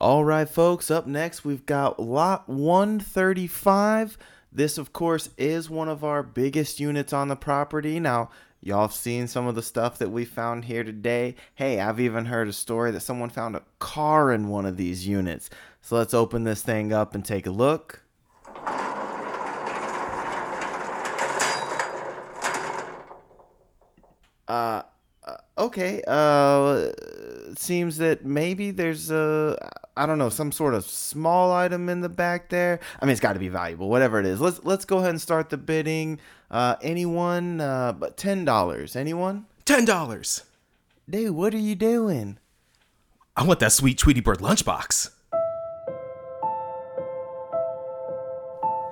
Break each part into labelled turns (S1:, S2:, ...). S1: All right, folks, up next we've got lot 135. This, of course, is one of our biggest units on the property. Now, y'all have seen some of the stuff that we found here today. Hey, I've even heard a story that someone found a car in one of these units. So let's open this thing up and take a look. Uh, uh, okay. Uh, it seems that maybe there's a I don't know some sort of small item in the back there. I mean, it's got to be valuable, whatever it is. Let's let's go ahead and start the bidding. Uh, anyone? Uh, but ten dollars. Anyone?
S2: Ten dollars.
S1: Dude, what are you doing?
S2: I want that sweet Tweety Bird lunchbox.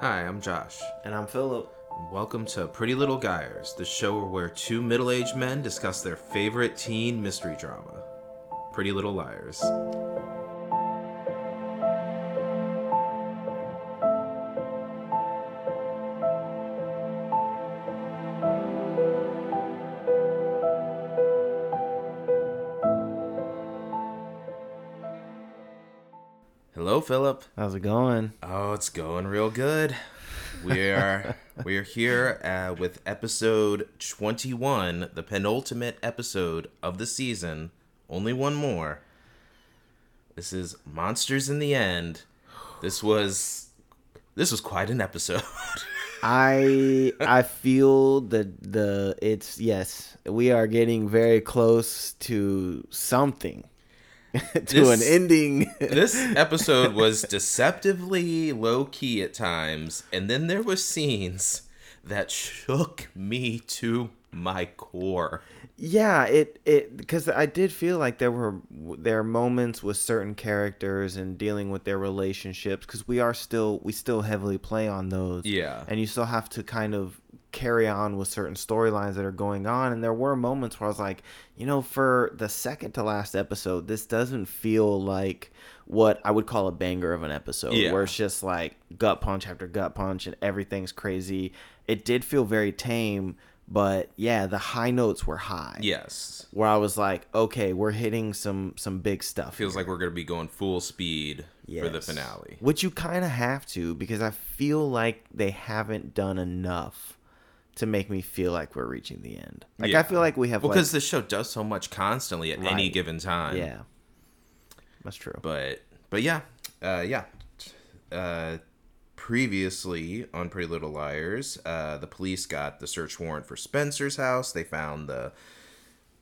S3: Hi, I'm Josh.
S1: And I'm Philip.
S3: Welcome to Pretty Little Guires, the show where two middle aged men discuss their favorite teen mystery drama Pretty Little Liars. Hello, Philip.
S1: How's it going?
S3: Oh, it's going real good. We are we are here uh, with episode twenty one, the penultimate episode of the season. Only one more. This is monsters in the end. This was this was quite an episode.
S1: I I feel the the it's yes we are getting very close to something to
S3: This-
S1: an ending.
S3: this episode was deceptively low key at times, and then there were scenes that shook me to my core.
S1: Yeah, it it because I did feel like there were there are moments with certain characters and dealing with their relationships because we are still we still heavily play on those.
S3: Yeah.
S1: and you still have to kind of carry on with certain storylines that are going on. And there were moments where I was like, you know, for the second to last episode, this doesn't feel like what I would call a banger of an episode,
S3: Yeah.
S1: where it's just like gut punch after gut punch and everything's crazy. It did feel very tame. But yeah, the high notes were high
S3: Yes.
S1: where I was like, okay, we're hitting some some big stuff.
S3: feels like we're gonna be going full speed
S1: here.
S3: for the
S1: Yes.
S3: finale.
S1: which you kind of have to because I feel like they haven't done enough to make me feel like we're reaching the end. Like I
S3: Yeah.
S1: feel like we have
S3: Because
S1: like,
S3: the show does so much constantly at any
S1: Right.
S3: given time.
S1: yeah, that's true.
S3: But but yeah, uh, yeah. Uh, previously on Pretty Little Liars, uh, the police got the search warrant for Spencer's house. They found the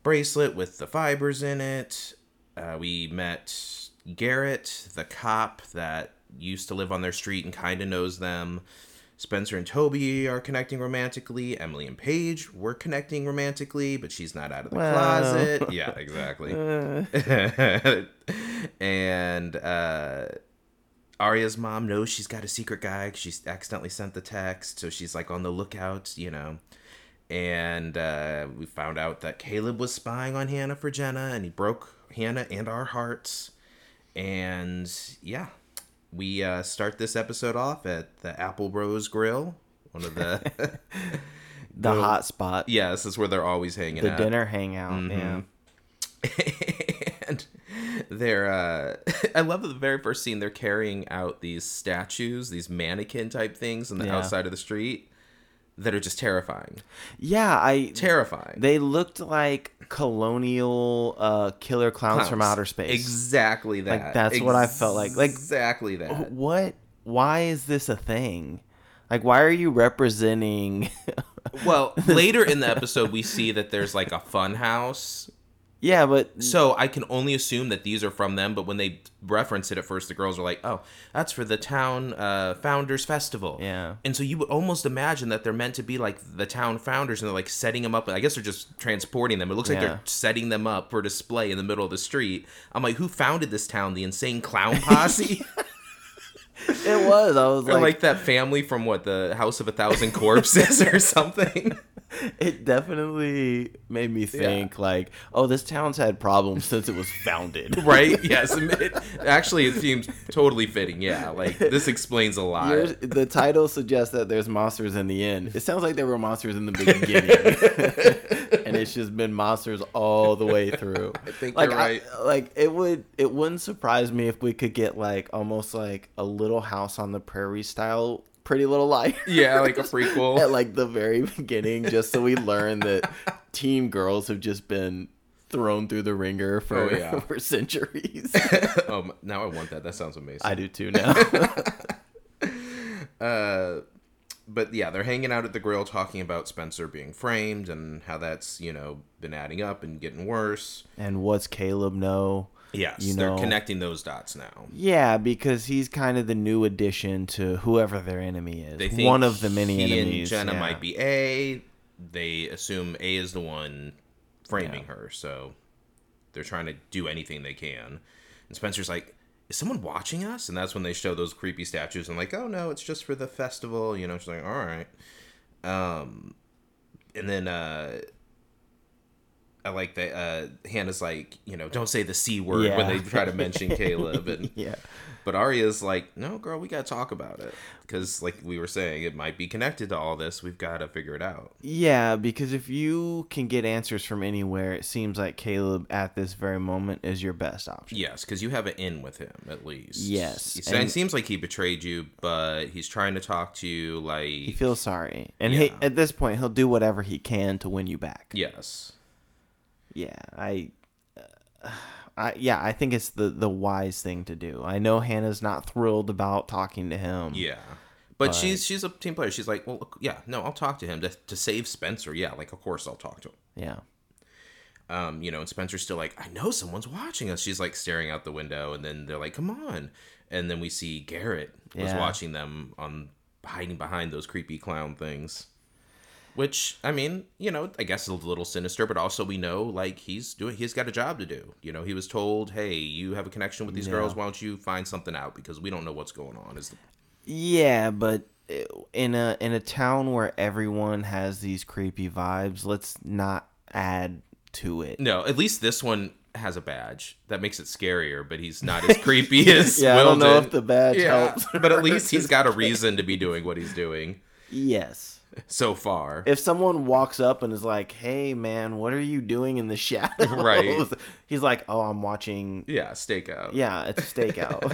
S3: bracelet with the fibers in it. Uh, we met Garrett, the cop that used to live on their street and kind of knows them. Spencer and Toby are connecting romantically. Emily and Paige were connecting romantically, but she's not out of the
S1: Well.
S3: closet. Yeah, exactly. and uh, Arya's mom knows she's got a secret guy. 'cause She's accidentally sent the text, so she's like on the lookout, you know. And uh, we found out that Caleb was spying on Hannah for Jenna, and he broke Hannah and our hearts. And yeah, we uh, start this episode off at the Apple Rose Grill, one of the
S1: the hot spot,
S3: yeah, Mm-hmm. this is where they're always hanging
S1: the
S3: out.
S1: dinner hangout. Yeah,
S3: and they're uh i love that the very first scene they're carrying out these statues these mannequin type things on the
S1: Yeah.
S3: outside of the street that are just terrifying
S1: yeah. I
S3: terrifying
S1: they looked like colonial uh, killer clowns, from
S3: Clowns.
S1: outer space.
S3: exactly that
S1: that's what I felt like. Like-
S3: exactly that
S1: what why is this a thing like why are you representing
S3: well later in the episode we see that there's like a fun house
S1: yeah but
S3: so i can only assume that these are from them but when they reference it at first the girls are like oh that's for the town uh, founders festival
S1: Yeah.
S3: and so you would almost imagine that they're meant to be like the town founders and they're like setting them up i guess they're just transporting them it looks like
S1: Yeah.
S3: they're setting them up for display in the middle of the street i'm like who founded this town the insane clown posse
S1: it was i was
S3: or
S1: like,
S3: like that family from what the house of a thousand corpses or something
S1: it definitely made me think like oh this town's had problems since it was founded
S3: right yes it, actually it seems totally fitting yeah like this explains a lot
S1: Yours- the title suggests that there's monsters in the end it sounds like there were monsters in the beginning and it's just been monsters all the way through. I
S3: think
S1: like,
S3: you're right.
S1: I- like it would, it wouldn't surprise me if we could get like almost like a Little House on the Prairie style Pretty Little Liars.
S3: Yeah, like a prequel.
S1: at like the very beginning, just so we learn that teen girls have just been thrown through the ringer for
S3: Oh, yeah.
S1: for centuries.
S3: um, now I want that. That sounds amazing.
S1: I do too now.
S3: but yeah, they're hanging out at the grill talking about Spencer being framed and how that's, you know, been adding up and getting worse.
S1: and what's Caleb know?
S3: Yes,
S1: You
S3: they're
S1: know-
S3: connecting those dots now.
S1: Yeah, because he's kind of the new addition to whoever their enemy is.
S3: They think
S1: One of the many
S3: he
S1: enemies.
S3: and Jenna
S1: yeah.
S3: might be A. They assume A is the one framing her, so they're trying to do anything they can. And Spencer's like, "Is someone watching us?" And that's when they show those creepy statues and like, "Oh no, it's just for the festival." You know, she's like, "All right." Um, and then uh, I like that uh, Hannah's like, you know, don't say the c word when
S1: Yeah.
S3: they try to mention Caleb and
S1: Yeah.
S3: but Arya's like, no, girl, we gotta talk about it because, like we were saying, it might be connected to all this. We've got to figure it out.
S1: Yeah, because if you can get answers from anywhere, it seems like Caleb at this very moment is your best option.
S3: Yes, because you have an in with him at least.
S1: Yes,
S3: he sa-
S1: and-
S3: seems like he betrayed you, but he's trying to talk to you. Like,
S1: He feels sorry. And he,
S3: Yeah.
S1: at this point, he'll do whatever he can to win you back.
S3: yes,
S1: Yeah, I, I yeah, I think it's the the wise thing to do. I know Hannah's not thrilled about talking to him.
S3: yeah. But she's she's a team player. She's like, well, look, yeah, no, I'll talk to him to, to save Spencer. Yeah, like of course I'll talk to him.
S1: yeah,
S3: um, you know, and Spencer's still like, I know someone's watching us. She's like staring out the window, and then they're like, come on. And then we see Garrett was
S1: Yeah.
S3: watching them on hiding behind those creepy clown things. Which I mean, you know, I guess is a little sinister, but also we know like he's doing he's got a job to do. You know, he was told, Hey, you have a connection with these girls, why don't you find something out? Because we don't know what's going on. Is
S1: yeah, but i- in a in a town where everyone has these creepy vibes, let's not add to it.
S3: No, at least this one has a badge. That makes it scarier, but he's not as creepy as
S1: Yeah, I don't know
S3: Weldon.
S1: if the badge helps
S3: But at least he's got a reason to be doing what he's doing
S1: Yes.
S3: so far.
S1: If someone walks up and is like, "Hey, man, what are you doing in the shadows?"
S3: Right.
S1: He's like, "Oh, I'm watching."
S3: yeah, stakeout.
S1: Yeah, it's a stakeout.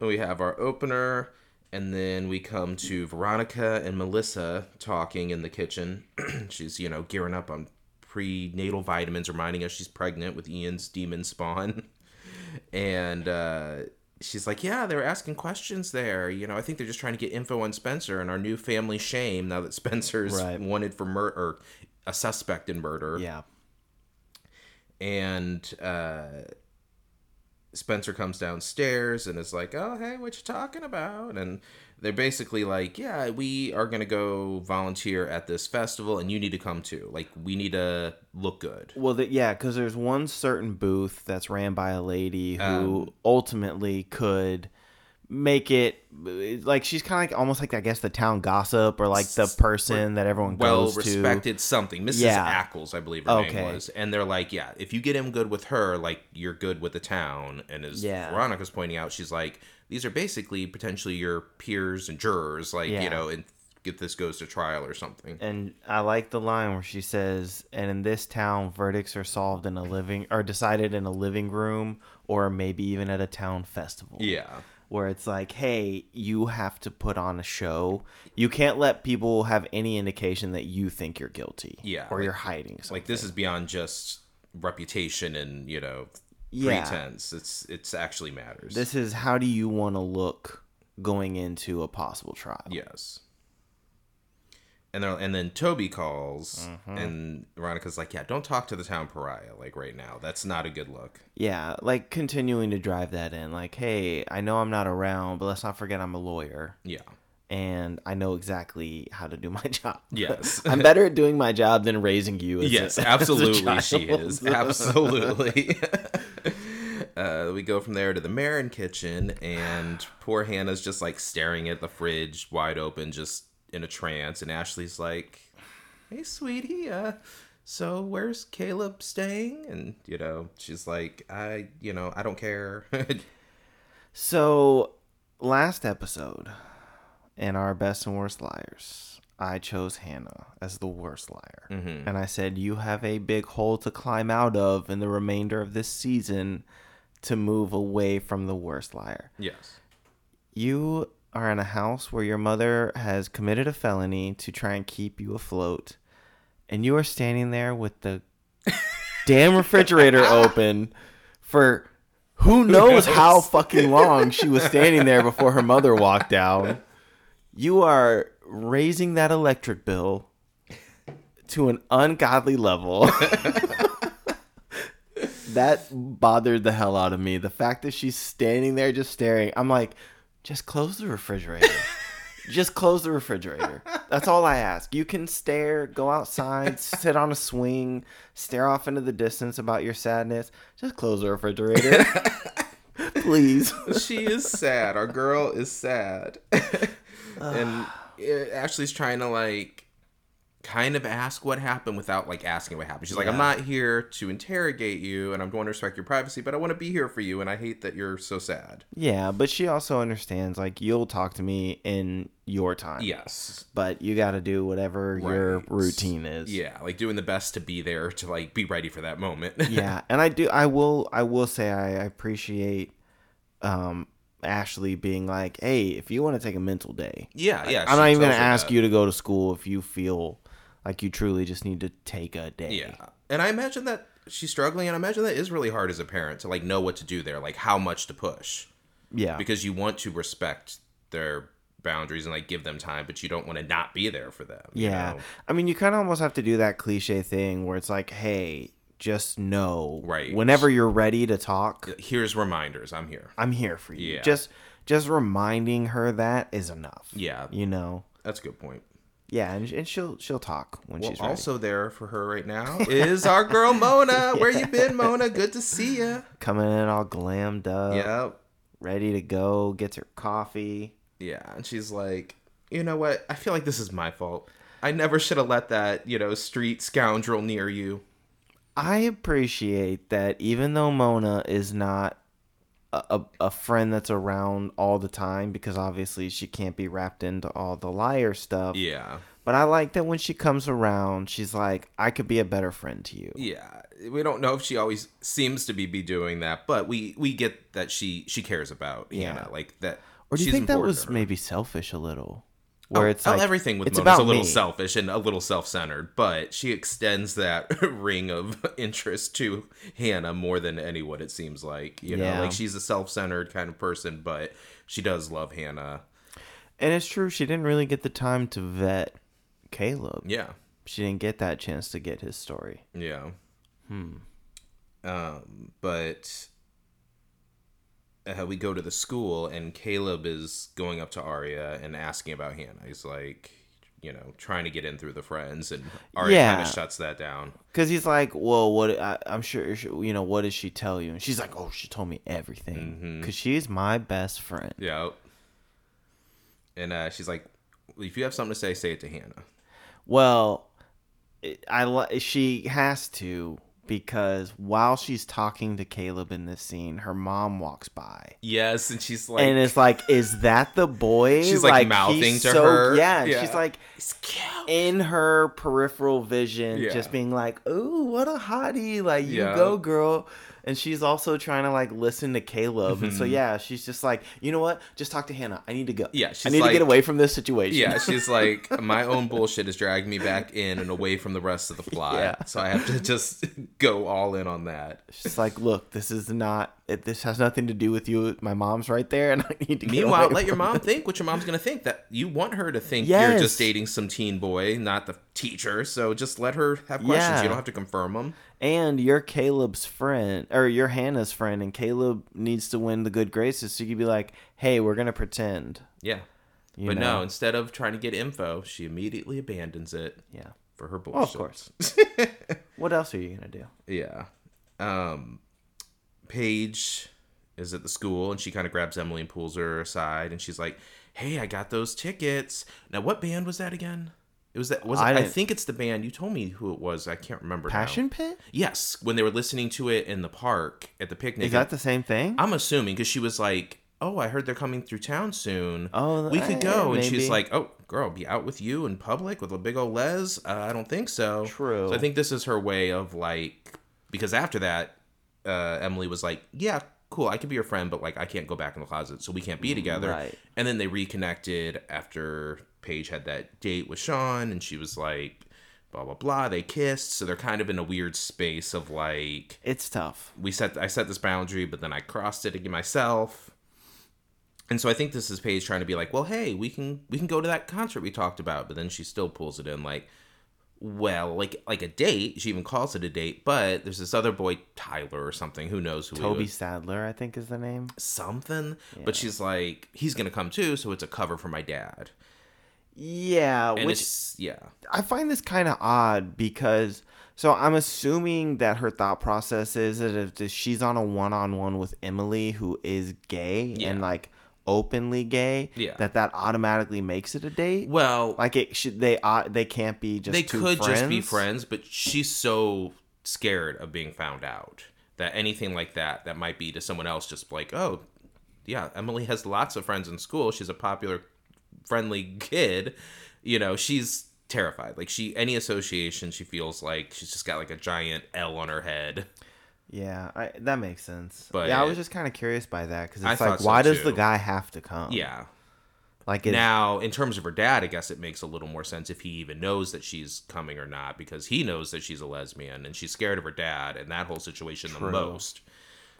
S3: We have our opener, and then we come to Veronica and Melissa talking in the kitchen. she's, you know, gearing up on prenatal vitamins, reminding us she's pregnant with Ian's demon spawn. And uh, she's like, Yeah, they were asking questions there. You know, I think they're just trying to get info on Spencer and our new family shame now that Spencer's
S1: Right.
S3: wanted for murder, or a suspect in murder.
S1: yeah.
S3: and uh, Spencer comes downstairs and is like, "Oh, hey, what you talking about?" And they're basically like, "Yeah, we are gonna go volunteer at this festival, and you need to come too. Like, we need to look good."
S1: Well, the, yeah, because there's one certain booth that's ran by a lady who ultimately could make it like she's kind of like almost like I guess the town gossip or like the person that everyone
S3: Well
S1: goes to.
S3: respected something, Mrs.
S1: Yeah.
S3: Ackles, I believe her name
S1: Okay.
S3: was, and they're like, "Yeah, if you get him good with her, like you're good with the town." And as
S1: Yeah.
S3: Veronica's pointing out, she's like, "These are basically potentially your peers and jurors, like
S1: Yeah.
S3: you know, and if this goes to trial or something."
S1: And I like the line where she says, "And in this town, verdicts are solved in a living or decided in a living room, or maybe even at a town festival."
S3: Yeah.
S1: where it's like, hey, you have to put on a show. You can't let people have any indication that you think you're guilty.
S3: Yeah,
S1: Or
S3: like-
S1: you're hiding something.
S3: like this is beyond just reputation and you know
S1: Yeah.
S3: pretense it's it's actually matters
S1: this is how do you want to look going into a possible trial?
S3: yes and then and then toby calls
S1: Mm-hmm.
S3: and veronica's like yeah don't talk to the town pariah like right now that's not a good look
S1: Yeah, like continuing to drive that in. Like, hey, I know I'm not around, but let's not forget I'm a lawyer
S3: yeah
S1: and I know exactly how to do my job.
S3: Yes.
S1: I'm better at doing my job than raising you as a-
S3: yes
S1: as a
S3: absolutely she
S1: child.
S3: is absolutely Uh, we go from there to the Marin kitchen, and poor Hannah's just like staring at the fridge wide open, just in a trance. And Ashley's like, "Hey, sweetie, uh, so where's Caleb staying?" And you know, she's like, "I, you know, I don't care."
S1: So, last episode in our best and worst liars, I chose Hannah as the worst liar.
S3: Mm-hmm.
S1: And I said, You have a big hole to climb out of in the remainder of this season to move away from the worst liar.
S3: Yes.
S1: You are in a house where your mother has committed a felony to try and keep you afloat, and you are standing there with the damn refrigerator open for who knows, how fucking long she was standing there before her mother walked down. You are raising that electric bill to an ungodly level. that bothered the hell out of me. The fact that she's standing there just staring, I'm like, just close the refrigerator. just close the refrigerator. That's all I ask. You can stare, go outside, sit on a swing, stare off into the distance about your sadness. Just close the refrigerator. Please.
S3: she is sad. Our girl is sad. and it, Ashley's trying to like kind of ask what happened without like asking what happened. She's like, I'm not here to interrogate you and I want to respect your privacy, but I want to be here for you and I hate that you're so sad.
S1: Yeah, but she also understands like you'll talk to me in your time.
S3: Yes.
S1: But you got to do whatever your
S3: Right.
S1: routine is.
S3: Yeah, like doing the best to be there to like be ready for that moment.
S1: yeah, and I do. I will. I will say I appreciate um, Ashley being like, "Hey, if you want to take a mental day,
S3: yeah, Uh, yeah.
S1: I'm not
S3: she
S1: even gonna
S3: tells her
S1: ask
S3: that.
S1: you to go to school if you feel like you truly just need to take a day."
S3: Yeah. And I imagine that she's struggling and I imagine that is really hard as a parent to like know what to do there, like how much to push.
S1: yeah,
S3: because you want to respect their boundaries and like give them time, but you don't want to not be there for them. you
S1: yeah.
S3: know?
S1: I mean, you kind of almost have to do that cliche thing where it's like, "Hey, just know,
S3: Right.
S1: Whenever you're ready to talk,
S3: Here's reminders. I'm here.
S1: I'm here for you."
S3: Yeah.
S1: Just, just reminding her that is enough.
S3: Yeah,
S1: You know.
S3: that's a good point.
S1: Yeah, and, and she'll she'll talk when
S3: Well,
S1: she's ready.
S3: also there for her right now is our girl Mona. Where you been, Mona? Good to see you.
S1: coming in all glammed up,
S3: Yep.
S1: ready to go, gets her coffee.
S3: Yeah, and she's like, you know what? I feel like this is my fault. I never should have let that you know street scoundrel near you.
S1: I appreciate that even though Mona is not a, a, a friend that's around all the time because obviously she can't be wrapped into all the liar stuff.
S3: Yeah.
S1: But I like that when she comes around, she's like, I could be a better friend to you.
S3: Yeah, we don't know if she always seems to be, be doing that, but we we get that she she cares about
S1: Yeah.
S3: Hannah, like that.
S1: Or do you
S3: she's
S1: think that
S3: important
S1: was
S3: to her.
S1: maybe selfish a little? Where it's
S3: Oh,
S1: like
S3: everything with
S1: it's
S3: Mona's a
S1: about
S3: little
S1: me.
S3: selfish and a little self-centered, but she extends that ring of interest to Hannah more than anyone. It seems like you
S1: Yeah.
S3: know, like she's a self-centered kind of person, but she does love Hannah.
S1: And it's true, she didn't really get the time to vet Caleb.
S3: Yeah,
S1: She didn't get that chance to get his story.
S3: yeah. Hmm. Um, but uh, we go to the school, and Caleb is going up to Arya and asking about Hannah. He's like. You know, trying to get in through the friends, and Arya kind
S1: Yeah.
S3: of shuts that down.
S1: Cause he's like, well, what? I, I'm sure, she, you know, what did she tell you? And she's like, oh, she told me everything.
S3: Mm-hmm.
S1: Cause she's my best friend.
S3: Yeah. And uh, she's like, if you have something to say, say it to Hannah.
S1: Well, it- I li- she has to because while she's talking to Caleb in this scene, her mom walks by.
S3: Yes, and she's like,
S1: and it's like, is that the boy?
S3: She's, like, mouthing
S1: he's
S3: to her.
S1: Yeah,
S3: Yeah.
S1: she's like
S3: it's cute.
S1: in her peripheral vision,
S3: Yeah.
S1: just being like, "Ooh, what a hottie! Like you
S3: Yeah.
S1: go, girl." And she's also trying to like listen to Caleb, and so yeah, she's just like, "You know what? Just talk to Hannah. I need to go.
S3: Mm-hmm. Yeah,
S1: I
S3: she's
S1: need to
S3: like-
S1: get away from this situation."
S3: Yeah, she's like, my own bullshit is dragging me back in and away from the rest of the plot.
S1: Yeah.
S3: So I have to just go all in on that.
S1: she's like, "Look, this is not. It, this has nothing to do with you. My mom's right there, and I need to." get
S3: Meanwhile,
S1: away
S3: let your
S1: from
S3: mom think what your mom's going to think. That you want her to think you're
S1: Yes.
S3: just dating some teen boy, not the teacher. So just let her have questions.
S1: Yeah.
S3: You don't have to confirm them.
S1: And you're Caleb's friend, or you're Hannah's friend, and Caleb needs to win the good graces. So you could be like, "Hey, we're gonna pretend."
S3: Yeah.
S1: You
S3: but
S1: know.
S3: no, instead of trying to get info, she immediately abandons it
S1: Yeah.
S3: for her bullshit.
S1: Well, of course. what else are you gonna do?
S3: Yeah. Um Paige is at the school and she kind of grabs Emily and pulls her aside and she's like, "Hey, I got those tickets. Now what band was that again? It was that was
S1: I
S3: I, I
S1: didn't-
S3: think it's the band you told me who it was. I can't remember now.
S1: Passion Pit?
S3: Yes, when they were listening to it in the park at the picnic.
S1: Is that the same thing?
S3: I'm assuming cuz she was like "Oh, I heard they're coming through town soon.
S1: Oh,
S3: we could
S1: eh,
S3: go." and
S1: maybe.
S3: she's like, "Oh, girl, be out with you in public with a big old les? Uh, I don't think so."
S1: True.
S3: So I think this is her way of like because after that, uh, Emily was like, "Yeah, cool, I could be your friend, but like I can't go back in the closet, so we can't be together."
S1: Right.
S3: And then they reconnected after Paige had that date with Sean, and she was like, "Blah blah blah." They kissed, so they're kind of in a weird space of like
S1: It's tough.
S3: we set I set this boundary, but then I crossed it again myself. And so I think this is Paige trying to be like, well, hey, we can we can go to that concert we talked about, but then she still pulls it in like, well, like like a date. She even calls it a date, but there's this other boy, Tyler or something, who knows who he
S1: Toby
S3: was-
S1: Sadler, I think, is the name.
S3: something. But she's like, he's gonna come too, so it's a cover for my dad.
S1: Yeah,
S3: And
S1: which
S3: it's yeah.
S1: I find this kind of odd because so I'm assuming that her thought process is that if th- she's on a one-on-one with Emily who is gay and like openly gay,
S3: Yeah.
S1: that that automatically makes it a date.
S3: Well,
S1: like it should they uh, they can't be just
S3: they
S1: two
S3: could just be
S1: friends?
S3: friends, but she's so scared of being found out that anything like that that might be to someone else just like, oh, yeah, Emily has lots of friends in school. She's a popular, friendly kid. You know, she's terrified. Like she any association, she feels like she's just got like a giant L on her head.
S1: Yeah, I, that makes sense.
S3: But-
S1: yeah, I was just kind of curious by that because
S3: I
S1: it's
S3: thought
S1: like,
S3: so
S1: why does
S3: too.
S1: the guy have to come?
S3: Yeah.
S1: like is,
S3: Now, in terms of her dad, I guess it makes a little more sense if he even knows that she's coming or not because he knows that she's a lesbian and she's scared of her dad and that whole situation
S1: True.
S3: the most.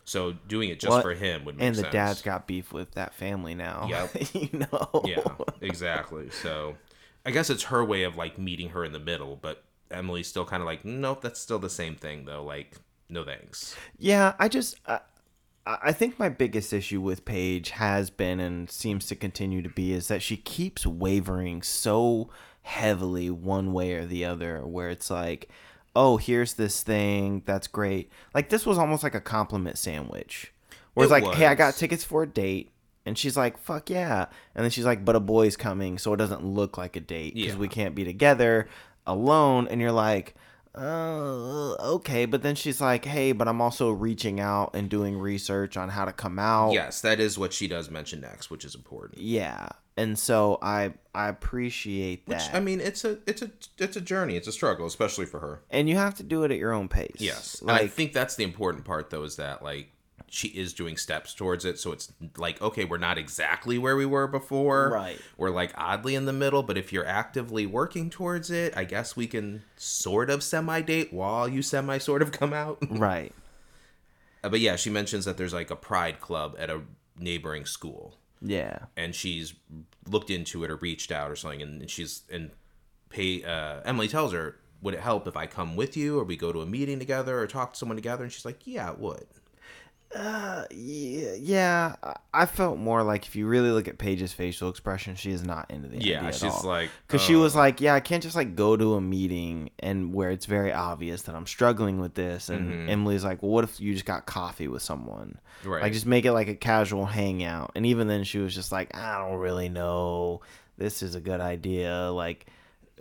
S3: So doing it just
S1: What-
S3: for him would make
S1: and the
S3: sense.
S1: dad's got beef with that family now.
S3: Yep.
S1: you know.
S3: Yeah, exactly. So I guess it's her way of like meeting her in the middle, but Emily's still kind of like, nope, that's still the same thing though. Like, no thanks.
S1: Yeah, I just I, I I think my biggest issue with Paige has been and seems to continue to be is that she keeps wavering so heavily one way or the other where it's like, "Oh, here's this thing. That's great." Like this was almost like a compliment sandwich. Where it's
S3: It
S1: like, "Hey, I
S3: was.
S1: got tickets for a date." And she's like, "Fuck yeah." And then she's like, "But a boy's coming, so it doesn't look like a date because
S3: Yeah.
S1: we can't be together alone." And you're like, "Oh, okay." But then she's like, "Hey, but I'm also reaching out and doing research on how to come out."
S3: Yes, that is what she does mention next, which is important.
S1: Yeah. And so I I appreciate that.
S3: I mean, it's a it's a it's a journey. It's a struggle, especially for her.
S1: and you have to do it at your own pace.
S3: Yes. and I
S1: Like
S3: think that's the important part though is that like she is doing steps towards it so it's like okay, we're not exactly where we were before.
S1: Right.
S3: We're like oddly in the middle, but if you're actively working towards it, I guess we can sort of semi date while you semi sort of come out.
S1: right.
S3: Uh, but yeah, she mentions that there's like a pride club at a neighboring school
S1: Yeah.
S3: and she's looked into it or reached out or something and she's and pay uh, emily tells her would it help if i come with you or we go to a meeting together or talk to someone together and she's like yeah it would Uh,
S1: Yeah, yeah, I- I felt more like if you really look at Paige's facial expression, she is not into the
S3: Yeah,
S1: idea at
S3: she's
S1: all.
S3: like,
S1: because she
S3: Oh.
S1: was like, yeah, I can't just like go to a meeting and where it's very obvious that I'm struggling with this, and
S3: Mm-hmm.
S1: Emily's like, well, what if you just got coffee with someone?
S3: Right.
S1: like just make it like a casual hangout. And even then, she was just like, I don't really know, this is a good idea, like.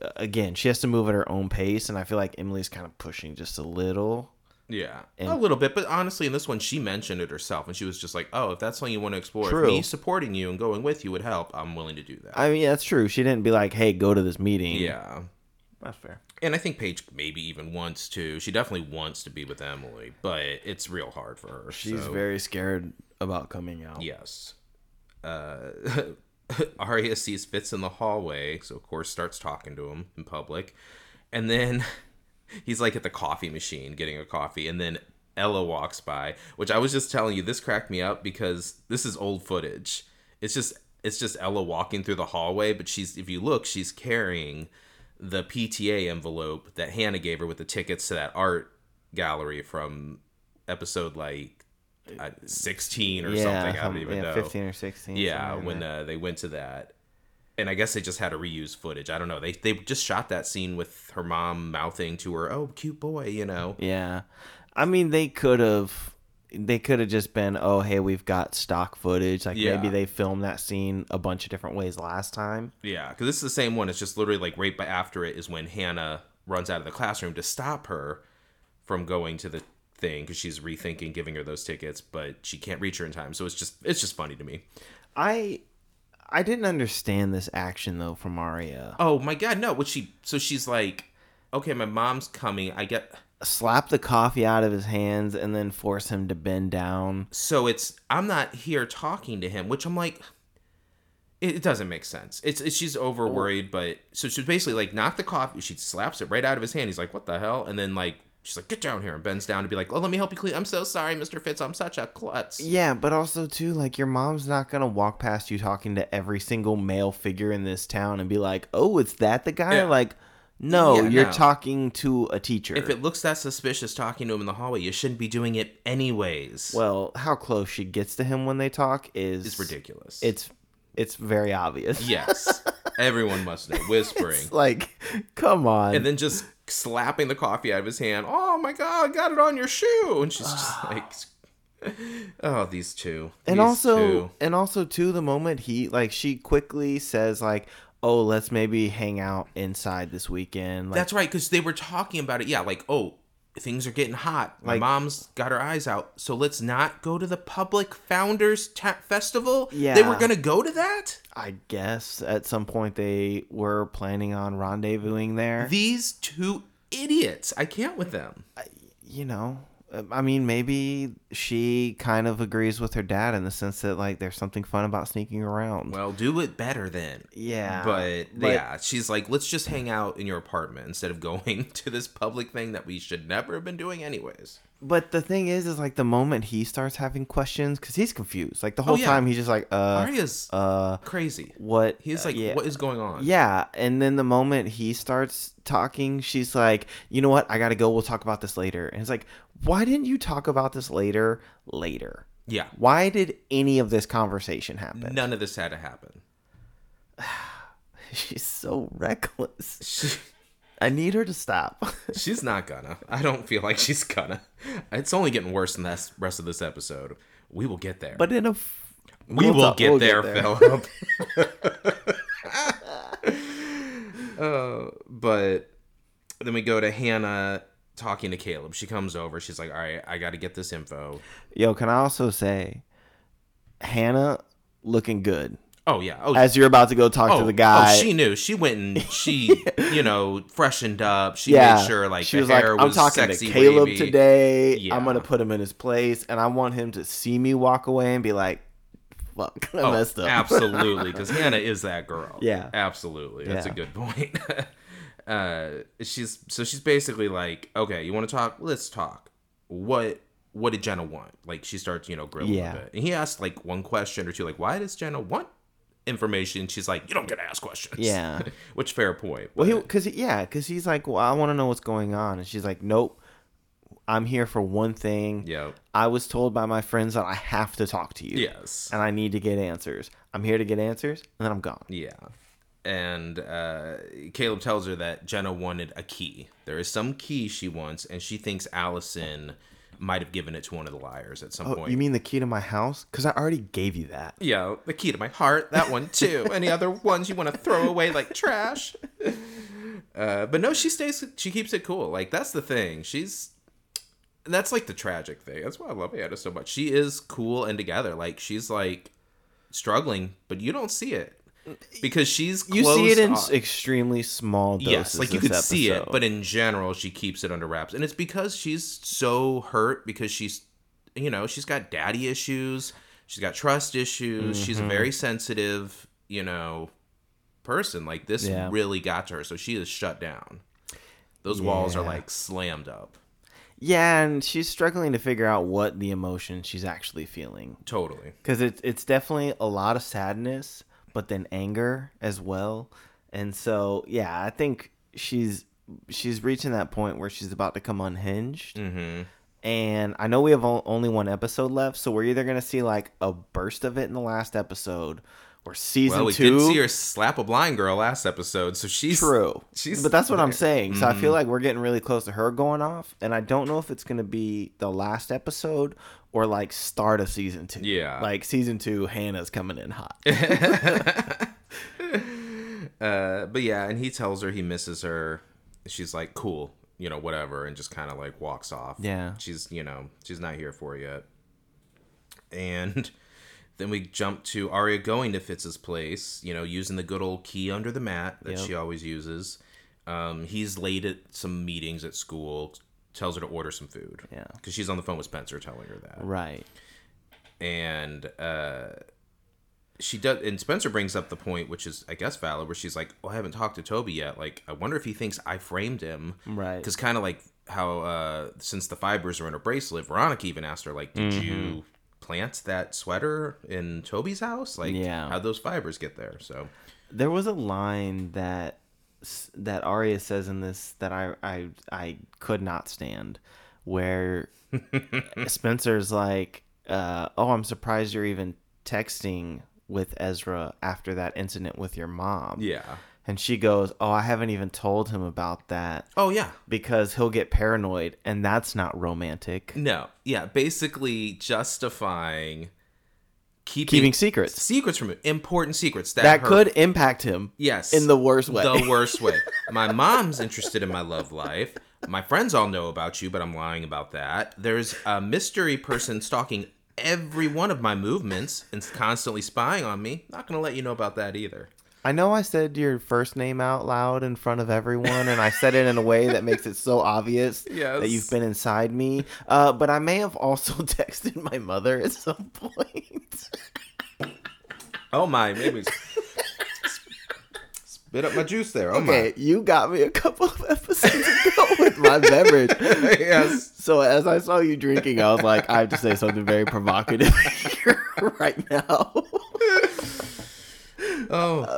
S1: uh, Again, she has to move at her own pace, and I feel like Emily's kind of pushing just a little.
S3: yeah a little bit but honestly in this one she mentioned it herself and she was just like oh if that's something you want to explore if
S1: True.
S3: me supporting you and going with you would help i'm willing to do that
S1: I mean, that's true. She didn't be like, "Hey, go to this meeting."
S3: yeah
S1: that's fair.
S3: and i think paige maybe even wants to she definitely wants to be with emily but it's real hard for her
S1: She's
S3: so-
S1: very scared about coming out.
S3: Yes. Uh, Arya sees Fitz in the hallway, so of course starts talking to him in public, and then he's like at the coffee machine getting a coffee, and then Ella walks by, which I was just telling you this cracked me up because this is old footage. It's just it's just Ella walking through the hallway, but she's if you look, she's carrying the PTA envelope that Hannah gave her with the tickets to that art gallery from episode like uh, 16 or something. I don't
S1: some-
S3: even
S1: yeah,
S3: know.
S1: 15 or 16.
S3: Yeah,
S1: somewhere in
S3: when
S1: there.
S3: uh, they went to that, and I guess they just had to reuse footage. I don't know. They they just shot that scene with her mom mouthing to her, "Oh, cute boy," you know.
S1: Yeah. I mean, they could have they could have just been, "Oh, hey, we've got stock footage." Like
S3: Yeah.
S1: maybe they filmed that scene a bunch of different ways last time.
S3: Yeah, because this is the same one. It's just literally like right by after it is when Hannah runs out of the classroom to stop her from going to the thing because she's rethinking giving her those tickets, but she can't reach her in time. So it's just it's just funny to me.
S1: I I didn't understand this action though from Arya.
S3: Oh my god, no! What she? So she's like, okay, my mom's coming. I get.
S1: Slap the coffee out of his hands and then force him to bend down.
S3: So it's I'm not here talking to him, which I'm like. It it doesn't make sense. It's, it's she's over worried, but so she's basically like knock the coffee. She slaps it right out of his hand. He's like, "What the hell?" And then like she's like, "Get down here!" and bends down to be like, "Oh, let me help you clean." I'm so sorry, Mister Fitz. I'm such a klutz.
S1: Yeah, but also too, like your mom's not gonna walk past you talking to every single male figure in this town and be like, "Oh, it's that the guy."
S3: Yeah.
S1: Like, no,
S3: Yeah,
S1: you're
S3: no.
S1: talking to a teacher.
S3: If it looks that suspicious talking to him in the hallway, you shouldn't be doing it anyways.
S1: well, how close she gets to him when they talk is
S3: it's ridiculous.
S1: It's it's very obvious.
S3: yes, everyone must know whispering,
S1: It's like, come on.
S3: and then just slapping the coffee out of his hand. Oh my god, I got it on your shoe! And she's just like, oh, these two,
S1: and
S3: These
S1: also
S3: two.
S1: and also too the moment he like she quickly says like oh let's maybe hang out inside this weekend like
S3: That's right, because they were talking about it. Yeah, like, oh, things are getting hot. My
S1: Like-
S3: mom's got her eyes out. So let's not go to the public founders ta- festival. They were
S1: Yeah.
S3: going to go to that?
S1: i guess at some point they were planning on rendezvousing there
S3: These two idiots. I can't with them.
S1: you know uh, i mean maybe she kind of agrees with her dad in the sense that like there's something fun about sneaking around
S3: Well, do it better then.
S1: yeah
S3: But,
S1: but-
S3: yeah, she's like, let's just hang out in your apartment instead of going to this public thing that we should never have been doing, anyways.
S1: but the thing is is like the moment he starts having questions because he's confused like the whole
S3: Oh, yeah.
S1: time he's just like uh
S3: Arya's
S1: uh
S3: crazy.
S1: what
S3: He's
S1: uh,
S3: like,
S1: yeah.
S3: what is going on?
S1: Yeah, and then the moment he starts talking, she's like, "You know what? I gotta go. We'll talk about this later." And it's like, "Why didn't you talk about this later? Later?
S3: Yeah.
S1: Why did any of this conversation happen?"
S3: None of this had to happen.
S1: She's so reckless. I need her to stop.
S3: She's not gonna. I don't feel like she's gonna. It's only getting worse in the rest of this episode. We will get there.
S1: but in a, f-
S3: we
S1: we'll
S3: will
S1: talk-
S3: get,
S1: we'll
S3: there,
S1: get there.
S3: Philip. Uh, but then we go to Hannah talking to Caleb. She comes over. She's like, "All right, I got to get this info."
S1: yo, can I also say, Hannah looking good
S3: Oh yeah. Oh,
S1: as you're about to go talk
S3: oh,
S1: to the guy.
S3: oh, she knew. She went and she, you know, freshened up. She made sure like
S1: she
S3: the
S1: was like,
S3: hair
S1: I'm
S3: was
S1: talking
S3: sexy,
S1: to Caleb
S3: wavy."
S1: today. I'm
S3: Yeah.
S1: gonna put him in his place, and I want him to see me walk away and be like, "Fuck, I
S3: Oh,
S1: messed up."
S3: absolutely, because Hannah is that girl.
S1: Yeah.
S3: absolutely. That's
S1: Yeah.
S3: a good point. uh, she's so she's basically like, okay, you want to talk? Let's talk. What What did Jenna want? Like she starts, you know, grilling
S1: Yeah.
S3: a bit, and he asked like one question or two, like, why does Jenna want information? She's like, you don't get to ask questions.
S1: Yeah.
S3: which fair point.
S1: Well, he
S3: but-
S1: because yeah, because he's like, "Well, I want to know what's going on," and she's like, "Nope, I'm here for one thing.
S3: yeah,
S1: I was told by my friends that I have to talk to you,
S3: yes,
S1: and I need to get answers. I'm here to get answers, and then I'm gone."
S3: Yeah. And uh, Caleb tells her that Jenna wanted a key. There is some key she wants, and she thinks Allison might have given it to one of the liars at some
S1: Oh,
S3: point.
S1: you mean the key to my house? Because I already gave you that.
S3: yeah, the key to my heart, that one too. Any other ones you want to throw away like trash? Uh, but no, she stays. She keeps it cool. Like that's the thing. She's that's like the tragic thing. That's why I love Anna so much. She is cool and together. Like she's like struggling, but you don't see it because she's
S1: Mm, You see it
S3: closed
S1: in
S3: off.
S1: s- extremely small doses.
S3: Yes, like you
S1: this
S3: could see it,
S1: episode.
S3: but in general, she keeps it under wraps, and it's because she's so hurt because she's, you know, she's got daddy issues, she's got trust issues, she's a
S1: Mm-hmm.
S3: very sensitive, you know, person. Like this
S1: Yeah.
S3: really got to her, so she is shut down. Those walls are
S1: Yeah.
S3: like slammed up,
S1: Yeah, and she's struggling to figure out what the emotion she's actually feeling
S3: totally.
S1: because it's it's definitely a lot of sadness, but then anger as well. And so, yeah, I think she's she's reaching that point where she's about to come unhinged.
S3: Mm-hmm.
S1: And I know we have o- only one episode left, so we're either gonna see like a burst of it in the last episode or season
S3: Well, we
S1: two.
S3: did see her slap a blind girl last episode, so she's
S1: True.
S3: she's- Mm-hmm.
S1: but that's what I'm saying. So I feel like we're getting really close to her going off, and I don't know if it's going to be the last episode or like start of season two.
S3: Yeah.
S1: like season two, Hannah's coming in hot.
S3: Uh, but yeah, and he tells her he misses her. She's like, "Cool, you know, whatever, and just kind of like walks off.
S1: Yeah.
S3: She's, you know, she's not here for it yet. And then we jump to Arya going to Fitz's place, you know, using the good old key under the mat that
S1: Yep.
S3: she always uses. Um, he's late at some meetings at school, tells her to order some food.
S1: Yeah.
S3: Because she's on the phone with Spencer telling her that
S1: Right.
S3: and uh she does and spencer brings up the point which is i guess valid where she's like oh i haven't talked to toby yet like i wonder if he thinks i framed him
S1: Right.
S3: because kind of like how uh since the fibers are in her bracelet veronica even asked her like did
S1: Mm-hmm.
S3: you plant that sweater in toby's house like
S1: Yeah.
S3: how'd those fibers get there so
S1: There was a line that s- that Arya says in this that I I I could not stand, where Spencer's like, uh, "Oh, I'm surprised you're even texting with Ezra after that incident with your mom."
S3: yeah
S1: and she goes, "Oh, I haven't even told him about that
S3: oh yeah
S1: because he'll get paranoid, and that's not romantic."
S3: no yeah basically justifying keeping,
S1: Keeping secrets
S3: secrets from important secrets that,
S1: that
S3: her
S1: could impact him.
S3: Yes.
S1: in the worst way.
S3: The worst way. My mom's interested in my love life. My friends all know about you, but I'm lying about that. There's a mystery person stalking every one of my movements and constantly spying on me. Not going to let you know about that either.
S1: I know I said your first name out loud in front of everyone, and I said it in a way that makes it so obvious
S3: Yes.
S1: that you've been inside me. Uh, but I may have also texted my mother at some point.
S3: Oh my, maybe. Spit up my juice there. Oh
S1: okay, you got me a couple of episodes ago with my beverage.
S3: my. yes.
S1: So as I saw you drinking, I was like, I have to say something very provocative here right now.
S3: Oh,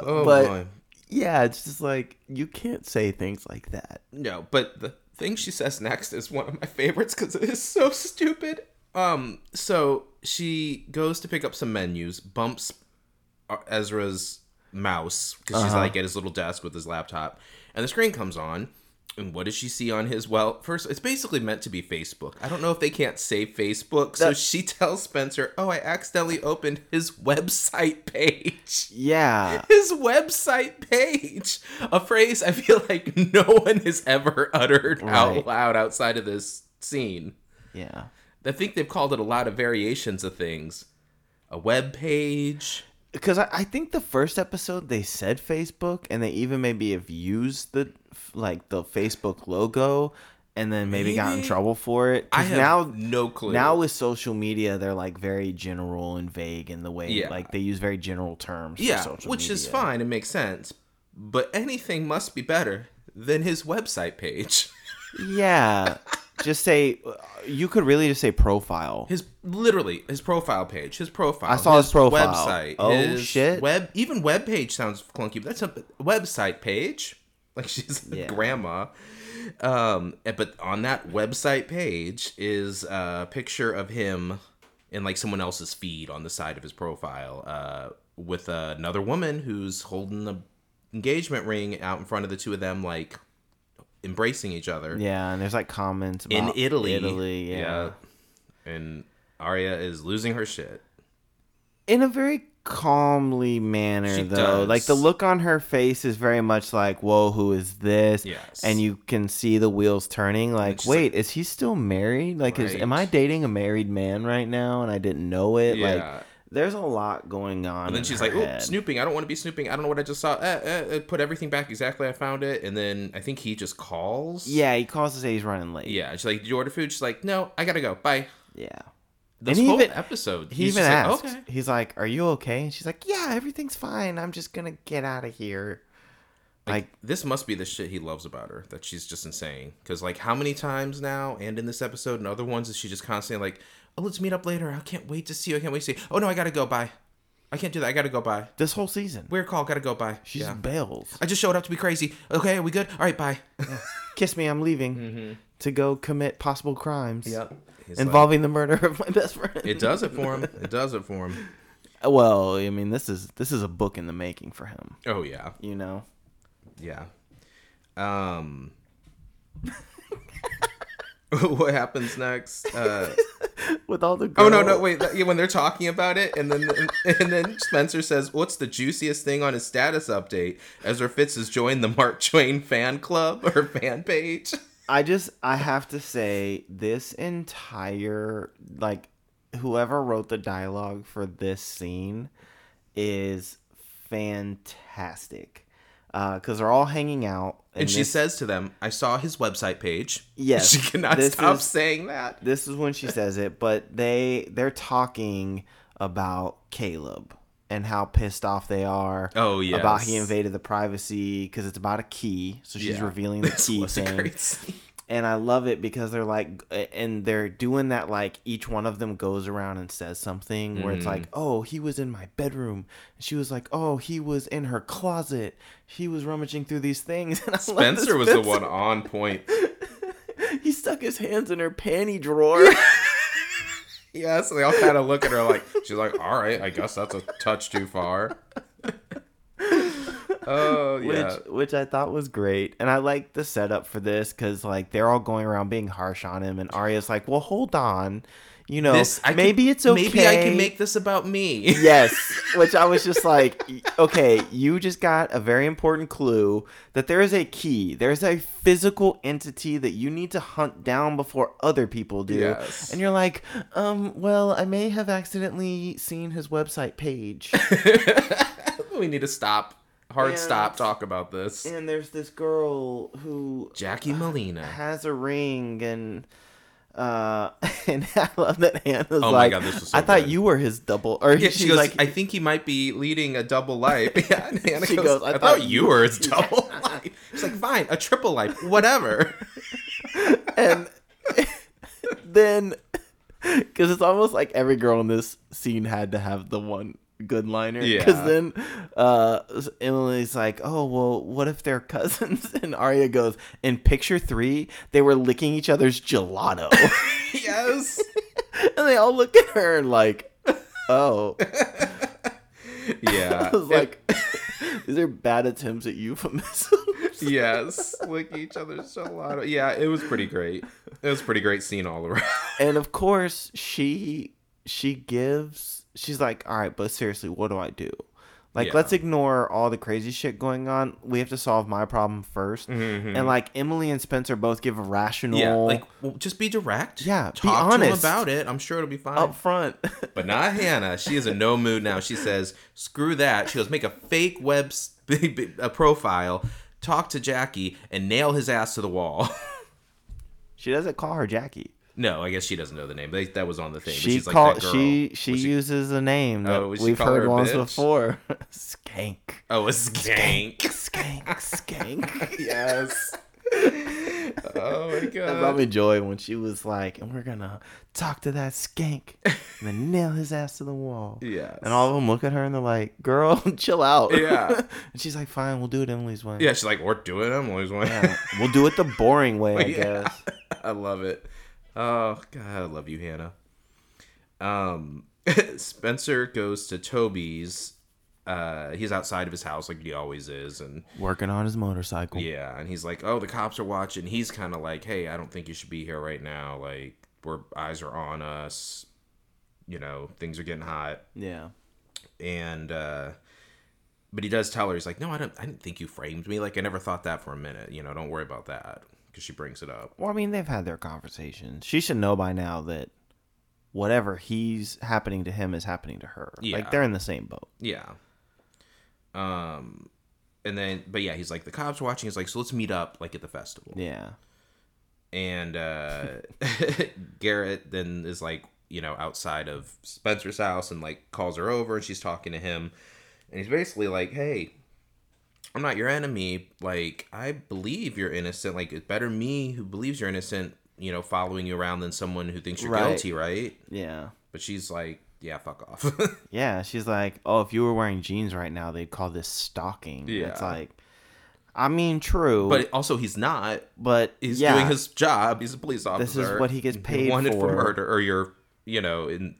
S3: oh
S1: but-
S3: boy.
S1: yeah, it's just like you can't say things like that.
S3: No, but the thing she says next is one of my favorites because it is so stupid. Um, so she goes to pick up some menus, bumps uh, Ezra's mouse because she's like at his little desk with his laptop, and the screen comes on. And what does she see on his? Well, first, it's basically meant to be Facebook. I don't know if they can't say Facebook, so
S1: That-
S3: she tells Spencer, "Oh, I accidentally opened his website page."
S1: Yeah.
S3: his website page. A phrase I feel like no one has ever uttered out
S1: Right.
S3: loud outside of this scene.
S1: Yeah.
S3: I think they've called it a lot of variations of things. A web page.
S1: Because I, I think the first episode they said Facebook, and they even maybe have used the f- like the Facebook logo, and then maybe, got in
S3: Maybe?
S1: trouble for it. 'Cause
S3: I have
S1: now
S3: no clue.
S1: now with social media, they're like very general and vague in the way
S3: Yeah.
S1: like they use very general terms. for
S3: yeah,
S1: social
S3: which is
S1: media.
S3: fine. It makes sense. But anything must be better than his website page.
S1: Yeah. just say you could really just say profile.
S3: His literally his profile page, his profile.
S1: I saw his profile.
S3: website.
S1: Oh,
S3: his
S1: shit.
S3: Web even web page sounds clunky, but that's a website page. Like she's a
S1: Yeah.
S3: grandma. Um, eh, but on that website page is a picture of him in like someone else's feed on the side of his profile, uh, with another woman who's holding the engagement ring out in front of the two of them, like embracing each other
S1: Yeah, and there's like comments
S3: in
S1: about
S3: Italy.
S1: Italy, yeah.
S3: Yeah. And Arya is losing her shit.
S1: in a very calmly manner
S3: She
S1: though
S3: does.
S1: like the look on her face is very much like whoa who is this
S3: Yes.
S1: and you can see the wheels turning like
S3: she's
S1: wait is he still married like is am
S3: Right.
S1: i dating a married man right now and i didn't know it
S3: Yeah.
S1: like there's a lot going on
S3: And then she's like, "Oh, snooping! I don't want to be snooping. I don't know what I just saw. Uh, uh, uh, put everything back exactly. I found it." And then I think he just calls.
S1: yeah he calls to say he's running late
S3: Yeah. And she's like, "Did you order food?" She's like, "No, I gotta go. Bye."
S1: yeah
S3: This
S1: And he
S3: whole
S1: even-
S3: episode,
S1: he
S3: he's
S1: even
S3: just
S1: asks
S3: Like, okay.
S1: he's like are you okay and she's like yeah everything's fine i'm just gonna get out of here like
S3: This must be the shit he loves about her. That she's just insane. Because like, how many times now, and in this episode and other ones, is she just constantly like, "Oh, let's meet up later. I can't wait to see you. I can't wait to see. You. Oh no, I gotta go. Bye. I can't do that. I gotta go. Bye.
S1: this whole season
S3: Weird call. Gotta go. Bye."
S1: she's
S3: yeah.
S1: bells
S3: I just showed up to be crazy. Okay, we good? All right, bye.
S1: kiss me i'm leaving to go commit possible crimes
S3: He's like-
S1: involving the murder of my best friend
S3: it does it for him. It does it for him.
S1: well i mean this is this is a book in the making for him
S3: Oh yeah,
S1: you know
S3: yeah. Um, what happens next? Uh,
S1: with all the
S3: oh
S1: girls.
S3: no, no, wait. that- yeah, When they're talking about it, and then and then Spencer says, "What's the juiciest thing on his status update?" Ezra Fitz has joined the Mark Twain fan club or fan page.
S1: I just I have to say this entire like whoever wrote the dialogue for this scene is fantastic because they're all hanging out
S3: And she
S1: this,
S3: says to them, I saw his website page.
S1: Yes,
S3: She cannot
S1: this
S3: stop
S1: is-
S3: saying that.
S1: this is when she says it but they they're talking about Caleb and how pissed off they are
S3: Oh,
S1: about he
S3: yes.
S1: invaded the privacy because it's about a key so she's
S3: Yeah.
S1: revealing the
S3: This
S1: key
S3: was a
S1: thing
S3: great scene.
S1: and I love it because they're like, and they're doing that like each one of them goes around and says something where it's
S3: Mm-hmm.
S1: like, oh, he was in my bedroom. And she was like, oh, he was in her closet. He was rummaging through these things. And I love that
S3: Spencer was the one on point.
S1: He stuck his hands in her panty drawer.
S3: Yeah, so they all kind of look at her like she's like, "All right, I guess that's a touch too far." Oh yeah,
S1: which which I thought was great, and I like the setup for this because like they're all going around being harsh on him, and Arya's like, "Well, hold on, you know,
S3: This- I
S1: maybe
S3: could-
S1: it's okay.
S3: Maybe I can make this about me.
S1: Yes, which I was just like, y- okay, you just got a very important clue that there is a key. There's a physical entity that you need to hunt down before other people do.
S3: Yes.
S1: And you're like, um, well, I may have accidentally seen his website page.
S3: we need to stop, hard
S1: And-
S3: stop, talk about this.
S1: and there's this girl who
S3: Jackie Molina.
S1: has a ring and uh and I love that Hannah's
S3: Oh my
S1: like
S3: God, this was so
S1: I thought
S3: good.
S1: you were his double or
S3: Yeah,
S1: she's
S3: she goes.
S1: like
S3: I think he might be leading a double life. Yeah, and Hannah
S1: She
S3: goes,
S1: goes,
S3: I, thought, you were his double life. She's like, fine, a triple life, whatever.
S1: and then because it's almost like every girl in this scene had to have the one good liner
S3: Yeah.
S1: because then uh emily's like oh well what if they're cousins and Arya goes in picture three they were licking each other's gelato
S3: yes.
S1: and they all look at her and like oh
S3: Yeah.
S1: i was like these are bad attempts at euphemisms
S3: yes, lick each other's gelato. Yeah, it was pretty great. It was a pretty great scene all around.
S1: and of course she she gives she's like all right but seriously what do i do like
S3: Yeah.
S1: let's ignore all the crazy shit going on we have to solve my problem 1st and like emily and spencer both give a rational
S3: Mm-hmm. Yeah, like well, just be direct.
S1: Yeah, be
S3: talk to him
S1: honest. Oh.
S3: about it. I'm sure it'll be fine.
S1: up front
S3: But not Hannah. She is in no mood now. She says, "Screw that." She goes, "Make a fake web s- a profile, talk to Jackie, and nail his ass to the wall."
S1: she doesn't call her jackie
S3: no, I guess she doesn't know the name. They, that was on the thing. but
S1: she
S3: she's like
S1: called
S3: that girl.
S1: she she uses a name that
S3: Oh, would she
S1: we've
S3: call her
S1: heard
S3: a
S1: once
S3: bitch?
S1: before skank
S3: Oh, a skank.
S1: skank skank
S3: yes. Oh my god.
S1: That brought me joy when she was like, and we're gonna talk to that skank and then nail his ass to the wall.
S3: Yes.
S1: And all of them look at her and they're like, girl, chill out.
S3: Yeah.
S1: and she's like, fine, we'll do it Emily's way.
S3: Yeah, she's like, we're doing Emily's one.
S1: Yeah, We'll do it the boring way, I
S3: Yeah.
S1: guess.
S3: I love it. Oh God, I love you, Hannah. Um, Spencer goes to Toby's. Uh, he's outside of his house like he always is, and
S1: Working on his motorcycle.
S3: yeah, and he's like, "Oh, the cops are watching." He's kind of like, "Hey, I don't think you should be here right now. Like, we're eyes are on us. You know, things are getting hot."
S1: Yeah.
S3: and uh but he does tell her he's like no i don't i didn't think you framed me like i never thought that for a minute you know don't worry about that because she brings it up
S1: Well, I mean, they've had their conversations. She should know by now that whatever he's happening to him is happening to her.
S3: Yeah.
S1: Like they're in the same boat.
S3: yeah um and then but yeah he's like the cops are watching he's like so let's meet up like at the festival
S1: Yeah.
S3: and uh garrett then is like you know outside of spencer's house and like calls her over and she's talking to him and he's basically like hey i'm not your enemy like i believe you're innocent like it's better me who believes you're innocent you know following you around than someone who thinks you're
S1: Right.
S3: guilty right
S1: Yeah.
S3: but she's like yeah fuck off
S1: Yeah, she's like, "Oh, if you were wearing jeans right now, they'd call this stalking." It's
S3: Yeah.
S1: like I mean, true, but
S3: but also he's not
S1: but
S3: he's
S1: yeah,
S3: doing his job he's a police officer
S1: is what he gets
S3: You're
S1: paid
S3: wanted for
S1: for.
S3: murder or you're you know in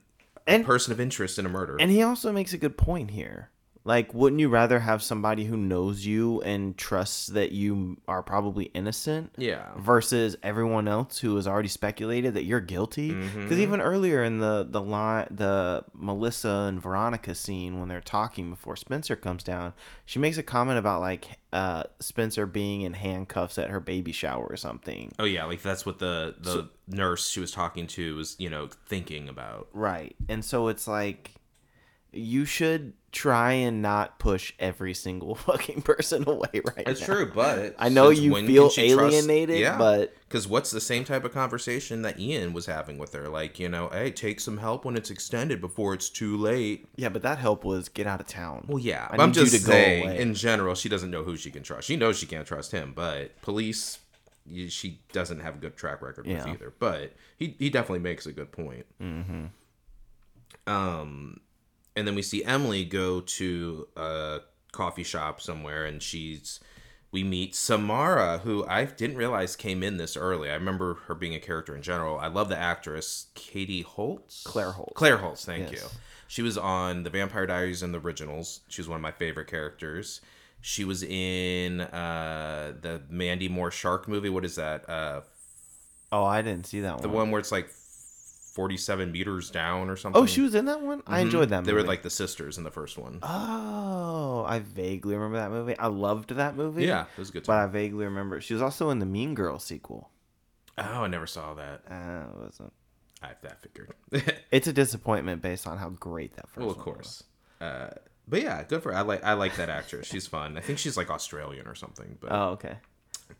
S3: a
S1: And-
S3: person of interest in a murder
S1: and he also makes a good point here. Like, wouldn't you rather have somebody who knows you and trusts that you are probably innocent?
S3: Yeah.
S1: Versus everyone else who has already speculated that you're guilty. Because
S3: Mm-hmm.
S1: even earlier in the the line, the Melissa and Veronica scene when they're talking before Spencer comes down, she makes a comment about like uh, Spencer being in handcuffs at her baby shower or something.
S3: Oh yeah, like that's what the the nurse she was talking to was, you know, thinking about.
S1: Right. And so it's like you should try and not push every single fucking person away right
S3: It's
S1: now.
S3: true, but
S1: I know
S3: since
S1: you
S3: when
S1: feel
S3: can she trust-
S1: alienated, but-
S3: because what's the same type of conversation that Ian was having with her? Like, you know, hey, take some help when it's extended before it's too late.
S1: Yeah, but that help was get out of town.
S3: Well, yeah,
S1: I
S3: but I'm
S1: need you
S3: just
S1: to go
S3: saying.
S1: away.
S3: In general, she doesn't know who she can trust. She knows she can't trust him, but police, y- she doesn't have a good track record
S1: Yeah.
S3: with either. But he he definitely makes a good point. Mm-hmm. Um, and then we see Emily go to a coffee shop somewhere, and she's. We meet Samara, who I didn't realize came in this early. I remember her being a character in general. I love the actress Katie Holtz.
S1: Claire Holtz.
S3: Claire Holtz, thank
S1: Yes.
S3: you. She was on The Vampire Diaries and the Originals. She was one of my favorite characters. She was in uh, the Mandy Moore shark movie. What is that? Uh,
S1: Oh, I didn't see that
S3: the
S1: one.
S3: one where it's like 47 meters down or something.
S1: Oh, she was in that one? I enjoyed that movie.
S3: Mm-hmm. They were like the sisters in the first one.
S1: Oh, I vaguely remember that movie. I loved that movie.
S3: yeah, it was a good
S1: But
S3: time.
S1: I vaguely remember she was also in the Mean Girl sequel.
S3: oh, I never saw that.
S1: Uh, it wasn't.
S3: I that figured.
S1: It's a disappointment based on how great that first
S3: well, Oh, of
S1: one was.
S3: course. Uh, but yeah, good for I like I like that actress. She's fun. I think she's like Australian or something. But
S1: Oh, okay.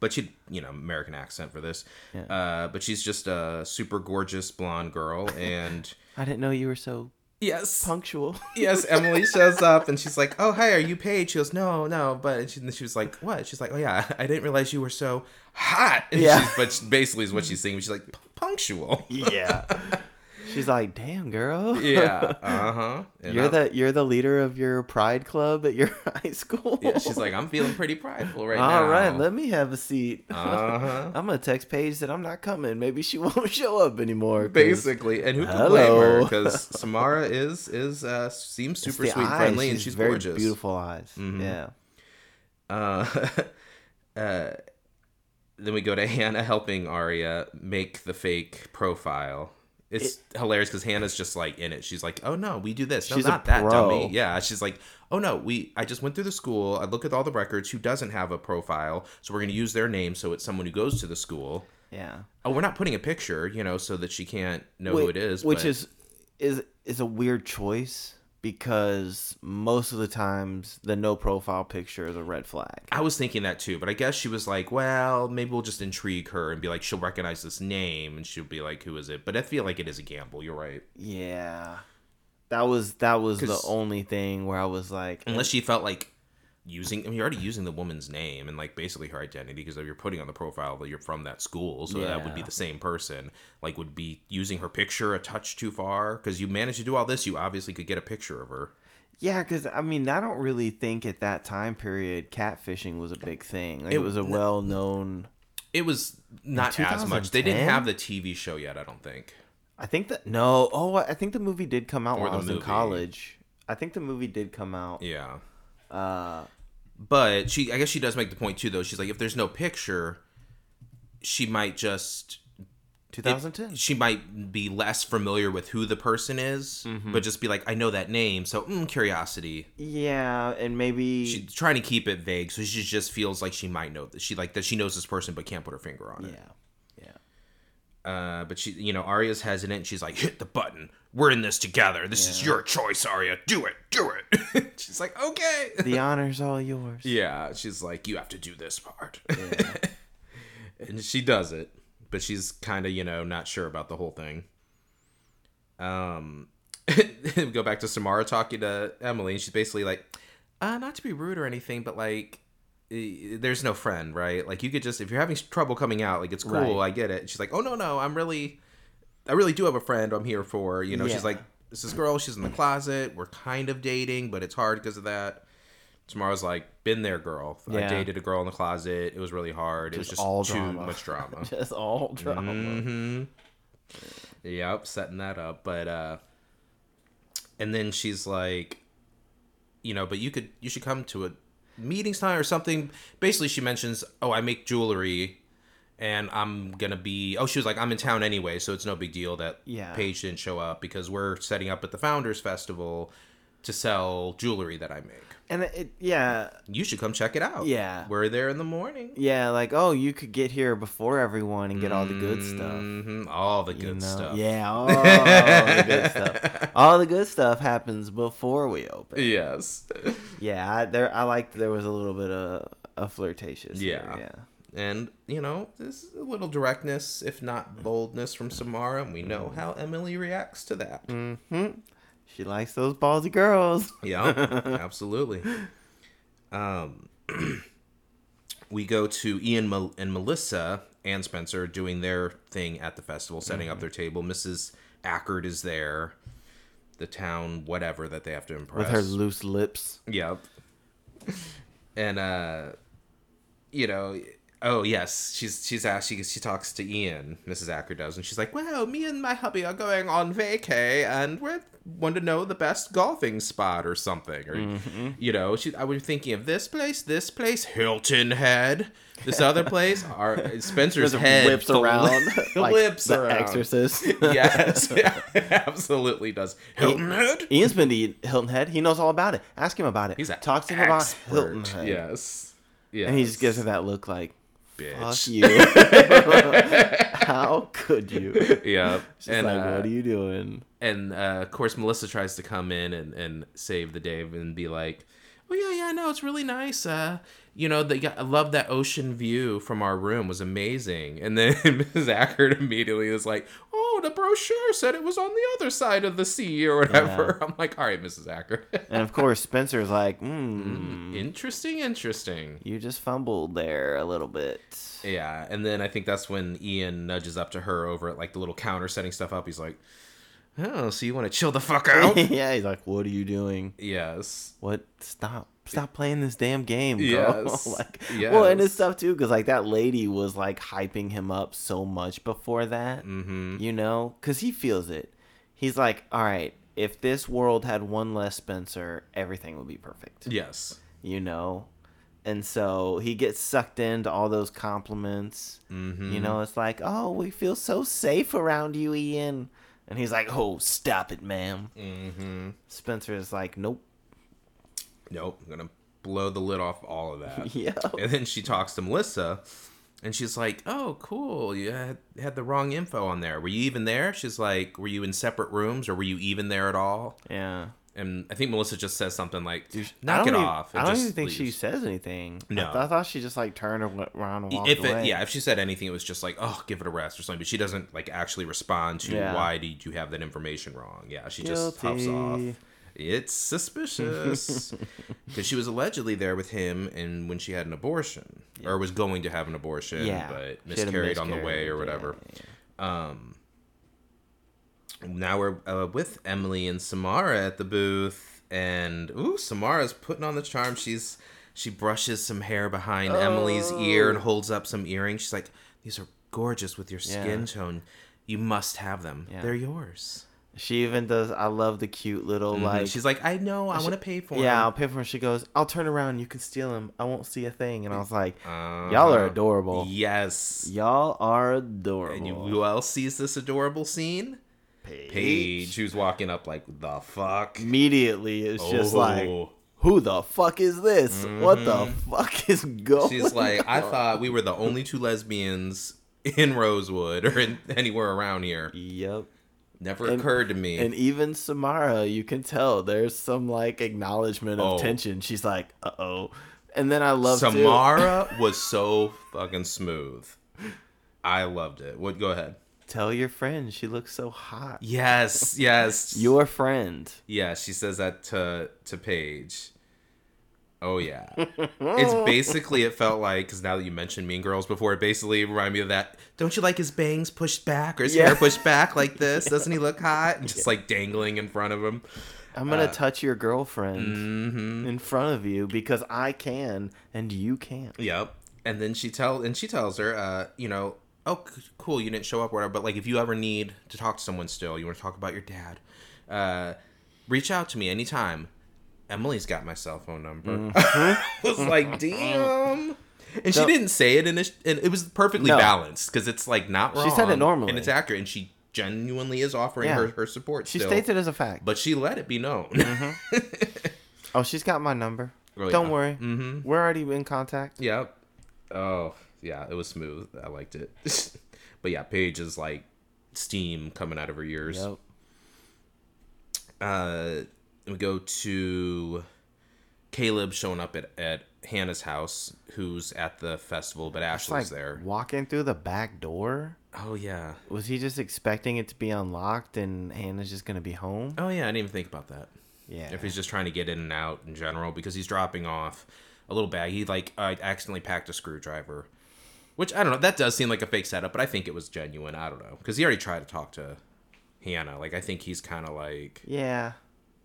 S3: but she you know American accent for this. Uh, but she's just a super gorgeous blonde girl, and
S1: I didn't know you were so
S2: Yes.
S1: punctual.
S3: yes, Emily shows up and she's like, "Oh hi, are you Paige?" She goes, "No, no," but and she, and she was like, "What?" She's like, "Oh yeah, I didn't realize you were so hot." And
S1: Yeah.
S3: she's, but she- basically is what she's saying. She's like "P- punctual.
S1: yeah. She's like, damn, girl.
S3: Yeah. Uh huh.
S1: You're the you're the leader of your pride club at your high school.
S3: Yeah, she's like, "I'm feeling pretty prideful right now."
S1: all right, let me have a seat.
S3: Uh huh.
S1: I'm gonna text Paige that I'm not coming. Maybe she won't show up anymore. 'cause
S3: Basically, and who can blame her?
S1: Hello.
S3: Because Samara is is uh, seems
S1: it's
S3: super
S1: the
S3: sweet, and
S1: eyes.
S3: friendly, and
S1: She's
S3: she's
S1: very
S3: gorgeous. Mm-hmm.
S1: Beautiful eyes. Yeah.
S3: Uh, uh, then we go to Hannah helping Arya make the fake profile. It's hilarious because Hannah's just like in it. She's like, "Oh no, we do this. No,
S1: She's a
S3: not that
S1: pro.
S3: dummy." Yeah, she's like, "Oh no, we. I just went through the school. I look at all the records. Who doesn't have a profile? So we're gonna use their name. So it's someone who goes to the school.
S1: Yeah.
S3: Oh, we're not putting a picture, you know, so that she can't know who
S1: Whi-
S3: it is.
S1: Which
S3: but-
S1: is is is a weird choice because most of the times the no profile picture is a red flag.
S3: I was thinking that too, but I guess she was like, well, maybe we'll just intrigue her and be like, she'll recognize this name and she'll be like, who is it? But I feel like it is a gamble. You're right.
S1: Mm-hmm. Yeah. That was that was the
S3: 'Cause-
S1: only thing where I was like,
S3: Unless she felt like using, I mean, you're already using the woman's name and like basically her identity because if you're putting on the profile that you're from that school, so that would be
S1: Yeah.
S3: the same person. Like, would be using her picture a touch too far because you managed to do all this. You obviously could get a picture of her.
S1: Yeah, because I mean, I don't really think at that time period catfishing was a big thing. Like, it,
S3: It-
S1: was a well known.
S3: It was not as much. They didn't
S1: 2010?
S3: have the TV show yet, I don't think.
S1: I think that no, oh, I think the movie did come out while I
S3: the
S1: was in
S3: movie.
S1: college. I think the movie did come out.
S3: Yeah.
S1: Uh,
S3: But she, I guess she does make the point too, though. She's like, if there's no picture, she might just,
S1: 2010.
S3: she might be less familiar with who the person is,
S1: Mm-hmm.
S3: but just be like, I know that name, so mm, curiosity.
S1: yeah, and maybe
S3: She's trying to keep it vague, so she just feels like she might know that she like that she knows this person, but can't put her finger on it.
S1: yeah, yeah,
S3: Uh, but she, you know, Arya's hesitant. She's like, hit the button. We're in this together. This is your choice, Arya. Do it. Do it. she's like, okay.
S1: the honor's all yours.
S3: Yeah, she's like, you have to do this part. and she does it, but she's kind of, you know, not sure about the whole thing. Um, we go back to Samara talking to Emily, and she's basically like, uh, not to be rude or anything, but like, eh, there's no friend, right? Like, you could just, if you're having trouble coming out, like, it's cool,
S1: Right.
S3: I get it. And she's like, oh, no, no, I'm really, I really do have a friend I'm here for. You know,
S1: Yeah.
S3: she's like, this is girl, she's in the closet, we're kind of dating, but it's hard because of that. Tomorrow's like, been there, girl. I
S1: Yeah.
S3: dated a girl in the closet. It was really hard. it was
S1: Just
S3: just
S1: all
S3: too
S1: drama.
S3: much drama.
S1: Just all drama.
S3: Mm-hmm. yep, setting that up. But uh, and then she's like, you know, but you could you should come to a meetings time or something. Basically, she mentions, "Oh, I make jewelry." And I'm gonna be. Oh, she was like, I'm in town anyway, so it's no big deal that
S1: Yeah.
S3: Paige didn't show up because we're setting up at the Founders Festival to sell jewelry that I make.
S1: And it, it- yeah,
S3: You should come check it out.
S1: Yeah.
S3: we're there in the morning.
S1: yeah, like oh, you could get here before everyone and get all the good stuff.
S3: hmm all the
S1: you
S3: good
S1: know?
S3: stuff.
S1: Yeah, all the good stuff. All the good stuff happens before we open.
S3: Yes.
S1: Yeah, I, there. I liked there was a little bit of a flirtatious. here,
S3: Yeah.
S1: yeah.
S3: And, you know, there's a little directness, if not boldness, from Samara, and we know how Emily reacts to that.
S1: She likes those ballsy girls.
S3: Yeah, absolutely. Um, we go to Ian Mel- and Melissa and Spencer doing their thing at the festival, setting
S1: Mm-hmm.
S3: up their table. Mrs. Ackard is there, the town, whatever that they have to impress.
S1: With her loose lips.
S3: Yep. And uh you know, oh yes, she's she's asked she she talks to Ian, Mrs. Acker does, and she's like, Well, me and my hubby are going on vacay and we want to know the best golfing spot or something. Or
S1: Mm-hmm.
S3: you know, she I was thinking of this place, this place, Hilton Head, this other place, our Spencer's
S1: Just
S3: head
S1: whips around. like
S3: whips
S1: the
S3: around.
S1: Exorcist.
S3: Yes, yeah, absolutely does. Hilton Head?
S1: Ian's been to Hilton Head. He knows all about it. Ask him about it.
S3: He's a
S1: Talk to him
S3: expert.
S1: about Hilton Head.
S3: Yes. Yeah.
S1: And he just gives her that look like,
S3: bitch.
S1: fuck you. How could you?
S3: yeah.
S1: She's
S3: and
S1: like,
S3: uh,
S1: what are you doing?
S3: and uh, of course Melissa tries to come in and, and save the day and be like, "Oh yeah, yeah, no, it's really nice. Uh, you know, they got, I love that ocean view from our room. It was amazing." And then Mrs. Ackert immediately is like, "Oh, the brochure said it was on the other side of the sea or whatever." I'm like, "All right, Mrs. Ackert,
S1: And of course, Spencer's like, hmm,
S3: Mm-hmm. interesting, interesting."
S1: you just fumbled there a little bit.
S3: Yeah, and then I think that's when Ian nudges up to her over at like the little counter setting stuff up. He's like, "Oh, so you want to chill the fuck out?"
S1: yeah, he's like, what are you doing?
S3: yes.
S1: what stop stop playing this damn game girl
S3: Yes.
S1: like well and it's
S3: Yes.
S1: tough too because like that lady was like hyping him up so much before that
S3: Mm-hmm.
S1: you know because he feels it he's like all right if this world had one less spencer everything would be perfect
S3: Yes.
S1: you know and so he gets sucked into all those compliments
S3: Mm-hmm.
S1: you know it's like oh we feel so safe around you ian and he's like oh stop it ma'am
S3: Mm-hmm.
S1: spencer is like nope
S3: Nope. I'm gonna blow the lid off all of that.
S1: yeah
S3: and then she talks to Melissa, and she's like, "Oh, cool. You had, had the wrong info on there. Were you even there?" She's like, "Were you in separate rooms, or were you even there at all?"
S1: yeah
S3: And I think Melissa just says something like,
S1: I
S3: "Knock
S1: don't
S3: it
S1: even-
S3: off."
S1: I
S3: and
S1: don't
S3: just
S1: even think she
S3: leaves.
S1: says anything. I
S3: No.
S1: th- I, thought she just like turned ar- around and walked
S3: If
S1: away.
S3: it, yeah, if she said anything, it was just like, "Oh, give it a rest" or something. But she doesn't like actually respond to
S1: Yeah.
S3: why did you have that information wrong. Yeah, she just hops off.
S1: Guilty.
S3: It's suspicious because she was allegedly there with him, and when she had an abortion or was going to have an abortion,
S1: Yeah,
S3: but
S1: she had a
S3: miscarried on the way or
S1: miscarriage,
S3: whatever. Um, now we're uh, with Emily and Samara at the booth, and ooh, Samara's putting on the charm. She's she brushes some hair behind Emily's ear and holds up some earrings. She's like, "These are gorgeous with your skin
S1: Oh. Yeah.
S3: tone. You must have them.
S1: Yeah.
S3: They're yours."
S1: She even does. I love the cute little like.
S3: Like, Mm-hmm. she's like, "I know. I want to pay for
S1: yeah, I'll
S3: them."
S1: pay for him. She goes, I'll turn around. You can steal him. I won't see a thing. And I was like, y'all are
S3: Uh-huh.
S1: adorable.
S3: Yes.
S1: Y'all are adorable.
S3: And you, who else sees this adorable scene?
S1: Paige.
S3: Paige, who's walking up like the fuck.
S1: Immediately, it's just
S3: Oh.
S1: like, who the fuck is this? What the fuck is going?
S3: Mm-hmm. She's like, I thought we were the only two lesbians in Rosewood or in anywhere around here.
S1: Yep.
S3: Never occurred to me.
S1: And even Samara, you can tell there's some like acknowledgement of
S3: Oh.
S1: tension. She's like, uh oh. And then I love too-
S3: Samara was so fucking smooth. I loved it. What? Go ahead.
S1: Tell your friend she looks so hot.
S3: Yes, yes.
S1: Your friend.
S3: Yeah, she says that to to Paige. Oh yeah, it's basically it felt like because now that you mentioned Mean Girls before, it basically reminded me of that. Don't you like his bangs pushed back or his
S1: Yeah.
S3: hair pushed back like this? Doesn't he look hot? And just like dangling in front of him.
S1: I'm
S3: Uh,
S1: gonna touch your girlfriend
S3: mm-hmm.
S1: in front of you because I can and you can't.
S3: Yep. And then she tell and she tells her, uh, you know, oh c- cool, you didn't show up, or whatever. But like, if you ever need to talk to someone still, you want to talk about your dad, uh, reach out to me anytime. Emily's got my cell phone number.
S1: Mm-hmm.
S3: was like, damn. And she didn't say it, and it, and it was perfectly
S1: No.
S3: balanced because it's like not wrong.
S1: She said it normally.
S3: and it's accurate, and she genuinely is offering
S1: Yeah.
S3: her, her support.
S1: She
S3: still,
S1: states it as a fact.
S3: but she let it be known.
S1: oh, she's got my number.
S3: Oh,
S1: Don't
S3: yeah.
S1: worry. Mm-hmm. We're already in contact.
S3: Yep. Oh, yeah, it was smooth. I liked it. but yeah, Paige is like steam coming out of her ears. Uh, we go to Caleb showing up at, at Hannah's house, who's at the festival, but
S1: It's
S3: Ashley's
S1: like
S3: there.
S1: walking through the back door.
S3: Oh, yeah.
S1: Was he just expecting it to be unlocked and Hannah's just gonna be home?
S3: Oh, yeah, I didn't even think about that.
S1: Yeah.
S3: If he's just trying to get in and out in general, because he's dropping off a little bag. He, like, uh, accidentally packed a screwdriver, which I don't know. That does seem like a fake setup, but I think it was genuine. I don't know. Because he already tried to talk to Hannah. Like, I think he's kind of like.
S1: yeah.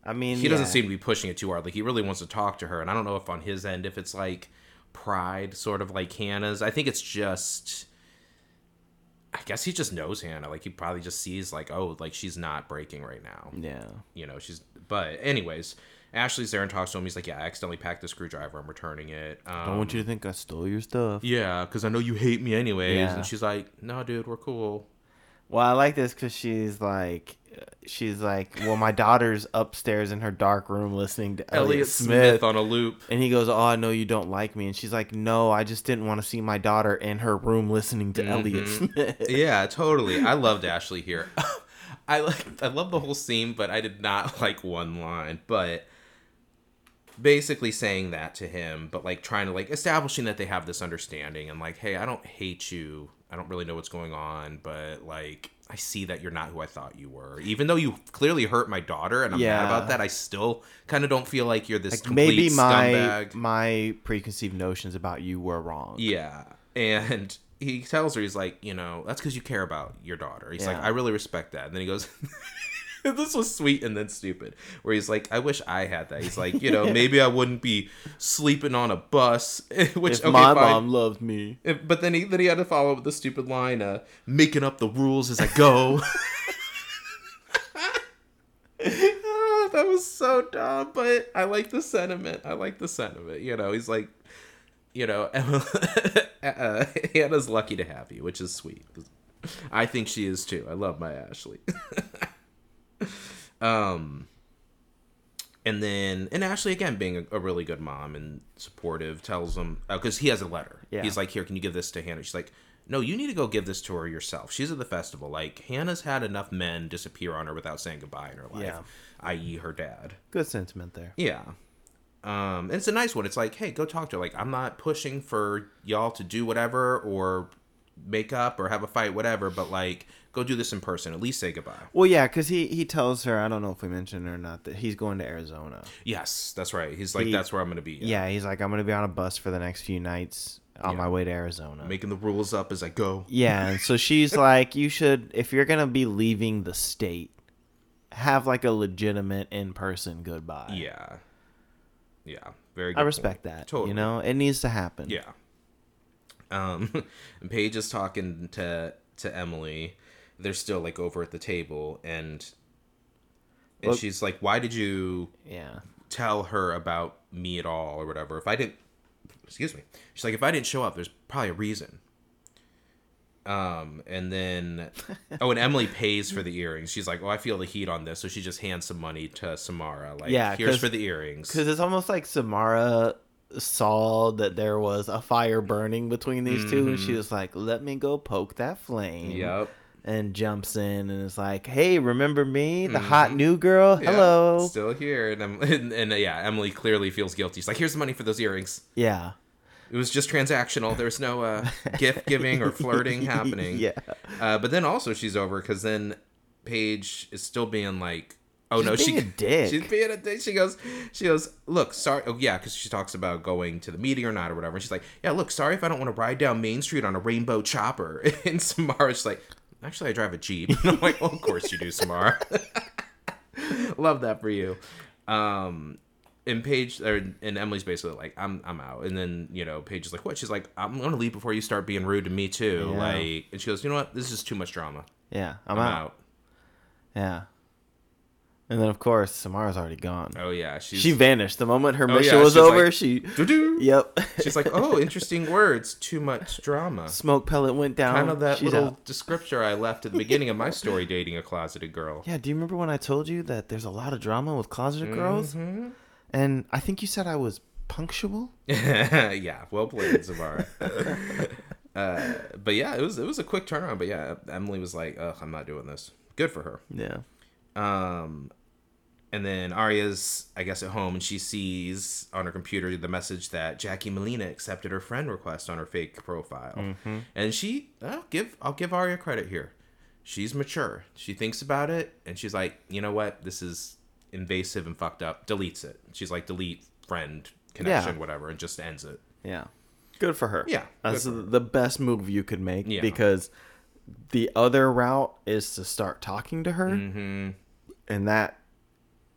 S1: I mean,
S3: he doesn't
S1: yeah.
S3: seem to be pushing it too hard. Like he really wants to talk to her, and I don't know if on his end if it's like pride, sort of like Hannah's. I think it's just, I guess he just knows Hannah. Like he probably just sees like, oh, like she's not breaking right now.
S1: Yeah.
S3: You know, she's. But anyways, Ashley's there and talks to him. He's like, yeah, I accidentally packed the screwdriver. I'm returning it. Um,
S1: I want you to think I stole your stuff.
S3: Yeah, because I know you hate me anyways.
S1: Yeah.
S3: And she's like, no, dude, we're cool.
S1: Well, I like this because she's like, she's like, well, my daughter's upstairs in her dark room listening to Elliot,
S3: Elliot
S1: Smith.
S3: Smith on a loop.
S1: and he goes, "Oh, I know you don't like me," and she's like, "No, I just didn't want to see my daughter in her room listening to Elliot
S3: Mm-hmm.
S1: Smith."
S3: yeah, totally. I loved Ashley here. I like I love the whole scene, but I did not like one line. But basically saying that to him, but like trying to like establishing that they have this understanding and like, hey, I don't hate you. I don't really know what's going on, but like I see that you're not who I thought you were. Even though you clearly hurt my daughter and I'm
S1: Yeah.
S3: mad about that, I still kind of don't feel like you're this complete
S1: Maybe my
S3: scumbag.
S1: my preconceived notions about you were wrong.
S3: Yeah. And he tells her, he's like, you know, that's because you care about your daughter. He's like,
S1: Yeah.
S3: I really respect that. And then he goes, this was sweet and then stupid, where he's like, I wish I had that. He's like, you know, maybe I wouldn't be sleeping on a bus, which,
S1: If
S3: okay,
S1: my
S3: fine.
S1: mom loved me,
S3: If- But then he then he had to follow up with the stupid line, uh, making up the rules as I go. Oh, that was so dumb, but I like the sentiment. I like the sentiment. You know, he's like, you know, Emma, uh, Hannah's lucky to have you, which is sweet. I think she is too. I love my Ashley. um, and then and Ashley again being a, a really good mom and supportive tells him because he has a letter.
S1: Yeah.
S3: He's like, here, can you give this to Hannah? She's like. No, you need to go give this to her yourself. She's at the festival. Like Hannah's had enough men disappear on her without saying goodbye in her life,
S1: Yeah.
S3: i.e., her dad.
S1: good sentiment there.
S3: Yeah. Um, and it's a nice one. It's like, hey, go talk to her. Like, I'm not pushing for y'all to do whatever or make up or have a fight, whatever, but like, go do this in person. At least say goodbye.
S1: Well, yeah, because he he tells her, I don't know if we mentioned it or not, that he's going to Arizona.
S3: Yes, that's right. He's like,
S1: He-
S3: that's where I'm going to be.
S1: Yeah, he's like, I'm gonna be on a bus for the next few nights on my way to Arizona.
S3: Making the rules up as I go.
S1: Yeah, and so she's like, you should, if you're gonna be leaving the state, have like a legitimate in person goodbye.
S3: Yeah. Yeah. Very good.
S1: I
S3: point.
S1: respect that.
S3: Totally.
S1: You know, it needs to happen.
S3: Yeah. Um, and Paige is talking to to Emily. They're still like over at the table, and and
S1: Well-
S3: she's like, "Why did you
S1: Yeah.
S3: tell her about me at all or whatever? If I didn't, excuse me, she's like, if I didn't show up, there's probably a reason." Um, and then, oh, and Emily pays for the earrings. She's like, "Oh, I feel the heat on this," so she just hands some money to Samara. Like,
S1: Yeah,
S3: here's
S1: 'cause-
S3: for the earrings.
S1: Because it's almost like Samara saw that there was a fire burning between these two, and
S3: Mm-hmm.
S1: she was like, let me go poke that flame.
S3: Yep.
S1: And jumps in and is like, hey, remember me? The hot new girl?
S3: Mm-hmm. Yeah,
S1: Hello.
S3: still here and, Em- and, and, uh, yeah emily clearly feels guilty she's like here's the money for those earrings
S1: yeah.
S3: it was just transactional there was no uh, gift giving or flirting happening
S1: Yeah.
S3: uh, but then also she's over because then paige is still being like oh no
S1: being
S3: she
S1: a dick.
S3: she's being a dick she goes she goes look sorry oh yeah because she talks about going to the meeting or not or whatever and she's like yeah look sorry if i don't want to ride down main street on a rainbow chopper and samara's like actually i drive a jeep and i'm like well, of course you do samara love that for you um and Paige or and Emily's basically like, I'm I'm out. And then, you know, Paige is like, What? She's like, I'm gonna leave before you start being rude to me too.
S1: Yeah.
S3: Like and she goes, You know what? This is too much drama.
S1: Yeah. I'm,
S3: I'm
S1: out.
S3: out.
S1: Yeah. And then of course Samara's already gone.
S3: Oh yeah, she's
S1: she vanished the moment her
S3: Oh,
S1: mission
S3: yeah,
S1: was
S3: she's
S1: over.
S3: like,
S1: she
S3: Doo-doo.
S1: yep.
S3: She's like, oh, interesting words. Too much drama.
S1: Smoke pellet went down.
S3: Kind of that
S1: she's
S3: little
S1: out.
S3: descriptor I left at the beginning of my story, dating a closeted girl.
S1: Yeah, do you remember when I told you that there's a lot of drama with closeted girls?
S3: Mm-hmm.
S1: And I think you said I was punctual.
S3: yeah, well played, Zavara. uh, but yeah, it was it was a quick turnaround. But yeah, Emily was like, "Ugh, I'm not doing this." Good for her.
S1: Yeah.
S3: Um, and then Arya's, I guess, at home, and she sees on her computer the message that Jackie Molina accepted her friend request on her fake profile, and she, I'll give, I'll give Arya credit here. She's mature. She thinks about it, and she's like, you know what, this is invasive and fucked up. Deletes it. She's like, delete friend connection, whatever, and just ends it.
S1: Yeah. Good for her.
S3: Yeah, good
S1: That's
S3: for
S1: the best move you could make
S3: Yeah.
S1: because the other route is to start talking to her. Mm-hmm. And that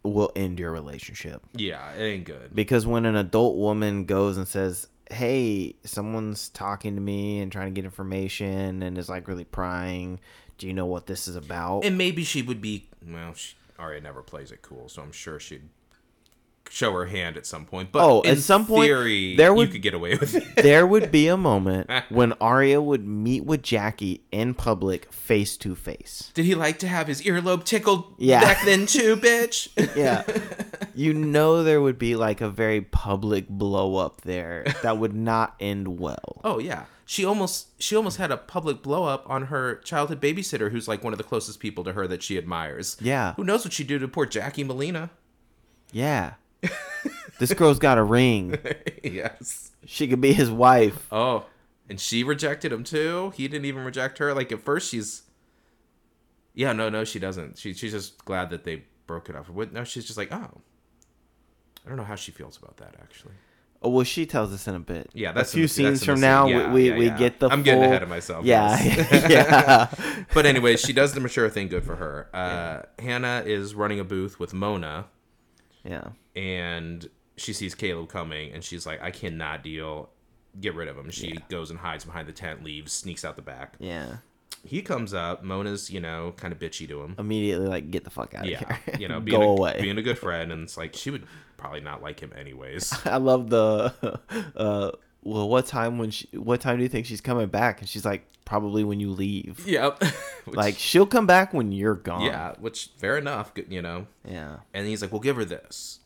S1: will end your relationship.
S3: Yeah, it ain't good.
S1: Because when an adult woman goes and says, Hey, someone's talking to me and trying to get information and is like really prying, do you know what this is about?
S3: And maybe she would be. Well, she, Arya never plays it cool, so I'm sure she'd show her hand at some point. But
S1: Oh,
S3: in
S1: at some point,
S3: theory,
S1: there
S3: there would,
S1: would-
S3: you could get away with it.
S1: there would be a moment when Arya would meet with Jackie in public face to face.
S3: Did he like to have his earlobe tickled
S1: Yeah.
S3: back then too, bitch?
S1: Yeah. you know there would be like a very public blow up there that would not end well.
S3: oh yeah, she almost she almost had a public blow up on her childhood babysitter, who's like one of the closest people to her that she admires.
S1: Yeah.
S3: Who knows what she would do to poor Jackie Molina?
S1: Yeah. this girl's got a ring.
S3: yes.
S1: She could be his wife.
S3: Oh, and she rejected him too. He didn't even reject her. Like at first, she's yeah, no, no, she doesn't. She she's just glad that they broke it off. What? No, she's just like, oh, I don't know how she feels about that actually.
S1: Oh, well, she tells us in a bit.
S3: Yeah, that's
S1: a
S3: in
S1: few
S3: the- that's in
S1: scenes
S3: the
S1: from
S3: scene.
S1: now.
S3: Yeah,
S1: we
S3: yeah,
S1: we
S3: yeah.
S1: get the.
S3: I'm getting
S1: full-
S3: ahead of myself,
S1: Yeah,
S3: yes.
S1: yeah.
S3: But anyway, she does the mature thing. Good for her. Uh, Hannah is running a booth with Mona,
S1: yeah.
S3: and she sees Caleb coming, and she's like, I cannot deal. Get rid of him. She goes and hides behind the tent, leaves, sneaks out the back.
S1: Yeah.
S3: He comes up. Mona's, you know, kind of bitchy to him.
S1: Immediately, like, get the fuck out of
S3: yeah,
S1: here.
S3: you know, being
S1: go
S3: a,
S1: away.
S3: being a good friend, and it's like she would probably not like him anyways.
S1: I love the uh well what time when she what time do you think she's coming back and she's like probably when you leave.
S3: yep. Which-
S1: Like uh, she'll come back when you're gone.
S3: yeah, which fair enough, good- you know.
S1: Yeah.
S3: And he's like, "Well, give her this."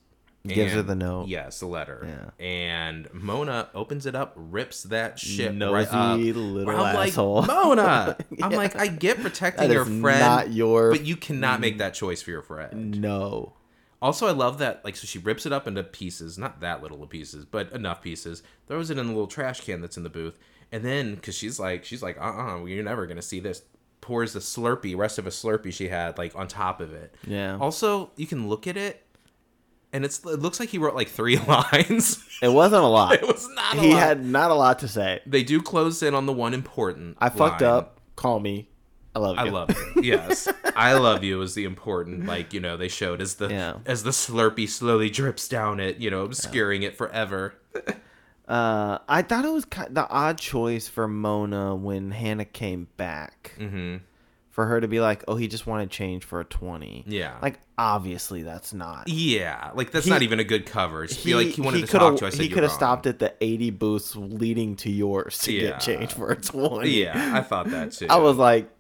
S1: Gives her
S3: And-
S1: the note.
S3: Yes, the letter.
S1: Yeah.
S3: And Mona opens it up, rips that shit right
S1: Nosy
S3: up.
S1: little
S3: I'm
S1: asshole.
S3: like, Mona. I'm
S1: Yeah.
S3: like, I get protecting
S1: That
S3: your
S1: is
S3: friend,
S1: not your- Mm.
S3: but you cannot make that choice for your friend.
S1: No.
S3: Also, I love that, like, so she rips it up into pieces, not that little of pieces, but enough pieces, throws it in the little trash can that's in the booth, and then, because she's like, she's like, uh uh-uh, uh, you're never going to see this, pours the Slurpee, rest of a Slurpee she had, like, on top of it.
S1: Yeah.
S3: Also, you can look at it, and it's it looks like he wrote, like, three lines.
S1: It wasn't a lot.
S3: it was not a
S1: he
S3: lot.
S1: had not a lot to say.
S3: They do close in on the one important.
S1: I fucked
S3: line.
S1: up. Call me. I love you.
S3: I love you. Yes, I love you is the important. Like you know, they showed as the
S1: Yeah.
S3: as the Slurpee slowly drips down it, you know, obscuring it forever.
S1: Uh, I thought it was ki the odd choice for Mona when Hannah came back. Mm-hmm. For her to be like, oh, he just wanted change for a 20.
S3: Yeah.
S1: Like, obviously, that's not.
S3: Yeah, like that's
S1: He-
S3: not even a good cover. Just be like he wanted to
S1: coulda-
S3: talk to. I said
S1: he
S3: you're
S1: coulda
S3: wrong."
S1: stopped at the 80 booths leading to yours to
S3: Yeah.
S1: get change for a 20.
S3: Yeah, I thought that too.
S1: I was like,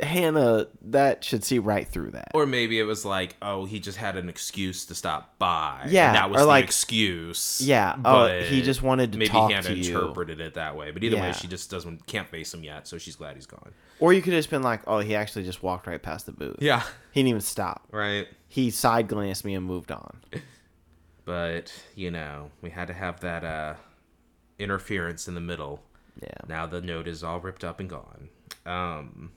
S1: Hannah, that should see right through that.
S3: Or maybe it was like, oh, he just had an excuse to stop by. and
S1: Yeah,
S3: that was
S1: or
S3: the
S1: like-
S3: excuse.
S1: Yeah, oh, he
S3: but
S1: just wanted to
S3: maybe
S1: talk
S3: he had
S1: to you.
S3: interpreted it that way. But either
S1: Yeah.
S3: way, she just doesn't can't face him yet, so she's glad he's gone.
S1: or you could have just been like, oh, he actually just walked right past the booth.
S3: Yeah,
S1: He didn't even stop.
S3: right.
S1: He side glanced me and moved on.
S3: But you know, we had to have that uh, interference in the middle.
S1: Yeah.
S3: Now the note is all ripped up and gone. Um,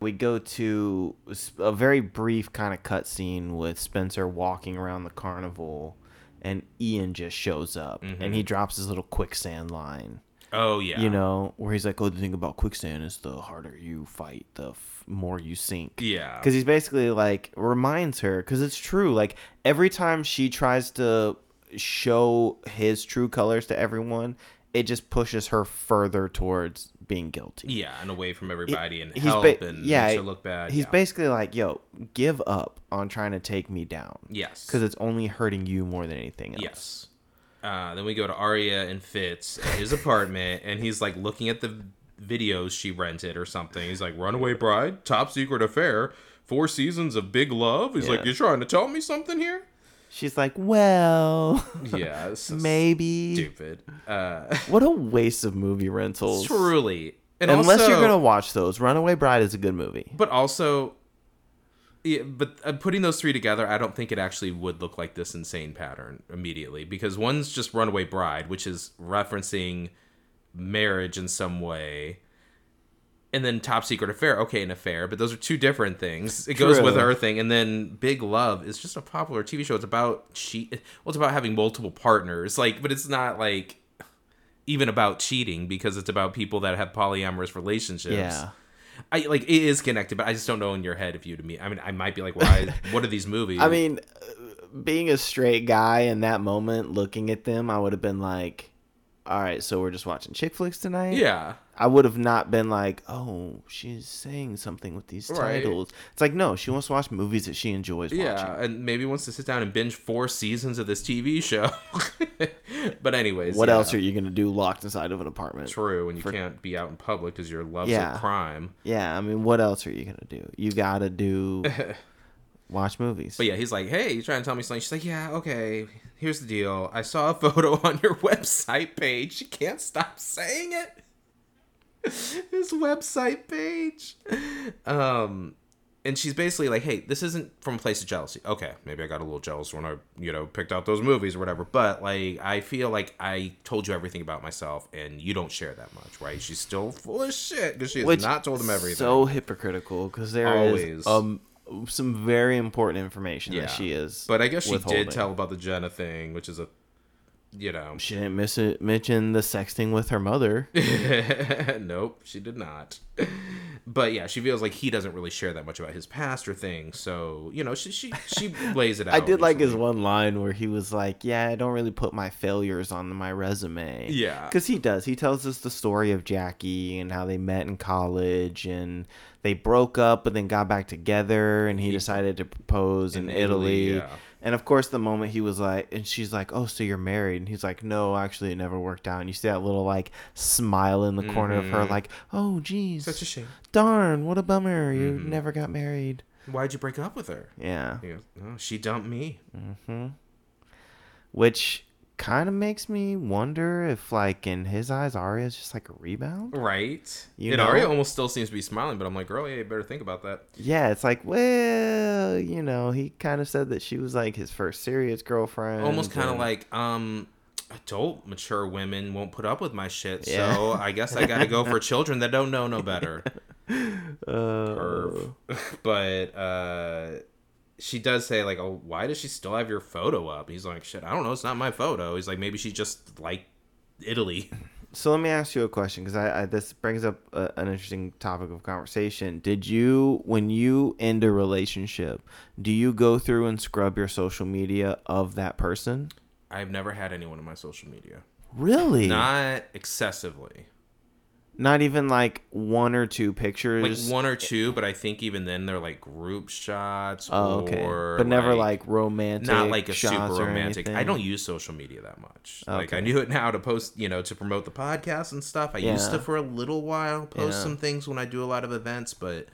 S1: we go to s- a very brief kind of cutscene with Spencer walking around the carnival, and Ian just shows up
S3: Mm-hmm.
S1: and he drops his little quicksand line,
S3: oh yeah,
S1: you know, where he's like, "Oh, the thing about quicksand is the harder you fight, the f- more you sink."
S3: yeah,
S1: Because he's basically like reminds her, because it's true. Like every time she tries to show his true colors to everyone, it just pushes her further towards being guilty.
S3: Yeah, and away from everybody and
S1: He's
S3: help
S1: ba-
S3: and
S1: yeah,
S3: makes her look bad.
S1: He's
S3: yeah.
S1: basically like, "Yo, give up on trying to take me down."
S3: Yes.
S1: because it's only hurting you more than anything else.
S3: Yes. Uh, then we go to Arya and Fitz at his apartment, and he's like looking at the videos she rented or something. He's like, "Runaway Bride, Top Secret Affair, Four Seasons of Big Love." He's like,
S1: Yeah.
S3: "You're trying to tell me something here?"
S1: She's like, "Well,
S3: Yeah, it's so
S1: maybe."
S3: stupid. Uh,
S1: What a waste of movie rentals.
S3: truly, and
S1: Unless
S3: also,
S1: you're gonna watch those, Runaway Bride is a good movie.
S3: but also. Yeah, but uh, putting those three together, I don't think it actually would look like this insane pattern immediately because one's just Runaway Bride, which is referencing marriage in some way and then top secret affair okay an affair but those are two different things it goes
S1: True.
S3: with our thing and then big love is just a popular tv show it's about cheat well it's about having multiple partners like but it's not like even about cheating because it's about people that have polyamorous relationships
S1: Yeah.
S3: i like it is connected but i just don't know in your head if you to me i mean i might be like why what are these movies
S1: I mean, uh, being a straight guy in that moment, looking at them, I would have been like, "All right, so we're just watching chick flicks tonight."
S3: yeah
S1: I would have not been like, "Oh, she's saying something with these
S3: Right.
S1: titles." It's like, no, she wants to watch movies that she enjoys watching.
S3: Yeah, and maybe wants to sit down and binge four seasons of this TV show. but anyways,
S1: What
S3: yeah,
S1: else are you gonna do locked inside of an apartment?
S3: True, and you can't be out in public because your love's
S1: Yeah.
S3: a crime.
S1: Yeah, I mean, what else are you gonna do? You gotta do watch movies.
S3: But yeah, he's like, "Hey, you trying to tell me something?" She's like, "Yeah, okay. Here's the deal. I saw a photo on your website page. You can't stop saying it." His website page. Um, and she's basically like, "Hey, this isn't from a place of jealousy. Okay, maybe I got a little jealous when I, you know, picked out those movies or whatever. But like, I feel like I told you everything about myself, and you don't share that much, right? She's still full of shit because she has
S1: Which
S3: not told him everything.
S1: So hypocritical because there is
S3: Always.
S1: um some very important information that she is.
S3: But I guess she
S1: withholding.
S3: did tell about the Jenna thing, which is a, you know,
S1: She didn't miss it, mention the sexting with her mother.
S3: nope, she did not. But yeah, she feels like he doesn't really share that much about his past or things. So you know, she she she lays it out.
S1: I did like his
S3: usually.
S1: one line where he was like, "Yeah, I don't really put my failures on my resume."
S3: Yeah.
S1: because he does. He tells us the story of Jackie and how they met in college, and they broke up, but then got back together, and he decided to propose in,
S3: In
S1: Italy.
S3: Italy, yeah.
S1: And of course, the moment he was like, and she's like, "Oh, so you're married?" And he's like, "No, actually, it never worked out." And you see that little like smile in the corner of her, like, "Oh, geez,
S3: Mm-hmm. Such a Mm-hmm. shame.
S1: darn, what a bummer, you never got married."
S3: Why'd you break up with her?
S1: Yeah.
S3: He goes, oh, she dumped me.
S1: Mm-hmm. which kind of makes me wonder if like in his eyes Arya's just like a rebound
S3: Right.
S1: You
S3: and
S1: know?
S3: Arya almost still seems to be smiling, but I'm like, girl, yeah, you better think about that.
S1: yeah it's like well you know he kind of said that she was like his first serious girlfriend
S3: Almost kind of
S1: and-
S3: like, um, adult mature women won't put up with my shit, so
S1: Yeah.
S3: I guess I gotta go for children that don't know no better.
S1: uh,
S3: perv. but uh, she does say like, "Oh, why does she still have your photo up?" He's like, "Shit, I don't know. It's not my photo." He's like, "Maybe she just like Italy."
S1: so let me ask you a question because I, I this brings up a, an interesting topic of conversation did you when you end a relationship do you go through and scrub your social media of that person
S3: I've never had anyone on my social media,
S1: really
S3: not excessively,
S1: not even like one or two pictures
S3: like one or two. But I think even then they're like group shots.
S1: Oh, okay.
S3: or,
S1: but never like, romantic.
S3: not like a super
S1: shots or
S3: romantic. I
S1: anything?
S3: don't use social media that much. Like I
S1: Okay.
S3: knew it now to post, you know, to promote the podcast and stuff. I used
S1: Yeah.
S3: to for a little while post
S1: Yeah.
S3: some things when I do a lot of events, but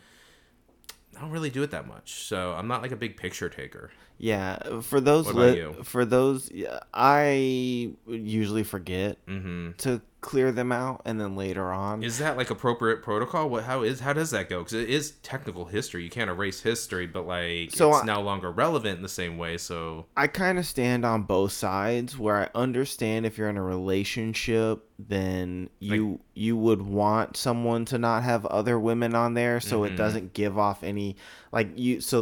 S3: I don't really do it that much. So I'm not like a big picture taker.
S1: Yeah, for those
S3: What about
S1: li-
S3: you?
S1: for those, yeah, I usually forget to clear them out, and then later on,
S3: Mm-hmm. Is that like appropriate protocol? What how is how does that go? Because it is technical history. You can't erase history, but like
S1: So
S3: it's
S1: I-
S3: no longer relevant in the same way. So
S1: I kind of stand on both sides where I understand if you're in a relationship, then you you would want someone to not have other women on there so it doesn't give off any like you so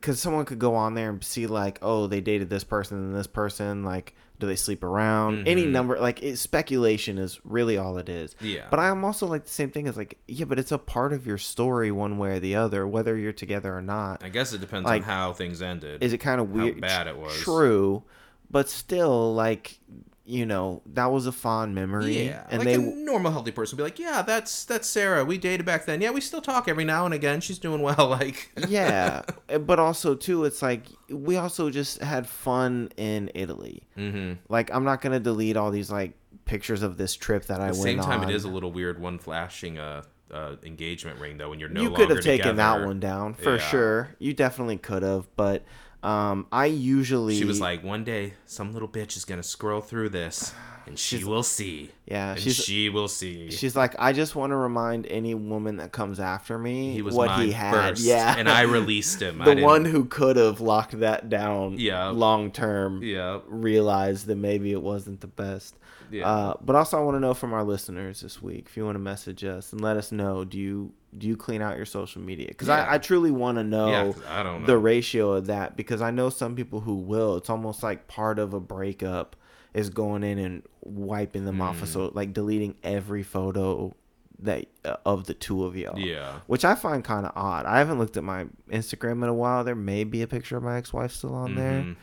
S1: cuz someone could go on there and see like oh they dated this person and this person like do they sleep around any number like it, speculation is really all it is
S3: Yeah.
S1: but i'm also like the same thing as like yeah but it's a part of your story one way or the other whether you're together or not
S3: I guess it depends
S1: Like,
S3: on how things ended.
S1: is it kind of weird
S3: bad it was.
S1: true but still like you know, that was a fond memory.
S3: Yeah,
S1: And
S3: like
S1: they
S3: a normal healthy person would be like, yeah, that's that's Sarah. We dated back then. Yeah, we still talk every now and again. She's doing well. Like,
S1: yeah eh, but also too it's like we also just had fun in italy mm-hmm. like i'm not gonna delete all these like pictures of this trip that i
S3: At the
S1: went
S3: same time,
S1: on
S3: it is a little weird one flashing a, a engagement ring though when you're no
S1: you
S3: longer
S1: could have taken that
S3: together.
S1: one down for
S3: Yeah.
S1: sure you definitely could have but um i usually
S3: She was like, one day some little bitch is gonna scroll through this, and she will see.
S1: Yeah,
S3: and
S1: she's-
S3: she will see.
S1: she's like i just want to remind any woman that comes after me
S3: he was
S1: what
S3: mine
S1: he had
S3: first,
S1: yeah
S3: and I released him. I
S1: the
S3: didn't-
S1: one who could have locked that down
S3: Yeah.
S1: long term
S3: Yeah.
S1: realized that maybe it wasn't the best.
S3: Yeah.
S1: Uh, but also, I want to know from our listeners this week if you want to message us and let us know do you do you clean out your social media? Because
S3: Yeah.
S1: I, I truly want to know,
S3: Yeah, 'cause I don't know.
S1: the ratio of that because I know some people who will. It's almost like part of a breakup is going in and wiping them
S3: Mm.
S1: off of so like deleting every photo that uh, of the two of y'all
S3: Yeah.
S1: which I find kind of odd. I haven't looked at my Instagram in a while. There may be a picture of my ex-wife still on
S3: Mm-hmm.
S1: there,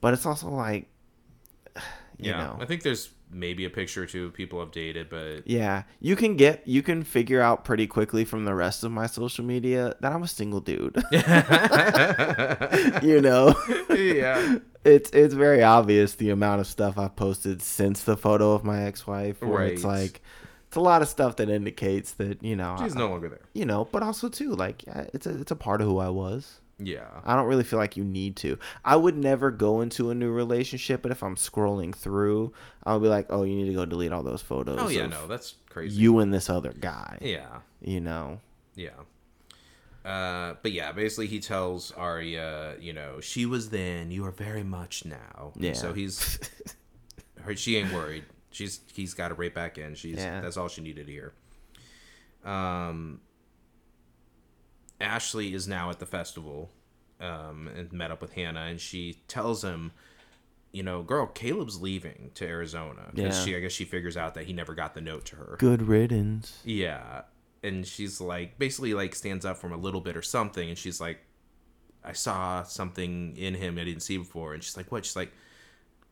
S1: but it's also like, you
S3: Yeah,
S1: know,
S3: I think there's maybe a picture or two of people I've dated, but
S1: yeah, you can get, you can figure out pretty quickly from the rest of my social media that I'm a single dude. you know,
S3: yeah,
S1: it's it's very obvious the amount of stuff I've posted since the photo of my ex-wife. Where It's
S3: Right.
S1: like, it's a lot of stuff that indicates that you know,
S3: she's
S1: I-
S3: no longer there.
S1: you know, but also too like yeah, it's a it's a part of who I was.
S3: Yeah,
S1: I don't really feel like you need to. I would never go into a new relationship, but if I'm scrolling through, I'll be like, "Oh, you need to go delete all those photos."
S3: oh yeah,
S1: of
S3: no, that's crazy.
S1: You and this other guy.
S3: yeah,
S1: You know.
S3: yeah. Uh, but yeah, basically he tells Arya, you know, she was then, you are very much now.
S1: Yeah.
S3: So he's, her, she ain't worried. She's he's got it right back in. She's
S1: Yeah.
S3: that's all she needed to hear. Um, Ashley is now at the festival, um, and met up with Hannah, and she tells him, you know, girl, Caleb's leaving to Arizona because
S1: Yeah.
S3: she, I guess, she figures out that he never got the note to her.
S1: Good riddance.
S3: Yeah. And she's like, basically, like, stands up from a little bit or something. And she's like, I saw something in him I didn't see before. And she's like, what? She's like,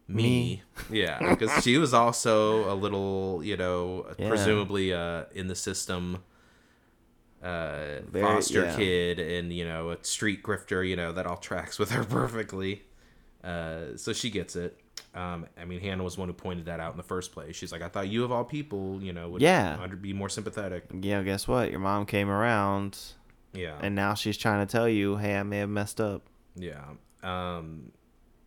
S3: me. Yeah. Because she was also a little, you know,
S1: Yeah.
S3: presumably uh, in the system uh,
S1: Very-
S3: foster
S1: yeah.
S3: kid and, you know, a street grifter, you know, that all tracks with her perfectly. Uh, so she gets it. Um, I mean, Hannah was one who pointed that out in the first place. She's like, I thought you of all people, you know, would
S1: Yeah.
S3: I'd be more sympathetic.
S1: Yeah, guess what? Your mom came around,
S3: Yeah.
S1: and now she's trying to tell you, "Hey, I may have messed up."
S3: yeah. Um,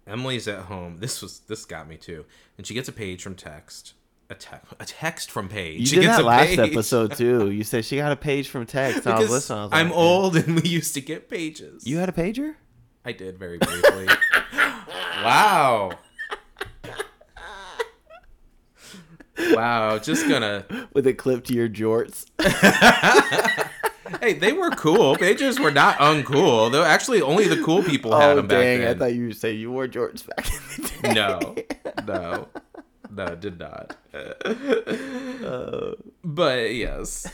S3: Emily's at home. This was this got me too. And she gets a page from text. A text. A text from page.
S1: You
S3: she
S1: did
S3: gets
S1: that
S3: a
S1: last
S3: page.
S1: episode too. You said she got a page from text. I was
S3: Because
S1: listening. I was
S3: I'm
S1: like,
S3: old and we used to get pages.
S1: You had a pager?
S3: I did very briefly. wow. wow. Just gonna.
S1: With it clipped to your jorts?
S3: Hey, they were cool. Pages were not uncool. Though actually, only the cool people had
S1: oh
S3: them back
S1: dang! I
S3: then.
S1: thought you would say you wore jorts back in the day.
S3: no, no, no, it did not.
S1: Uh,
S3: but yes,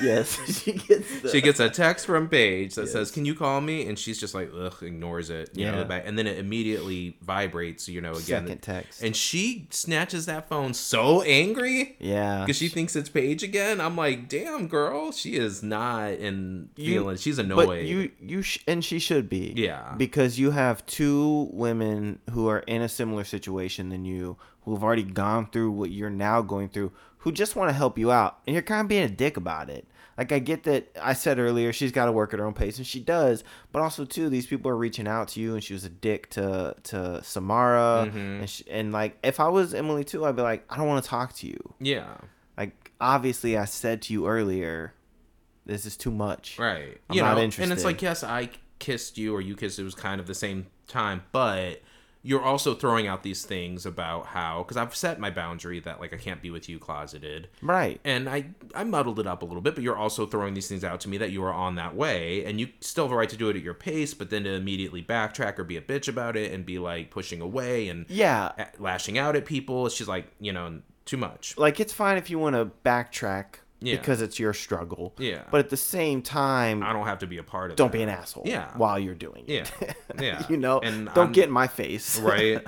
S1: Yes, she gets. The,
S3: she gets a text from Paige that says, "Can you call me?" And she's just like, ugh, ignores it. You know,
S1: Yeah.
S3: the back, and then it immediately vibrates. You know, again,
S1: Second text.
S3: and she snatches that phone so angry.
S1: yeah.
S3: Because she thinks it's Paige again. I'm like, damn, girl, she is not in
S1: You-
S3: feeling. She's annoyed.
S1: But you, you, sh- and she should be.
S3: Yeah.
S1: Because you have two women who are in a similar situation than you, who have already gone through what you're now going through, who just want to help you out, and you're kind of being a dick about it. Like I get that I said earlier, she's got to work at her own pace, and she does. But also too, these people are reaching out to you, and she was a dick to to Samara,
S3: Mm-hmm.
S1: and, she, and like if I was Emily too, I'd be like, I don't want to talk to you.
S3: yeah.
S1: Like obviously, I said to you earlier, this is too much.
S3: Right.
S1: I'm not interested.
S3: And it's like, yes, I kissed you or you kissed. It was kind of the same time, but you're also throwing out these things about how because I've set my boundary that like I can't be with you closeted.
S1: Right.
S3: And I I muddled it up a little bit, but you're also throwing these things out to me that you are on that way, and you still have a right to do it at your pace, but then to immediately backtrack or be a bitch about it and be like pushing away and
S1: Yeah.
S3: a- lashing out at people. It's just like you know too much.
S1: Like it's fine if you want to backtrack
S3: Yeah.
S1: because it's your struggle.
S3: Yeah.
S1: But at the same time,
S3: I don't have to be a part of.
S1: don't
S3: that.
S1: be an asshole.
S3: Yeah.
S1: While you're doing it.
S3: Yeah, yeah.
S1: you know,
S3: and
S1: don't
S3: I'm-
S1: get in my face.
S3: right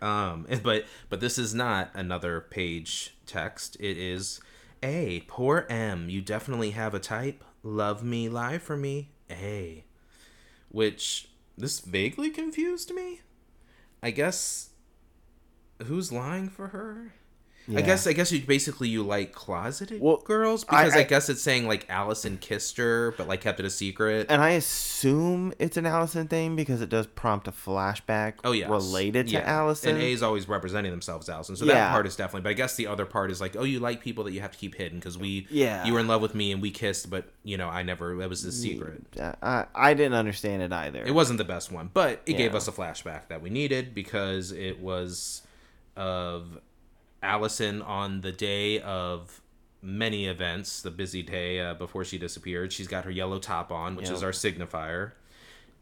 S3: Um, and- but but this is not another page text. It is a poor M. You definitely have a type. Love me, lie for me. A, which this vaguely confused me. I guess who's lying for her? I guess I guess you basically you like closeted
S1: Well,
S3: girls
S1: I-
S3: because I,
S1: I-
S3: guess it's saying like Allison kissed her but like kept it a secret.
S1: And I assume it's an Allison thing because it does prompt a flashback
S3: Oh yeah,
S1: related to Allison.
S3: And A is always representing themselves as Allison, so that
S1: Yeah.
S3: part is definitely. But I guess the other part is like, oh, you like people that you have to keep hidden because we,
S1: Yeah.
S3: you were in love with me and we kissed, but you know, I never. That was the secret.
S1: Uh, I, I didn't understand it either.
S3: It wasn't the best one, but it gave
S1: Yeah.
S3: us a flashback that we needed because it was of Allison on the day of many events, the busy day uh, before she disappeared. She's got her yellow top on, which
S1: Yep.
S3: is our signifier.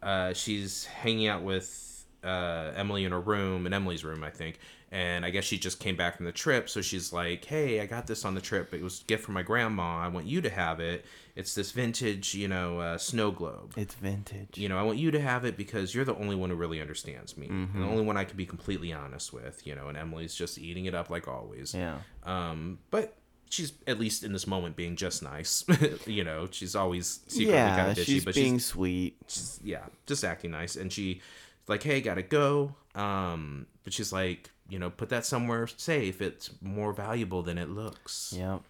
S3: Uh, she's hanging out with uh, Emily in her room, in Emily's room, I think. And I guess she just came back from the trip, so she's like, "Hey, I got this on the trip. It was a gift from my grandma. I want you to have it. It's this vintage, you know, uh, snow globe."
S1: It's vintage.
S3: you know, I want you to have it because you're the only one who really understands me,
S1: Mm-hmm.
S3: and the only one I can be completely honest with, you know. And Emily's just eating it up like always.
S1: Yeah.
S3: Um, but she's at least in this moment being just nice. you know, she's always secretly
S1: yeah,
S3: kind of bitchy,
S1: she's
S3: but
S1: being
S3: she's,
S1: sweet.
S3: she's yeah, just acting nice. And she, like, hey, gotta go. Um, but she's like, you know, put that somewhere safe. It's more valuable than it looks.
S1: Yep.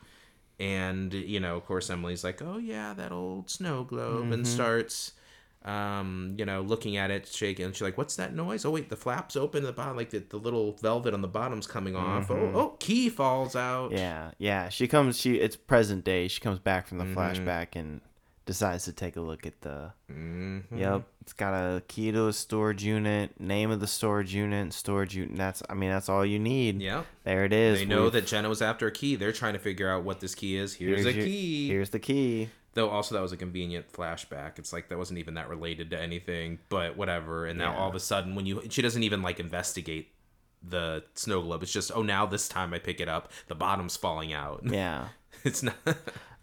S3: And, you know, of course, Emily's like, oh, yeah, that old snow globe,
S1: Mm-hmm.
S3: and starts, um, you know, looking at it, shaking. And she's like, what's that noise? Oh, wait, the flaps open at the bottom, like the, the little velvet on the bottom's coming off. Oh, oh, key falls out.
S1: Mm-hmm. Yeah, yeah. She comes. She it's present day. She comes back from the
S3: Mm-hmm.
S1: flashback and decides to take a look at the.
S3: Mm-hmm.
S1: Yep, it's got a key to a storage unit, name of the storage unit, and storage unit. and That's I mean that's all you need.
S3: Yeah.
S1: there it is.
S3: They know
S1: We've-
S3: that Jenna was after a key. They're trying to figure out what this key is. Here's, a
S1: your-
S3: key.
S1: Here's the key.
S3: Though also that was a convenient flashback. It's like that wasn't even that related to anything, but whatever. And now all of a sudden, when you she doesn't even like investigate the snow globe. It's just oh now this time I pick it up. The bottom's falling out.
S1: Yeah.
S3: It's not.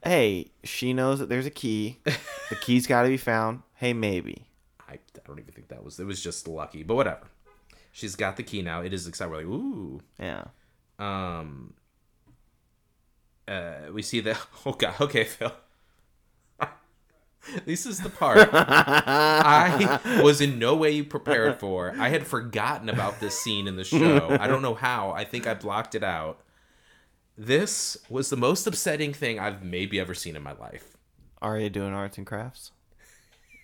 S1: Hey, she knows that there's a key. the key's got to be found. Hey, maybe.
S3: I, I don't even think that was. It was just lucky, but whatever. She's got the key now. It is exciting. We're like ooh.
S1: Yeah.
S3: Um. Uh, we see that. Oh god. Okay, Phil. this is the part I was in no way prepared for. I had forgotten about this scene in the show. I don't know how. I think I blocked it out. This was the most upsetting thing I've maybe ever seen in my life.
S1: Are you doing arts and crafts?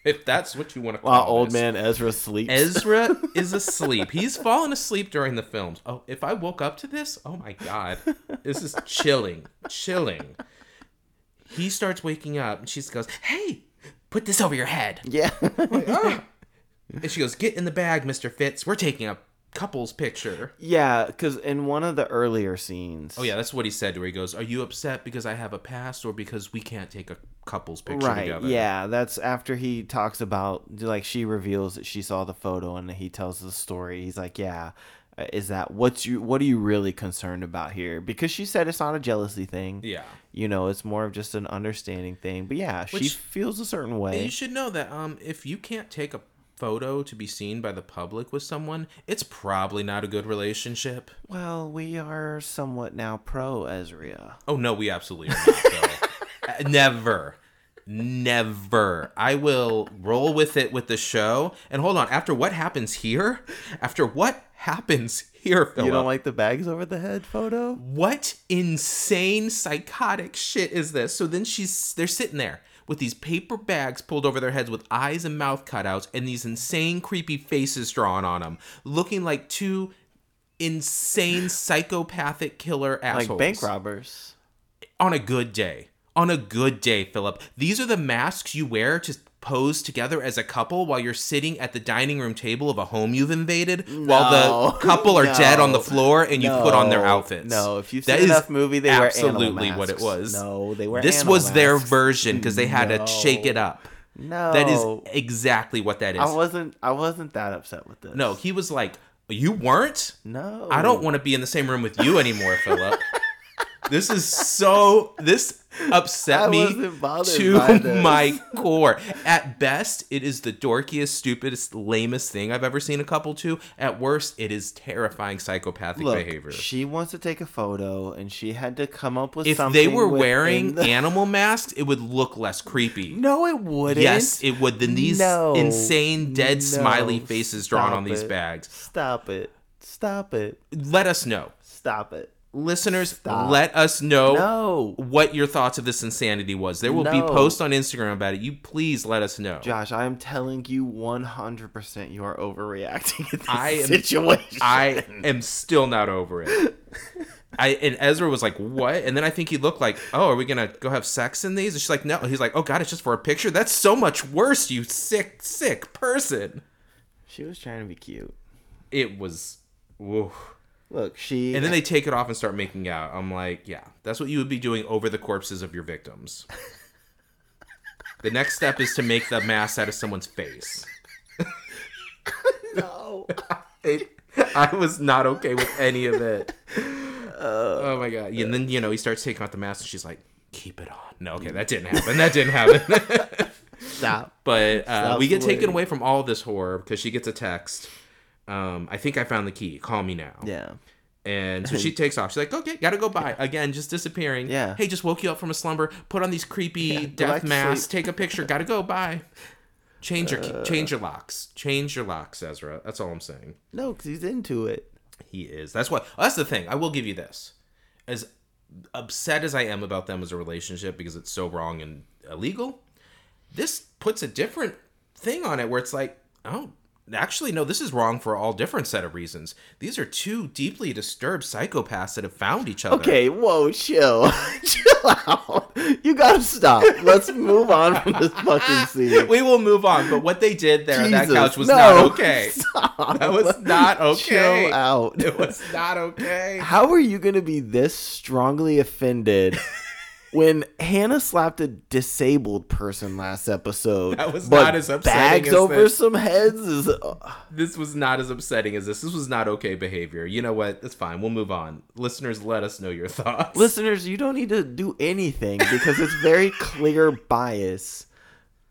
S3: If that's what you want to call
S1: While old
S3: this.
S1: man Ezra sleeps.
S3: Ezra is asleep. He's fallen asleep during the films. Oh, if I woke up to this, oh my god, this is chilling, chilling. He starts waking up, and she goes, "Hey, put this over your head."
S1: yeah.
S3: And she goes, "Get in the bag, Mister Fitz. We're taking a couple's picture."
S1: yeah, because in one of the earlier scenes.
S3: Oh yeah, that's what he said. to her. he goes, "Are you upset because I have a past, or because we can't take a couple's picture
S1: Right.
S3: together?"
S1: Yeah, that's after he talks about like she reveals that she saw the photo and he tells the story. He's like, "Yeah, uh, is that what you what are you really concerned about here?" Because she said it's not a jealousy thing.
S3: Yeah.
S1: You know, it's more of just an understanding thing. But yeah, she
S3: Which-
S1: feels a certain
S3: You
S1: way.
S3: should know that um, if you can't take a photo to be seen by the public with someone, it's probably not a good relationship.
S1: well, we are somewhat now pro Ezria.
S3: Oh no, we absolutely are not. Though. Uh, Never. Never. I will roll with it with the show. And hold on, after what happens here? After what happens here, Philip?
S1: You don't like the bags over the head photo?
S3: what insane psychotic shit is this? So then she's they're sitting there with these paper bags pulled over their heads with eyes and mouth cutouts and these insane creepy faces drawn on them, looking like two insane psychopathic killer assholes
S1: Like bank robbers.
S3: on a good day. On a good day, Philip. These are the masks you wear to pose together as a couple while you're sitting at the dining room table of a home you've invaded while the
S1: No.
S3: couple are dead on the
S1: No.
S3: floor and you've put on their
S1: No.
S3: outfits.
S1: No, if you've
S3: That
S1: seen
S3: is
S1: enough movie, they wear animal
S3: absolutely what it
S1: masks.
S3: was.
S1: No, they wear
S3: This
S1: animal
S3: was their
S1: masks.
S3: version because they had to shake it up.
S1: No.
S3: That is exactly what that is.
S1: I wasn't I wasn't that upset with this.
S3: no, he was like, You weren't?
S1: No.
S3: I don't want to be in the same room with you anymore, Philip. This is so. This upset
S1: I
S3: me
S1: wasn't bothered by
S3: to
S1: this.
S3: my core. At best, it is the dorkiest, stupidest, lamest thing I've ever seen a couple to. At worst, it is terrifying psychopathic
S1: Look,
S3: behavior.
S1: she wants to take a photo, and she had to come up with
S3: If
S1: something.
S3: they were
S1: within
S3: wearing
S1: the-
S3: animal masks, it would look less creepy.
S1: no, it wouldn't.
S3: Yes, it would. Then these
S1: No.
S3: insane, dead,
S1: No.
S3: smiley faces drawn
S1: Stop
S3: on these
S1: it.
S3: bags.
S1: Stop it! Stop it!
S3: Let us know.
S1: Stop it!
S3: Listeners,
S1: Stop.
S3: let us know
S1: No,
S3: what your thoughts of this insanity was. There will be
S1: No.
S3: posts on Instagram about it. You please let us know.
S1: Josh, I am telling you, one hundred percent, you are overreacting in this
S3: I am-
S1: situation.
S3: I am still not over it. I and Ezra was like, "What?" And then I think he looked like, "Oh, are we gonna go have sex in these?" And she's like, "No." He's like, "Oh God, it's just for a picture. That's so much worse. You sick, sick person."
S1: she was trying to be cute.
S3: It was. Woof.
S1: Look, she
S3: And then they take it off and start making out. I'm like, yeah, that's what you would be doing over the corpses of your victims. the next step is to make the mask out of someone's face.
S1: no.
S3: It, I was not okay with any of it.
S1: Uh,
S3: oh my god! And then you know he starts taking off the mask, and she's like, "Keep it on." No, okay, that didn't happen. That didn't happen.
S1: Stop.
S3: but uh,
S1: Stop
S3: we get taken
S1: flirting.
S3: away from all this horror because she gets a text. Um, I think I found the key. Call me now.
S1: Yeah.
S3: And so she takes off. She's like, okay, gotta go by. Again, just disappearing.
S1: Yeah.
S3: Hey, just woke you up from a slumber. Put on these creepy
S1: back
S3: death
S1: to
S3: masks.
S1: sleep. Uh.
S3: Take a picture. Gotta go by. Change your change your locks. Change your locks, Ezra. That's all I'm saying.
S1: No, because he's into it.
S3: He is. That's what. That's the thing. I will give you this. As upset as I am about them as a relationship because it's so wrong and illegal, this puts a different thing on it where it's like, oh, actually, no, this is wrong for all different set of reasons. These are two deeply disturbed psychopaths that have found each other.
S1: Okay, whoa, chill. chill out. You gotta stop. Let's move on from this fucking scene.
S3: We will move on, but what they did there on that
S1: Jesus,
S3: couch was
S1: no.
S3: not okay.
S1: Stop.
S3: That was not okay.
S1: Chill out.
S3: It was not okay.
S1: How are you gonna be this strongly offended when Hannah slapped a disabled person last episode?
S3: That was
S1: but
S3: not as upsetting
S1: Bags
S3: as
S1: over
S3: this.
S1: some heads is.
S3: this was not as upsetting as this. This was not okay behavior. You know what? It's fine. We'll move on. Listeners, let us know your thoughts.
S1: Listeners, you don't need to do anything because it's very clear bias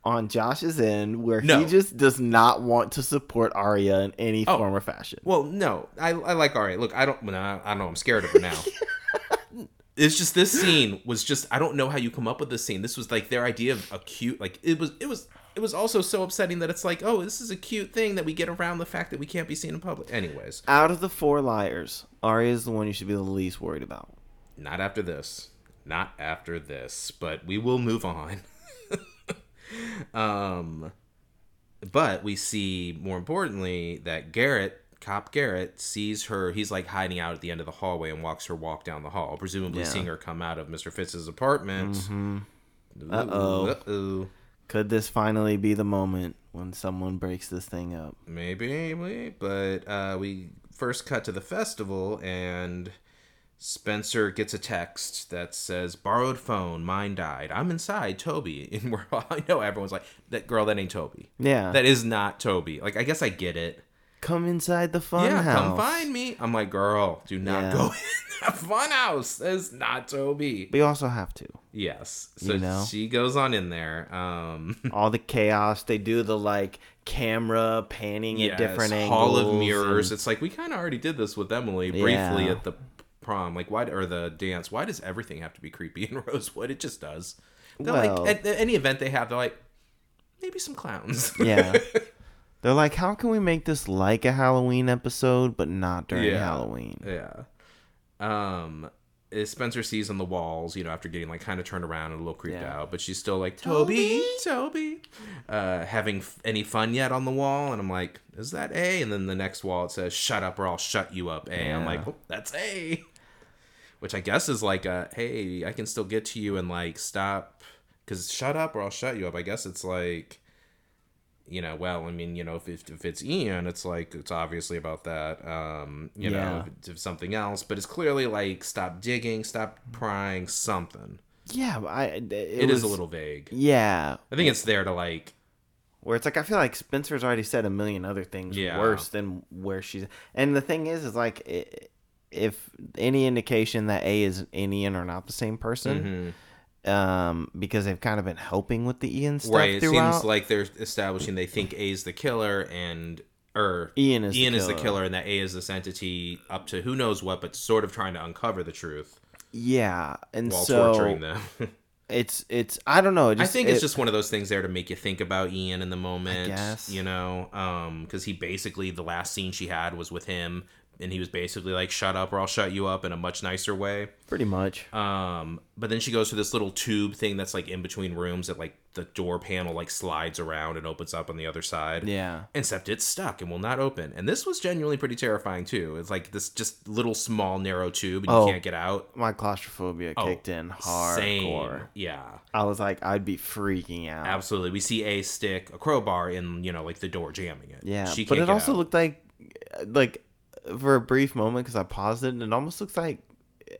S1: on Josh's end where
S3: No. Oh.
S1: he just does not want to support Arya in any form or fashion.
S3: Well, no, I, I like Arya. Look, I don't. well, I I don't know. I'm scared of her now. it's just this scene was just. I don't know how you come up with this scene. This was like their idea of a cute. Like it was. It was. It was also so upsetting that it's like, oh, this is a cute thing that we get around the fact that we can't be seen in public. Anyways,
S1: Out of the four liars, Arya is the one you should be the least worried about.
S3: not after this. Not after this. But we will move on. um, but we see more importantly that Garrett, cop Garrett, sees her. He's like hiding out at the end of the hallway and walks her walk down the hall, presumably
S1: Yeah. Mm-hmm.
S3: seeing her come out of Mr. Fitz's apartment. Ooh,
S1: Uh-oh.
S3: uh-oh.
S1: Could this finally be the moment when someone breaks this thing up?
S3: Maybe, maybe, but uh, we first cut to the festival and Spencer gets a text that says, "Borrowed phone, mine died. I'm inside, Toby." And we're all, I know everyone's like, "That girl, that ain't Toby.
S1: Yeah.
S3: That is not Toby." Like, I guess I get it.
S1: Come inside the fun
S3: yeah,
S1: house.
S3: come find me. I'm like, "Girl, do not
S1: Yeah.
S3: go in that fun house. That is not Toby."
S1: We also have to.
S3: Yes. So
S1: You know?
S3: she goes on in there. Um,
S1: All the chaos. They do the like camera panning at different angles.
S3: hall of mirrors.
S1: and-
S3: It's like we kind of already did this with Emily briefly
S1: Yeah.
S3: at the prom, like why or the dance. Why does everything have to be creepy in Rosewood? It just does. They're
S1: Well-
S3: like at, at any event they have, they're like maybe some clowns.
S1: yeah. They're like, how can we make this like a Halloween episode, but not during
S3: Yeah.
S1: Halloween?
S3: yeah. Um. is Spencer sees on the walls, you know, after getting like kind of turned around and a little creeped
S1: Yeah.
S3: out, but she's still like, Toby, Toby, uh, having f- any fun yet on the wall. And I'm like, is that A? And then the next wall, it says, shut up or I'll shut you up, A. am
S1: Yeah.
S3: like, oh, that's A. Which I guess is like, a, hey, I can still get to you and like stop, because shut up or I'll shut you up. I guess it's like, you know, well, I mean, you know, if, if, if it's Ian, it's like, it's obviously about that. Um, you know,
S1: Yeah.
S3: if it's- if something else, but it's clearly like, stop digging, stop prying, something.
S1: Yeah, I. It,
S3: It
S1: was,
S3: is a little vague.
S1: Yeah,
S3: I think it's there to like,
S1: where it's like I feel like Spencer's already said a million other things
S3: Yeah.
S1: worse than where she's. And the thing is, is like it, if any indication that A is an Ian or not the same
S3: mm-hmm,
S1: person, um, because they've kind of been helping with the Ian stuff
S3: right. It
S1: throughout.
S3: seems like they're establishing they think A is the killer and or
S1: Ian is the
S3: Ian is the
S1: killer.
S3: killer and that A is this entity up to who knows what, but sort of trying to uncover the truth
S1: yeah, and
S3: while
S1: so
S3: torturing them.
S1: it's it's I don't know. It
S3: I
S1: just,
S3: think it's
S1: it-
S3: just one of those things there to make you think about Ian in the moment.
S1: guess.
S3: You know, because he basically the last scene she had was with him, and he was basically like, "Shut up, or I'll shut you up" in a much nicer way.
S1: pretty much
S3: Um, but then she goes to this little tube thing that's like in between rooms that like the door panel like slides around and opens up on the other side.
S1: yeah.
S3: Except it's stuck and will not open. And this was genuinely pretty terrifying too. It's like this just little small narrow tube and
S1: Oh.
S3: you can't get out.
S1: My claustrophobia kicked in hardcore.
S3: Oh, Same. Yeah.
S1: I was like, I'd be freaking out.
S3: Absolutely. We see a stick, a crowbar in, you know, like the door jamming it.
S1: Yeah,
S3: She
S1: but
S3: can't
S1: it
S3: get
S1: also
S3: out.
S1: looked like, like, for a brief moment because I paused it, and it almost looks like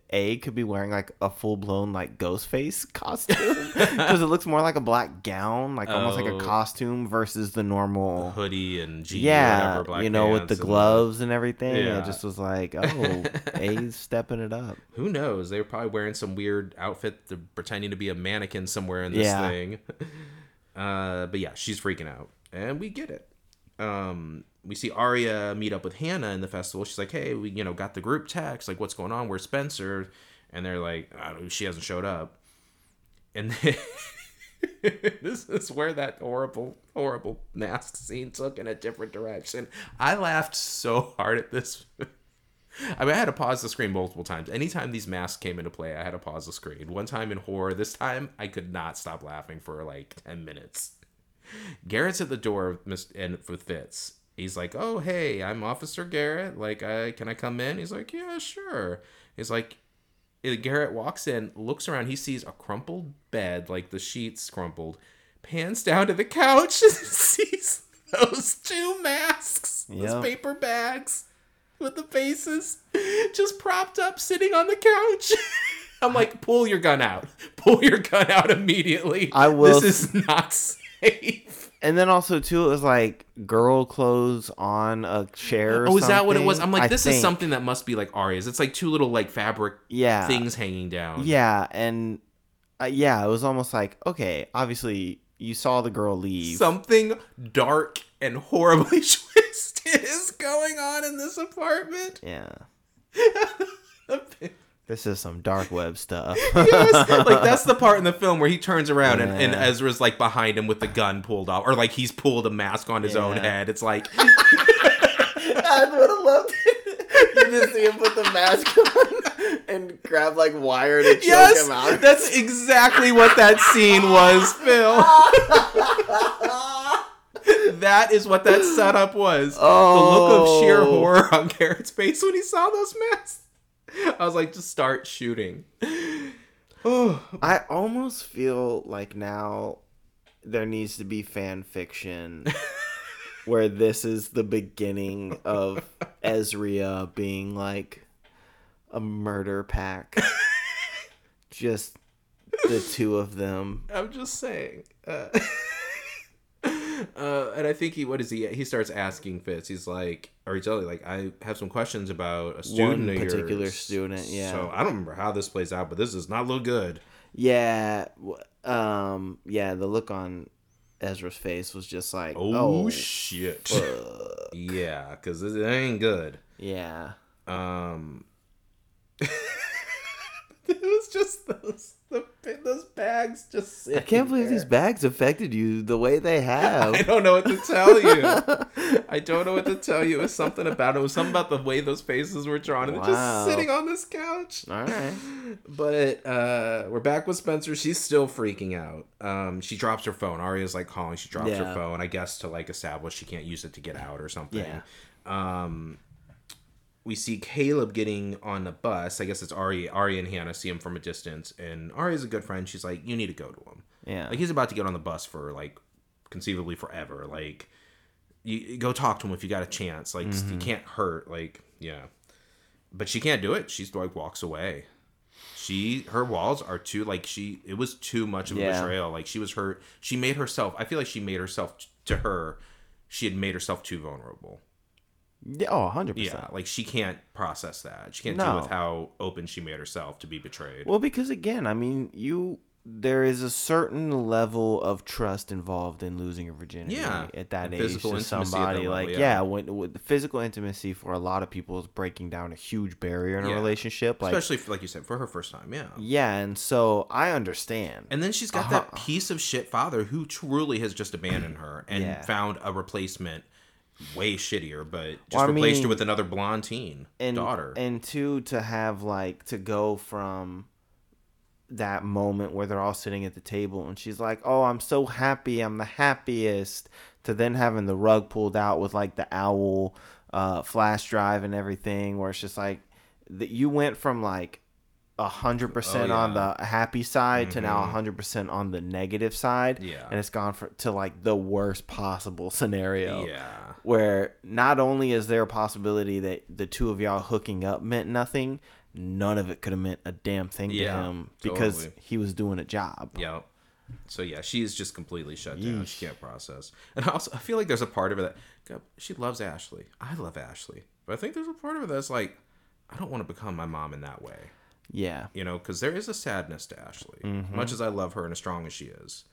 S1: A could be wearing like a full blown like ghost face costume because it looks more like a black gown, like almost like
S3: Oh.
S1: a costume versus the normal.
S3: hoodie and G
S1: yeah,
S3: whatever, black
S1: you know, with
S3: pants
S1: the
S3: and-
S1: gloves and everything.
S3: Yeah.
S1: It just was like, oh, A's stepping it up.
S3: who knows? They were probably wearing some weird outfit, they're pretending to be a mannequin somewhere in this
S1: Yeah.
S3: thing. Uh, but yeah, she's freaking out, and we get it. Um, we see Arya meet up with Hannah in the festival. She's like, "Hey, we you know got the group text. Like, what's going on? Where's Spencer?" And they're like, I don't- "She hasn't showed up." And then this is where that horrible, horrible mask scene took in a different direction. I laughed so hard at this. I mean, I had to pause the screen multiple times. Anytime these masks came into play, I had to pause the screen. One time in horror, this time I could not stop laughing for like 10 minutes. Garrett's at the door of Mis- and with Fitz. He's like, "Oh, hey, I'm Officer Garrett. Like, I can I come in?" He's like, "Yeah, sure." He's like, uh, Garrett walks in, looks around, he sees a crumpled bed, like the sheets crumpled, pans down to the couch and sees those two masks,
S1: Yep.
S3: those paper bags with the faces just propped up sitting on the couch. I'm like, pull your gun out. Pull your gun out immediately.
S1: I will-
S3: This is not safe.
S1: And then also too, it was like girl clothes on a chair. or
S3: Oh, is that what it was?
S1: something,
S3: I'm like,
S1: I
S3: this is
S1: think.
S3: something that must be like Aria's. It's like two little like fabric
S1: Yeah,
S3: things hanging down.
S1: Yeah, and uh, yeah, it was almost like okay, obviously you saw the girl leave.
S3: Something dark and horribly twisted is going on in this apartment.
S1: yeah, this is some dark web stuff.
S3: Yes, like that's the part in the film where he turns around and, and
S1: Yeah.
S3: Ezra's like behind him with the gun pulled off, or like he's pulled a mask on his own
S1: Yeah.
S3: head. It's like
S1: I would have loved it. You just see him put the mask on and grab like wire to choke
S3: yes, that's exactly what that scene was, Phil. that is what that setup was. The look of sheer
S1: Oh.
S3: horror on Garrett's face when he saw those masks. I was like, just start shooting. Oh,
S1: I almost feel like now there needs to be fan fiction where this is the beginning of Ezria being like a murder pack. Just the two of them.
S3: I'm just saying. Uh, uh, and I think he, what is he? He starts asking Fitz. He's like, or he's only like, I have some questions about a student, of
S1: particular
S3: yours."
S1: student, yeah.
S3: So I don't remember how this plays out, but this does not look good.
S1: Yeah, w- um yeah, the look on Ezra's face was just like,
S3: Oh,
S1: "Oh,
S3: shit.
S1: fuck."
S3: Yeah, because it ain't good.
S1: yeah."
S3: Um, it was just those the, those bags just.
S1: I can't believe these bags affected you the way they have.
S3: I don't know what to tell you. I don't know what to tell you. It was something about it. It was something about the way those faces were drawn, and they're
S1: Wow.
S3: just sitting on this couch.
S1: All right.
S3: But uh, we're back with Spencer. She's still freaking out. Um, she drops her phone. Arya's like calling. She drops her
S1: Yeah.
S3: phone. I guess to like establish she can't use it to get out or something.
S1: Yeah.
S3: Um, we see Caleb getting on the bus. I guess it's Arya. Arya and Hannah see him from a distance, and Arya's a good friend. She's like, "You need to go to him."
S1: Yeah.
S3: Like he's about to get on the bus for like conceivably forever. Like you you go talk to him if you got a chance. Like
S1: Mm-hmm.
S3: you can't hurt. Like yeah, but she can't do it. She's like walks away. She her walls are too like she it was too much of a
S1: Yeah.
S3: betrayal. Like she was hurt. She made herself. I feel like she made herself to her. She had made herself too vulnerable.
S1: Yeah, oh, 100%.
S3: Yeah, like she can't process that. She can't
S1: No.
S3: deal with how open she made herself to be betrayed.
S1: Well, because again, I mean, you there is a certain level of trust involved in losing your virginity
S3: Yeah,
S1: at that
S3: and
S1: age
S3: physical
S1: to
S3: intimacy at
S1: somebody
S3: that
S1: like
S3: level, yeah.
S1: yeah, when, when the physical intimacy for a lot of people is breaking down a huge barrier in
S3: Yeah.
S1: a relationship like
S3: Especially, if, like you said, for her first time. Yeah.
S1: yeah, and so I understand.
S3: And then she's got
S1: Uh-huh.
S3: that piece of shit father who truly has just abandoned her and
S1: Yeah.
S3: found a replacement way shittier, but just
S1: Well, I
S3: replaced her
S1: mean-
S3: with another blonde teen
S1: and
S3: daughter.
S1: and two to have like to go from that moment where they're all sitting at the table and she's like oh i'm so happy i'm the happiest to then having the rug pulled out with like the owl uh, flash drive and everything where it's just like that you went from like a 100%
S3: Oh,
S1: on
S3: yeah. Mm-hmm.
S1: the happy side to now a 100% on the negative side
S3: Yeah.
S1: and it's gone for, to like the worst possible scenario
S3: yeah.
S1: where not only is there a possibility that the two of y'all hooking up meant nothing, none of it could have meant a damn thing
S3: Yeah,
S1: to him because
S3: totally.
S1: he was doing a job.
S3: Yeah. So yeah, she's just completely shut down. She can't process. And also, I feel like there's a part of her that God, she loves Ashley. I love Ashley, but I think there's a part of her that's like, I don't want to become my mom in that way.
S1: Yeah.
S3: You know, because there is a sadness to Ashley, much as I love her and as strong as she is.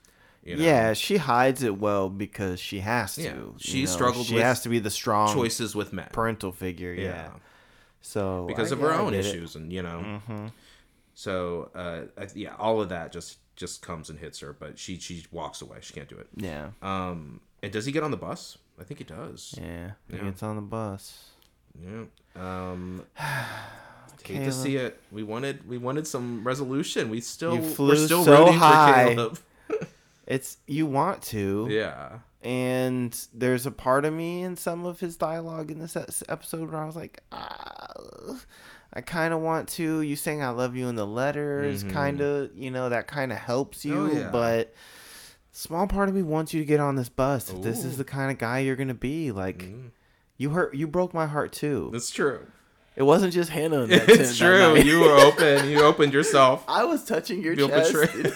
S3: You know,
S1: Mm-hmm. Yeah, she hides it well because she has to.
S3: Yeah,
S1: you
S3: she
S1: know?
S3: struggled
S1: She
S3: with
S1: has to be the strong
S3: choices with men.
S1: parental figure. Yeah.
S3: Yeah.
S1: So
S3: because
S1: I-
S3: of her
S1: yeah, I
S3: own
S1: get it. Mm-hmm.
S3: issues and you know so uh I- yeah all of that just just comes and hits her but she she walks away she can't do it
S1: Yeah.
S3: um and does he get on the bus i think he does
S1: Yeah. He
S3: Yeah.
S1: gets on the bus.
S3: yeah, um hate to
S1: Caleb.
S3: see it we wanted we wanted some resolution we still
S1: You
S3: we're
S1: flew
S3: still
S1: so
S3: rooting
S1: high.
S3: for Caleb.
S1: It's you want to.
S3: yeah
S1: and there's a part of me in some of his dialogue in this es- episode where I was like, ah, I kind of want to. You saying I love you in the letters, kind of, you know, that kind of helps you,
S3: Mm-hmm. Oh, yeah.
S1: but small part of me wants you to get on this bus. If this
S3: Ooh. Mm-hmm.
S1: is the kind of guy you're gonna be, like, you hurt, you broke my heart too.
S3: that's true
S1: It wasn't just Hannah. That
S3: it's
S1: tent that
S3: true
S1: night.
S3: you were open you opened yourself
S1: I was touching your
S3: feel
S1: chest.
S3: betrayed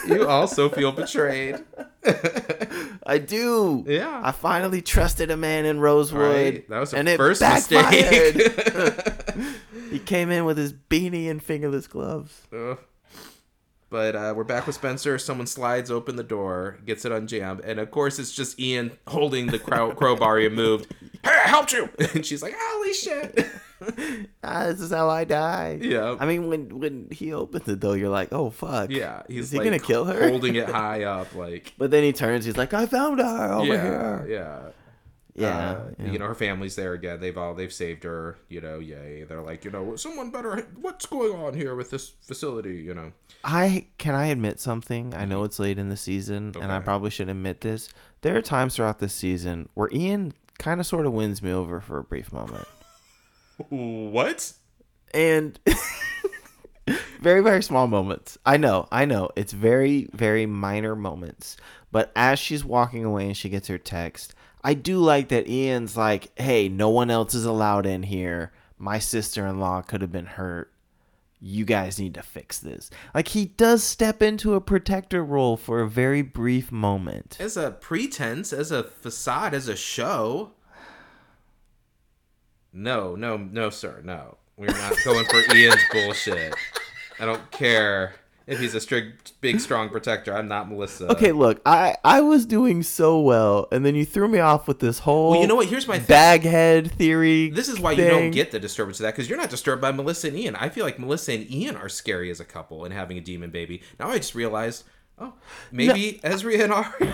S3: you also feel betrayed
S1: I do.
S3: Yeah.
S1: I finally trusted a man in Rosewood.
S3: right that was the
S1: and it
S3: first
S1: backfired.
S3: mistake
S1: He came in with his beanie and fingerless gloves.
S3: Ugh. But uh, we're back with Spencer. Someone slides open the door, gets it unjammed, and of course it's just Ian holding the crow- crowbar he moved. Hey, I helped you! And she's like, "Holy shit!"
S1: Ah, this is how I die.
S3: Yeah.
S1: I mean, when when he opens it though, you're like, oh fuck.
S3: yeah, he's
S1: is he
S3: like
S1: gonna kill her?
S3: holding it high up, like
S1: But then he turns. He's like, I found her over
S3: yeah, Uh,
S1: here.
S3: yeah.
S1: Oh Yeah.
S3: Uh,
S1: yeah.
S3: you know her family's there again. They've all they've saved her. You know, yay! They're like, you know, someone better. What's going on here with this facility? You know,
S1: I can I admit something? I know it's late in the season, and I
S3: Mm-hmm. Okay.
S1: probably should admit this. There are times throughout this season where Ian kind of sort of wins me over for a brief moment,
S3: what?
S1: and very very small moments. I know, I know, it's very very minor moments. But as she's walking away and she gets her text, I do like that Ian's like, "Hey, no one else is allowed in here. My sister in law could have been hurt." you guys need to fix this. Like he does step into a protector role for a very brief moment.
S3: As a pretense, as a facade, as a show. No, no, no, sir, no. We're not going for Ian's bullshit. I don't care if he's a strict, big, strong protector. I'm not Melissa.
S1: Okay, look, I I was doing so well, and then you threw me off with this whole
S3: Well, you know what? Here's my thing.
S1: baghead theory.
S3: This is why you don't
S1: thing.
S3: get the disturbance of that because you're not disturbed by Melissa and Ian. I feel like Melissa and Ian are scary as a couple and having a demon baby. Now I just realized, oh, maybe Ezra and Ari.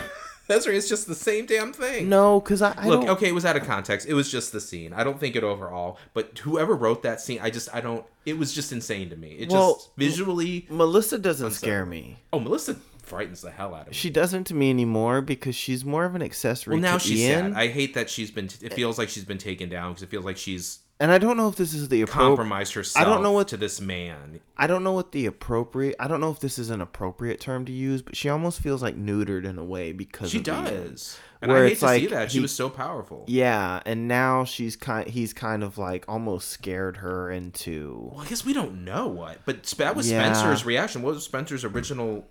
S3: Ezra is just the same damn thing.
S1: no, because I, I
S3: Look,
S1: don't.
S3: okay, it was out of context. It was just the scene. I don't think it overall, but whoever wrote that scene, I just I don't. It was just insane to me. It
S1: Well-
S3: just visually.
S1: Melissa doesn't scare me.
S3: Oh, Melissa frightens the hell out of me.
S1: She doesn't to me anymore because she's more of an accessory.
S3: well, now
S1: to
S3: she's
S1: Ian,
S3: sad. I hate that she's been. T- it feels like she's been taken down because it feels like she's
S1: and I don't know if this is the appropriate.
S3: compromised herself.
S1: know what-
S3: to this man.
S1: I don't know what the appropriate. I don't know if this is an appropriate term to use, but she almost feels like neutered in a way because
S3: She
S1: of Ian.
S3: does, and
S1: Where
S3: I hate
S1: it's
S3: to see
S1: like
S3: that. She
S1: he-
S3: was so powerful.
S1: Yeah, and now she's kind. He's kind of like almost scared her into.
S3: Well, I guess we don't know what, but Sp- that was
S1: Yeah.
S3: Spencer's reaction. What was Spencer's original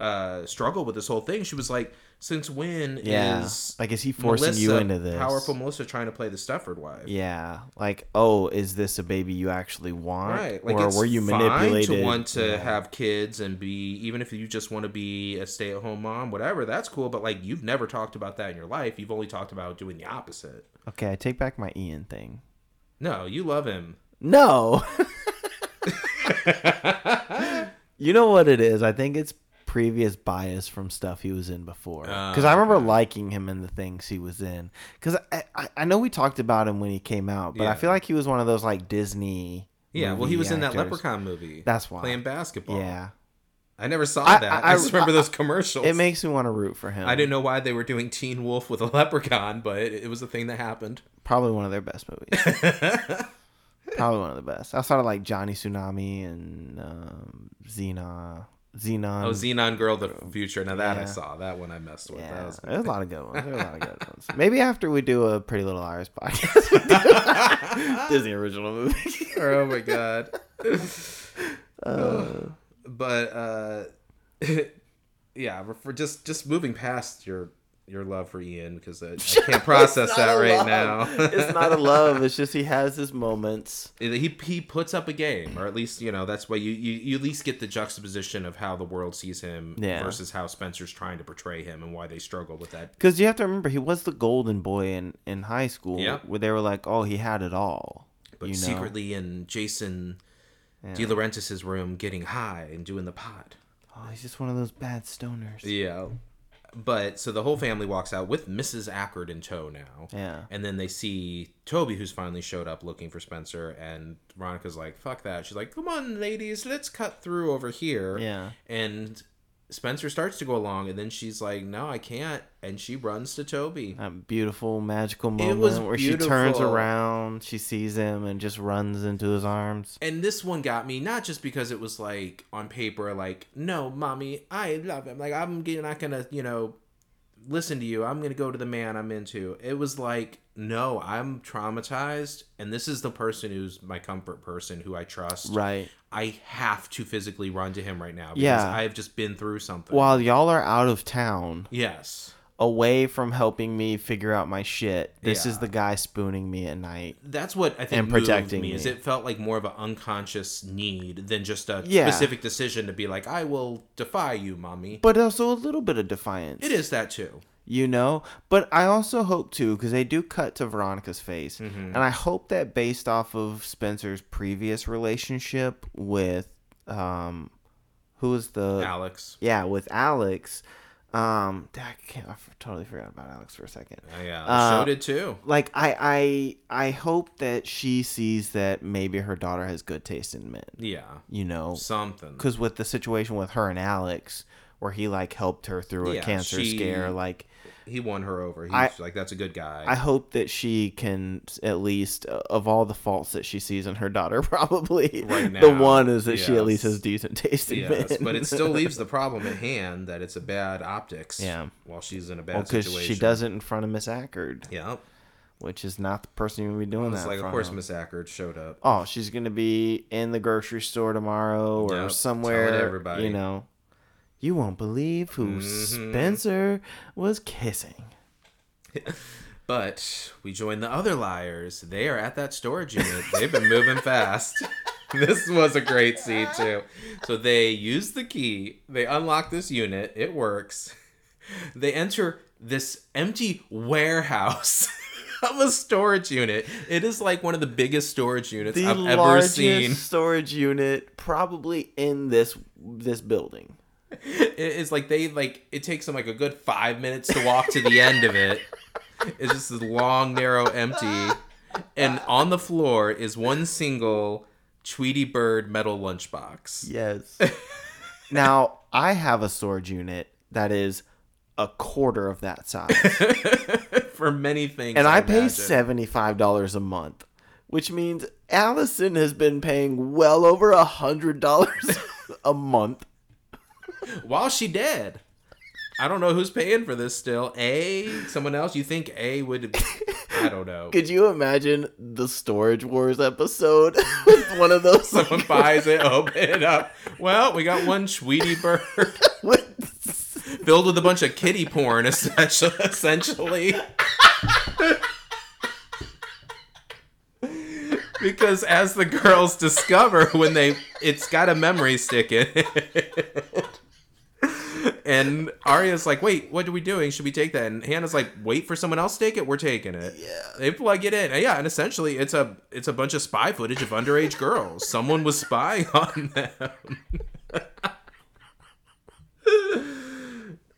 S3: uh, struggle with this whole thing. She was like, "Since when
S1: Yeah.
S3: is
S1: Like, is he forcing you
S3: Melissa-
S1: into this?
S3: Powerful Melissa trying to play the Stafford wife.
S1: Yeah. Like, oh, is this a baby you actually want?
S3: Right, like
S1: or
S3: it's
S1: were you
S3: fine
S1: manipulated?
S3: to want to
S1: Yeah.
S3: have kids and be, even if you just want to be a stay-at-home mom, whatever. That's cool, but like you've never talked about that in your life. You've only talked about doing the opposite.
S1: Okay, I take back my Ian thing.
S3: No, you love him.
S1: No. you know what it is? I think it's previous bias from stuff he was in before.
S3: Oh,
S1: Because I remember liking him in the things he was in. Because I, I, I know we talked about him when he came out, but I
S3: Yeah.
S1: feel like he was one of those like Disney.
S3: Yeah, well,
S1: movie
S3: he was in that
S1: actors.
S3: Leprechaun movie.
S1: That's why.
S3: playing basketball.
S1: Yeah,
S3: I never saw
S1: I-
S3: that.
S1: I-
S3: I, just remember those commercials.
S1: it makes me want to root for him.
S3: I didn't know why they were doing Teen Wolf with a leprechaun, but it, it was a thing that happened.
S1: Probably one of their best movies. Um, Probably one of the best. Outside of like Johnny Tsunami and um, Xena, Xenon.
S3: Oh, Xenon Girl, the future. Now that
S1: Yeah.
S3: I saw. That one I messed with.
S1: Yeah,
S3: That was,
S1: there's a lot of good ones. There's a lot of good ones. Maybe after we do a Pretty Little Liars podcast, we do- Disney original movie.
S3: oh my god. but uh, yeah, we're- for just just moving past your your love for Ian because I, I can't process that right now.
S1: it's not a love. It's just he has his moments.
S3: he he puts up a game, or at least you know that's why you, you you at least get the juxtaposition of how the world sees him
S1: Yeah.
S3: versus how Spencer's trying to portray him and why they struggle with that.
S1: Because you have to remember, he was the golden boy in, in high school.
S3: Yeah.
S1: Where they were like, oh, he had it all.
S3: But
S1: you know?
S3: secretly in Jason
S1: Yeah.
S3: De Laurentiis' room, getting high and doing the pot.
S1: Oh, he's just one of those bad stoners.
S3: Yeah. But so the whole family walks out with Mrs. Ackard in tow now.
S1: Yeah.
S3: And then they see Toby, who's finally showed up looking for Spencer. And Veronica's like, fuck that. She's like, come on, ladies, let's cut through over here.
S1: Yeah.
S3: And Spencer starts to go along. And then she's like, no, I can't. And she runs to Toby.
S1: That beautiful magical moment
S3: was
S1: where she turns
S3: beautiful.
S1: around, she sees him, and just runs into his arms.
S3: And this one got me not just because it was like on paper, like, no, mommy, I love him. Like, I'm g- not going to, you know, listen to you. I'm going to go to the man I'm into. It was like, no, I'm traumatized. And this is the person who's my comfort person who I trust.
S1: Right.
S3: I have to physically run to him right now because
S1: Yeah.
S3: I have just been through something.
S1: While y'all are out of town,
S3: yes.
S1: away from helping me figure out my shit. This is
S3: Yeah.
S1: the guy spooning me at night.
S3: That's what I think
S1: And
S3: moved
S1: protecting
S3: me, is
S1: me.
S3: it felt like more of an unconscious need than just a
S1: Yeah.
S3: specific decision to be like, I will defy you, mommy.
S1: But also a little bit of defiance.
S3: It is that too.
S1: You know? But I also hope too, because they do cut to Veronica's face.
S3: Mm-hmm.
S1: And I hope that based off of Spencer's previous relationship with um who was the
S3: Alex.
S1: Yeah, with Alex. Um I can't I totally forgot about Alex for a second.
S3: Oh, yeah,
S1: Uh,
S3: so did too.
S1: like I I I hope that she sees that maybe her daughter has good taste in men.
S3: Yeah,
S1: You know,
S3: something.
S1: because with the situation with her and Alex, where he like helped her through a
S3: Yeah,
S1: cancer
S3: she-
S1: scare, like
S3: He won her over. He's
S1: I-
S3: like, that's a good guy.
S1: I hope that she can s- at least uh, of all the faults that she sees in her daughter, probably
S3: Right
S1: the
S3: now,
S1: one is that she at least
S3: yes.
S1: has decent taste in
S3: yes,
S1: men.
S3: but it still leaves the problem at hand that it's a bad optics.
S1: Yeah.
S3: while she's in a bad
S1: because
S3: situation.
S1: she does it in front of Miss Ackard,
S3: Yeah,
S1: which is not the person you would be doing
S3: it's
S1: that.
S3: like
S1: in front
S3: of course Miss Ackard showed up.
S1: Oh, she's gonna be in the grocery store tomorrow or
S3: Yep,
S1: somewhere.
S3: telling everybody. Mm-hmm.
S1: You know, you won't believe who Spencer was kissing.
S3: But we join the other liars. They are at that storage unit. They've been moving fast. This was a great scene too. So they use the key. They unlock this unit. It works. They enter this empty warehouse of a storage unit. It is like one of the biggest storage units
S1: the
S3: I've ever
S1: largest
S3: seen.
S1: storage unit probably in this this building.
S3: It- It's like they like it takes them like a good five minutes to walk to the end of it. It's just this long, narrow, empty, and on the floor is one single Tweety Bird metal lunchbox.
S1: Yes. now I have a storage unit that is a quarter of that size,
S3: For many things,
S1: and I pay
S3: imagine.
S1: seventy five dollars a month, which means Allison has been paying well over a hundred dollars a month.
S3: while she dead. I don't know who's paying for this still. A someone else? You think A would? I don't know.
S1: Could you imagine the Storage Wars episode with one of those
S3: Someone buys it, open it up. Well, we got one Tweety Bird.
S1: with
S3: filled with a bunch of kitty porn, essentially. essentially. because as the girls discover when they, it's got a memory stick in it. And Arya's like, wait, what are we doing? Should we take that? And Hannah's like, wait for someone else to take it. We're taking it. Yeah. They plug it in. And yeah, and essentially it's a it's a bunch of spy footage of underage girls. Someone was spying on them.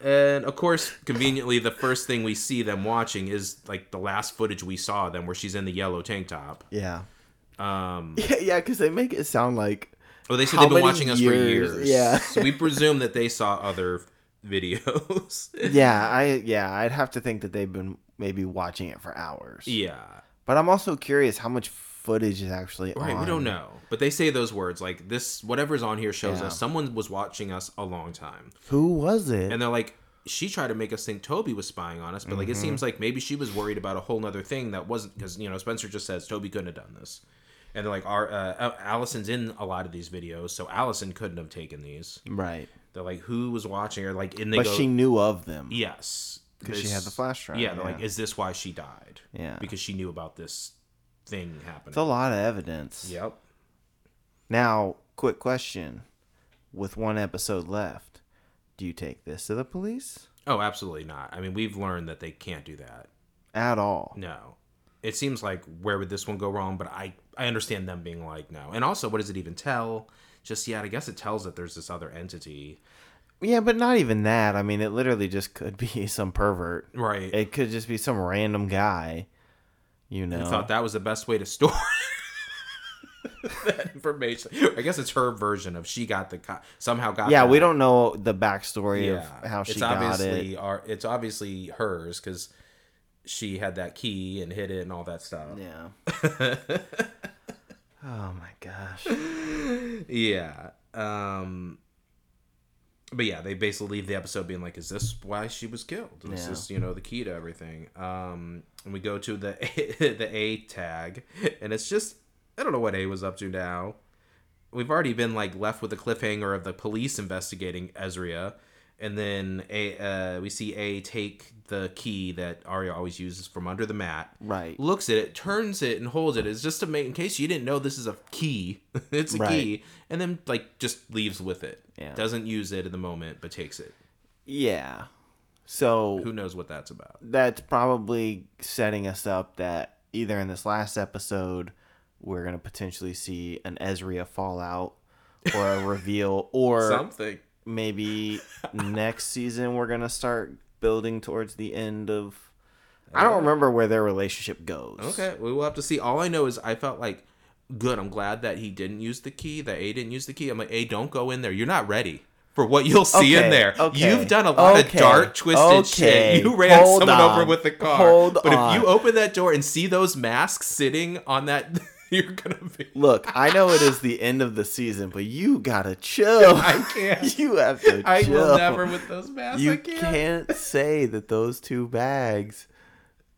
S3: and of course, conveniently, the first thing we see them watching is like the last footage we saw of them, where she's in the yellow tank top.
S1: Yeah.
S3: Um,
S1: Yeah, yeah, because they make it sound like
S3: oh, they said
S1: How
S3: they've been
S1: many
S3: watching us
S1: years?
S3: for years.
S1: Yeah.
S3: so we presume that they saw other videos.
S1: yeah, I yeah, I'd have to think that they've been maybe watching it for hours.
S3: yeah.
S1: But I'm also curious how much footage is actually
S3: Right,
S1: on.
S3: we don't know, but they say those words like this. Whatever's on here shows
S1: Yeah.
S3: us someone was watching us a long time,
S1: Who was it?
S3: and they're like, she tried to make us think Toby was spying on us, but
S1: Mm-hmm.
S3: like it seems like maybe she was worried about a whole nother thing that wasn't because you know Spencer just says Toby couldn't have done this, and they're like, our uh, Al- Allison's in a lot of these videos, so Allison couldn't have taken these.
S1: right.
S3: They're like, who was watching her? Like, and they
S1: But
S3: go,
S1: she knew of them.
S3: yes,
S1: 'Cause she had the flash drive,
S3: Yeah, they're
S1: yeah.
S3: like, is this why she died?
S1: Yeah.
S3: because she knew about this thing happening.
S1: It's a lot of evidence.
S3: yep.
S1: Now, quick question. With one episode left, do you take this to the police?
S3: Oh, absolutely not. I mean, we've learned that they can't do that.
S1: At all.
S3: No. It seems like where would this one go wrong? But I I understand them being like no. And also, what does it even tell? Just yet, I guess it tells that there's this other entity,
S1: Yeah, but not even that. I mean, it literally just could be some pervert.
S3: right?
S1: It could just be some random guy. You know.
S3: I thought that was the best way to store that information. I guess it's her version of she got the co- somehow got.
S1: yeah,
S3: that.
S1: we don't know the backstory of how she
S3: it's
S1: got
S3: obviously
S1: it.
S3: Our, it's obviously hers because she had that key and hid it and all that stuff.
S1: Yeah. oh my gosh.
S3: Yeah. Um but yeah, they basically leave the episode being like, "Is this why she was killed? Is
S1: Yeah.
S3: this you know the key to everything?" Um, and we go to the A, the A tag, and it's just I don't know what A was up to now. We've already been like left with the cliffhanger of the police investigating Ezria, and then A uh, we see A take the key that Arya always uses from under the mat,
S1: Right.
S3: looks at it, turns it, and holds it. It's just to make, in case you didn't know, this is a key. it's a
S1: Right.
S3: key, and then like just leaves with it.
S1: Yeah.
S3: Doesn't use it in the moment, but takes it.
S1: Yeah. So
S3: Who knows what that's about?
S1: that's probably setting us up that either in this last episode we're gonna potentially see an Ezria fallout or a reveal or
S3: Something.
S1: maybe next season we're gonna start building towards the end of I don't remember where their relationship goes.
S3: Uh, Okay, we will have to see. All I know is I felt like, good. I'm glad that he didn't use the key. That A didn't use the key. I'm like, A, don't go in there. You're not ready for what you'll see in
S1: Okay,
S3: there.
S1: okay,
S3: You've done a lot of
S1: okay,
S3: dark, twisted
S1: okay.
S3: shit. You ran
S1: Hold
S3: someone over
S1: on,
S3: with the car.
S1: hold
S3: but if
S1: on.
S3: you open that door and see those masks sitting on that, you're gonna be.
S1: Look, I know it is the end of the season, but you gotta chill.
S3: I can't.
S1: you have to chill.
S3: I will never with those masks. I
S1: you
S3: can't.
S1: can't say that those two bags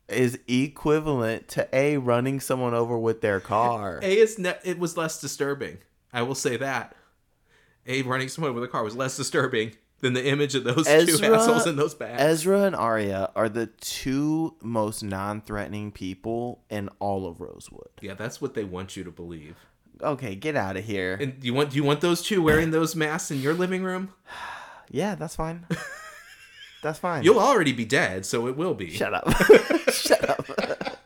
S1: is equivalent to a running someone over with their car.
S3: A is ne- it was less disturbing. I will say that. A running someone with a car was less disturbing than the image of those two
S1: Ezra-
S3: assholes in those bags.
S1: Ezra and Arya are the two most non-threatening people in all of Rosewood.
S3: Yeah, that's what they want you to believe.
S1: Okay, get out of here.
S3: And do you want do you want those two wearing those masks in your living room?
S1: yeah, that's fine. that's fine.
S3: You'll already be dead, so it will be.
S1: Shut up. Shut up.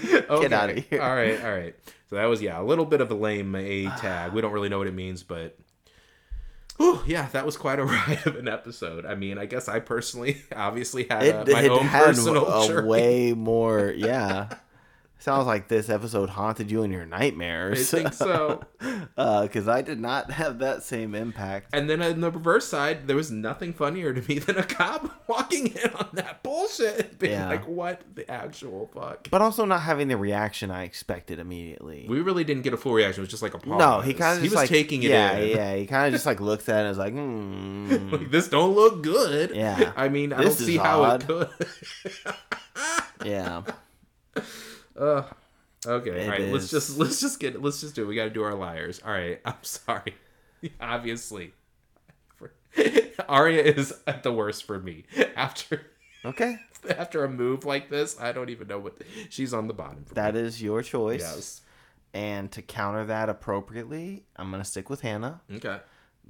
S3: Okay.
S1: outta here.
S3: All right, all right. So that was yeah, a little bit of a lame A tag. We don't really know what it means, but Ooh, yeah, that was quite a ride of an episode. I mean, I guess I personally obviously had
S1: It,
S3: uh, my
S1: it
S3: own
S1: had
S3: personal
S1: a
S3: journey.
S1: way more. Yeah. Sounds like this episode haunted you in your
S3: I
S1: nightmares.
S3: think so.
S1: because I did not have that same impact.
S3: And then on the reverse side, there was nothing funnier to me than a cop walking in on that bullshit. Being
S1: Yeah.
S3: like, what the actual fuck?
S1: But also not having the reaction I expected immediately.
S3: We really didn't get a full reaction. It was just like a pause.
S1: no, he kind of
S3: he was taking it
S1: yeah,
S3: in.
S1: Yeah, He kind of just like looks at it and is like, hmm.
S3: Like, this don't look good.
S1: Yeah.
S3: I mean, I
S1: This
S3: don't
S1: is
S3: see how
S1: odd.
S3: it could.
S1: yeah.
S3: okay.
S1: It
S3: all right. Let's
S1: is.
S3: just let's just get let's just do it. We got to do our liars. All right. I'm sorry. Obviously. Arya is at the worst for me. After
S1: Okay,
S3: after a move like this, I don't even know what she's on the bottom. For
S1: that is your choice.
S3: Yes.
S1: And to counter that appropriately, I'm gonna stick with Hannah
S3: Okay.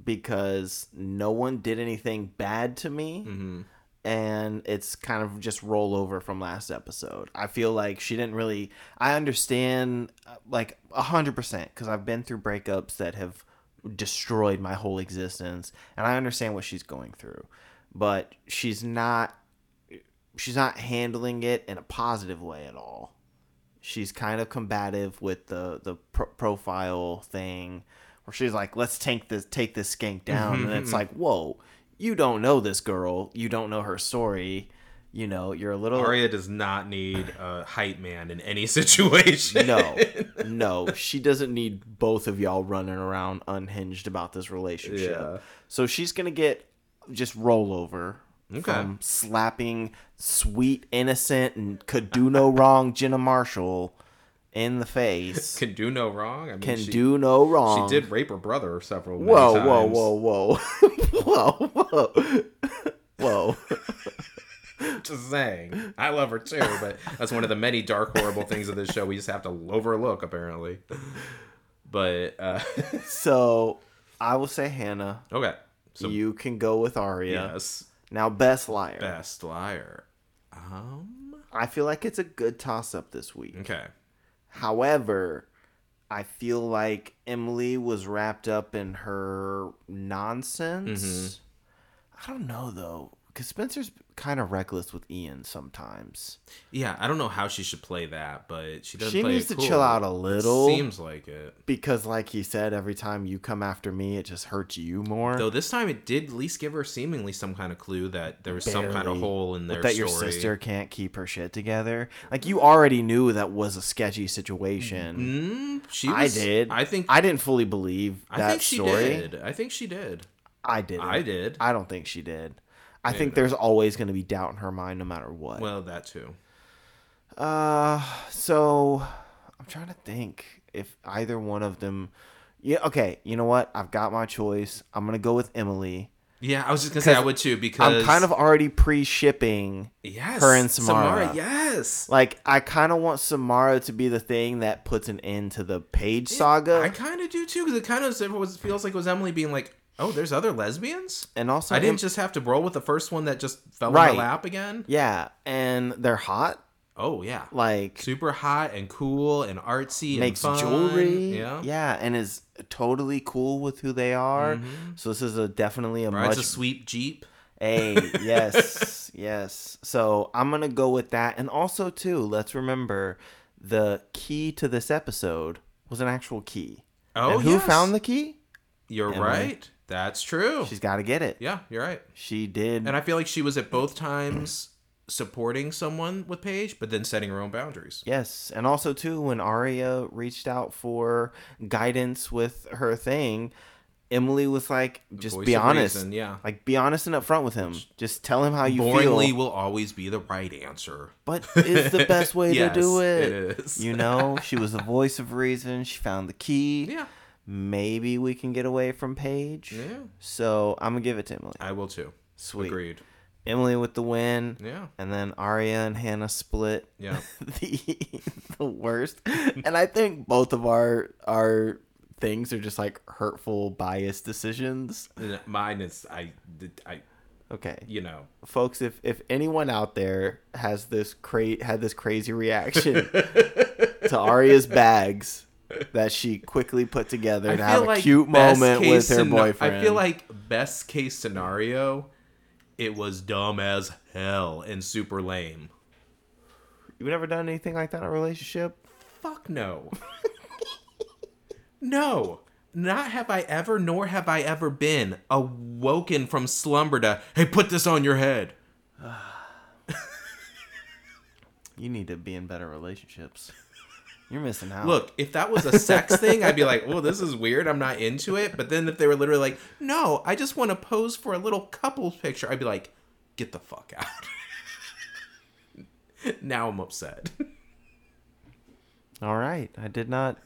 S1: because no one did anything bad to me. And it's kind of just rollover from last episode. I feel like she didn't really. I understand, uh, like, 100%, because I've been through breakups that have destroyed my whole existence. And I understand what she's going through. But she's not. She's not handling it in a positive way at all she's kind of combative with the the pro- profile thing where she's like let's take this take this skank down and it's like whoa you don't know this girl you don't know her story you know you're a little
S3: Arya does not need a hype man in any situation.
S1: no no she doesn't need both of y'all running around unhinged about this relationship
S3: Yeah.
S1: so she's gonna get just rollover from slapping sweet innocent and could do no wrong jenna marshall in the face
S3: Can do no wrong. I mean,
S1: can
S3: she,
S1: do no
S3: She
S1: wrong.
S3: did rape her brother several many
S1: Whoa,
S3: times.
S1: whoa, whoa, whoa, whoa, whoa, whoa.
S3: Just saying. I love her too, but that's one of the many dark, horrible things of this show we just have to overlook, apparently. But, uh,
S1: So I will say Hannah.
S3: okay. So,
S1: you can go with Arya.
S3: yes.
S1: Now, best liar.
S3: Best liar. Um,
S1: I feel like it's a good toss up this week.
S3: okay.
S1: However, I feel like Emily was wrapped up in her nonsense.
S3: Mm-hmm.
S1: I don't know though, because Spencer's kind of reckless with Ian sometimes.
S3: Yeah, I don't know how she should play that, but she doesn't
S1: She
S3: play
S1: needs
S3: it
S1: to
S3: cool.
S1: chill out a little.
S3: Seems like it.
S1: because like he said every time you come after me it just hurts you more
S3: Though this time it did at least give her seemingly some kind of clue that there was some kind of
S1: Barely.
S3: hole in their
S1: that your
S3: story.
S1: sister can't keep her shit together like you already knew that was a sketchy situation
S3: Mm, she
S1: i
S3: was-
S1: did
S3: I think.
S1: i didn't fully believe
S3: I
S1: that
S3: think she
S1: story
S3: did. I think she did.
S1: i did
S3: I did.
S1: i don't think she did i think there's always going to be doubt in her mind no matter what
S3: well, that too.
S1: Uh, so I'm trying to think if either one of them. Yeah, okay. You know what? I've got my choice. I'm gonna go with Emily.
S3: Yeah, I was just gonna say I would too because
S1: I'm kind of already pre-shipping
S3: yes,
S1: her and Samara.
S3: yes,
S1: Like I kind of want Samara to be the thing that puts an end to the Page saga,
S3: I kind of do too because it kind of it was, feels like it was Emily being like, "Oh, there's other lesbians."
S1: and also
S3: I
S1: Em-
S3: didn't just have to roll with the first one that just fell
S1: Right.
S3: in my lap again.
S1: yeah, and they're hot.
S3: Oh yeah,
S1: Like
S3: super hot and cool and artsy
S1: makes
S3: and fun.
S1: jewelry.
S3: Yeah,
S1: yeah, and is totally cool with who they are. So this is a definitely a
S3: Mm-hmm. rides a
S1: much
S3: sweep jeep.
S1: Hey, yes, yes. So I'm gonna go with that, and also too, let's remember the key to this episode was an actual key.
S3: Oh,
S1: and who
S3: yes.
S1: found the key?
S3: You're
S1: Emily.
S3: right. That's true.
S1: She's got to get it.
S3: yeah, you're right.
S1: She did.
S3: And I feel like she was at both times supporting someone with Paige, but then setting her own boundaries.
S1: yes, and also too, when Arya reached out for guidance with her thing, Emily was like, "Just
S3: voice
S1: be
S3: of
S1: honest.
S3: reason, yeah.
S1: like be honest and upfront with him. Just tell him how you
S3: Boringly
S1: feel."
S3: will always be the right answer.
S1: But it's the best way
S3: Yes,
S1: to do it.
S3: it is.
S1: You know, she was the voice of reason. She found the key.
S3: Yeah,
S1: maybe we can get away from Paige.
S3: Yeah.
S1: So I'm gonna give it to Emily.
S3: I will too.
S1: Sweet.
S3: Agreed.
S1: Emily with the win.
S3: Yeah.
S1: And then Arya and Hannah split.
S3: Yeah.
S1: the the worst. and I think both of our our things are just like hurtful, biased decisions.
S3: And Mine is I I
S1: Okay.
S3: you know.
S1: folks if if anyone out there has this cra- had this crazy reaction to Arya's bags that she quickly put together to have a cute
S3: best
S1: moment with
S3: case
S1: her
S3: scena-
S1: boyfriend.
S3: I feel like best case scenario, it was dumb as hell and super lame.
S1: you've never done anything like that in a relationship.
S3: Fuck no. no. Not have I ever, nor have I ever been awoken from slumber to, hey, put this on your head.
S1: You need to be in better relationships. You're missing out.
S3: Look, if that was a sex thing, I'd be like, well, this is weird. I'm not into it. But then if they were literally like, no, I just want to pose for a little couples picture, I'd be like, get the fuck out. now I'm upset.
S1: All right, I did not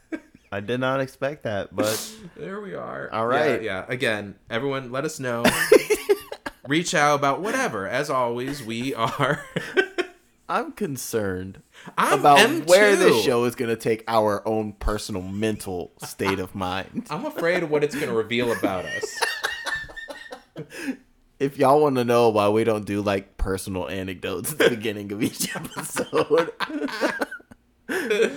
S1: I did not expect that, but
S3: There we are.
S1: All
S3: Yeah,
S1: right.
S3: yeah. Again, everyone, let us know. Reach out about whatever. As always, we are.
S1: I'm concerned
S3: I'm
S1: about
S3: M2.
S1: where this show is going to take our own personal mental state of mind.
S3: I'm afraid of what it's going to reveal about us.
S1: If y'all want to know why we don't do like personal anecdotes at the beginning of each episode,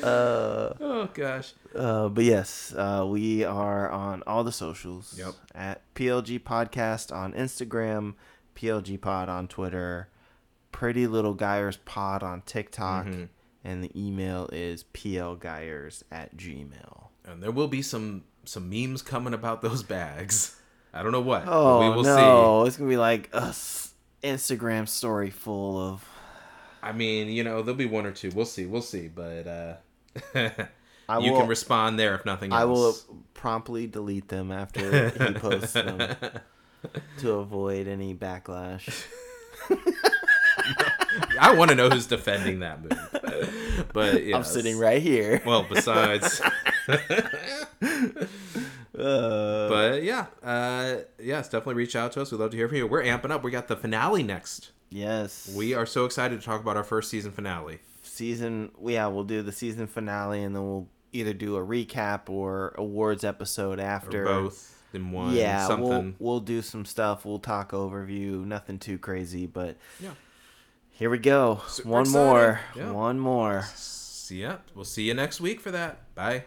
S3: Oh gosh.
S1: Uh, but yes, uh, we are on all the socials.
S3: Yep.
S1: At PLG Podcast on Instagram, PLG Pod on Twitter, Pretty Little Guyers Pod on TikTok,
S3: Mm-hmm.
S1: and the email is plguyers at gmail.
S3: And there will be some some memes coming about those bags. I don't know what. but
S1: Oh
S3: we will
S1: no, it's gonna be like a s- Instagram story full of.
S3: see. I mean, you know, there'll be one or two. We'll see. We'll see. But uh
S1: I
S3: you
S1: will-
S3: can respond there if nothing else.
S1: I will promptly delete them after he posts them to avoid any backlash.
S3: I want to know who's defending that move. But
S1: I'm sitting right here.
S3: Well, besides,
S1: Uh,
S3: but yeah, uh, yes, definitely reach out to us. We'd love to hear from you. We're amping up. We got the finale next.
S1: Yes.
S3: We are so excited to talk about our first season finale.
S1: season yeah, we'll do the season finale and then we'll either do a recap or awards episode after.
S3: Or both in one.
S1: Yeah,
S3: something.
S1: we'll we'll do some stuff. We'll talk overview, nothing too crazy, but
S3: Yeah.
S1: Here we go.
S3: Super
S1: One more.
S3: excited. Yeah.
S1: One more.
S3: S- Yeah, we'll see you next week for that. Bye.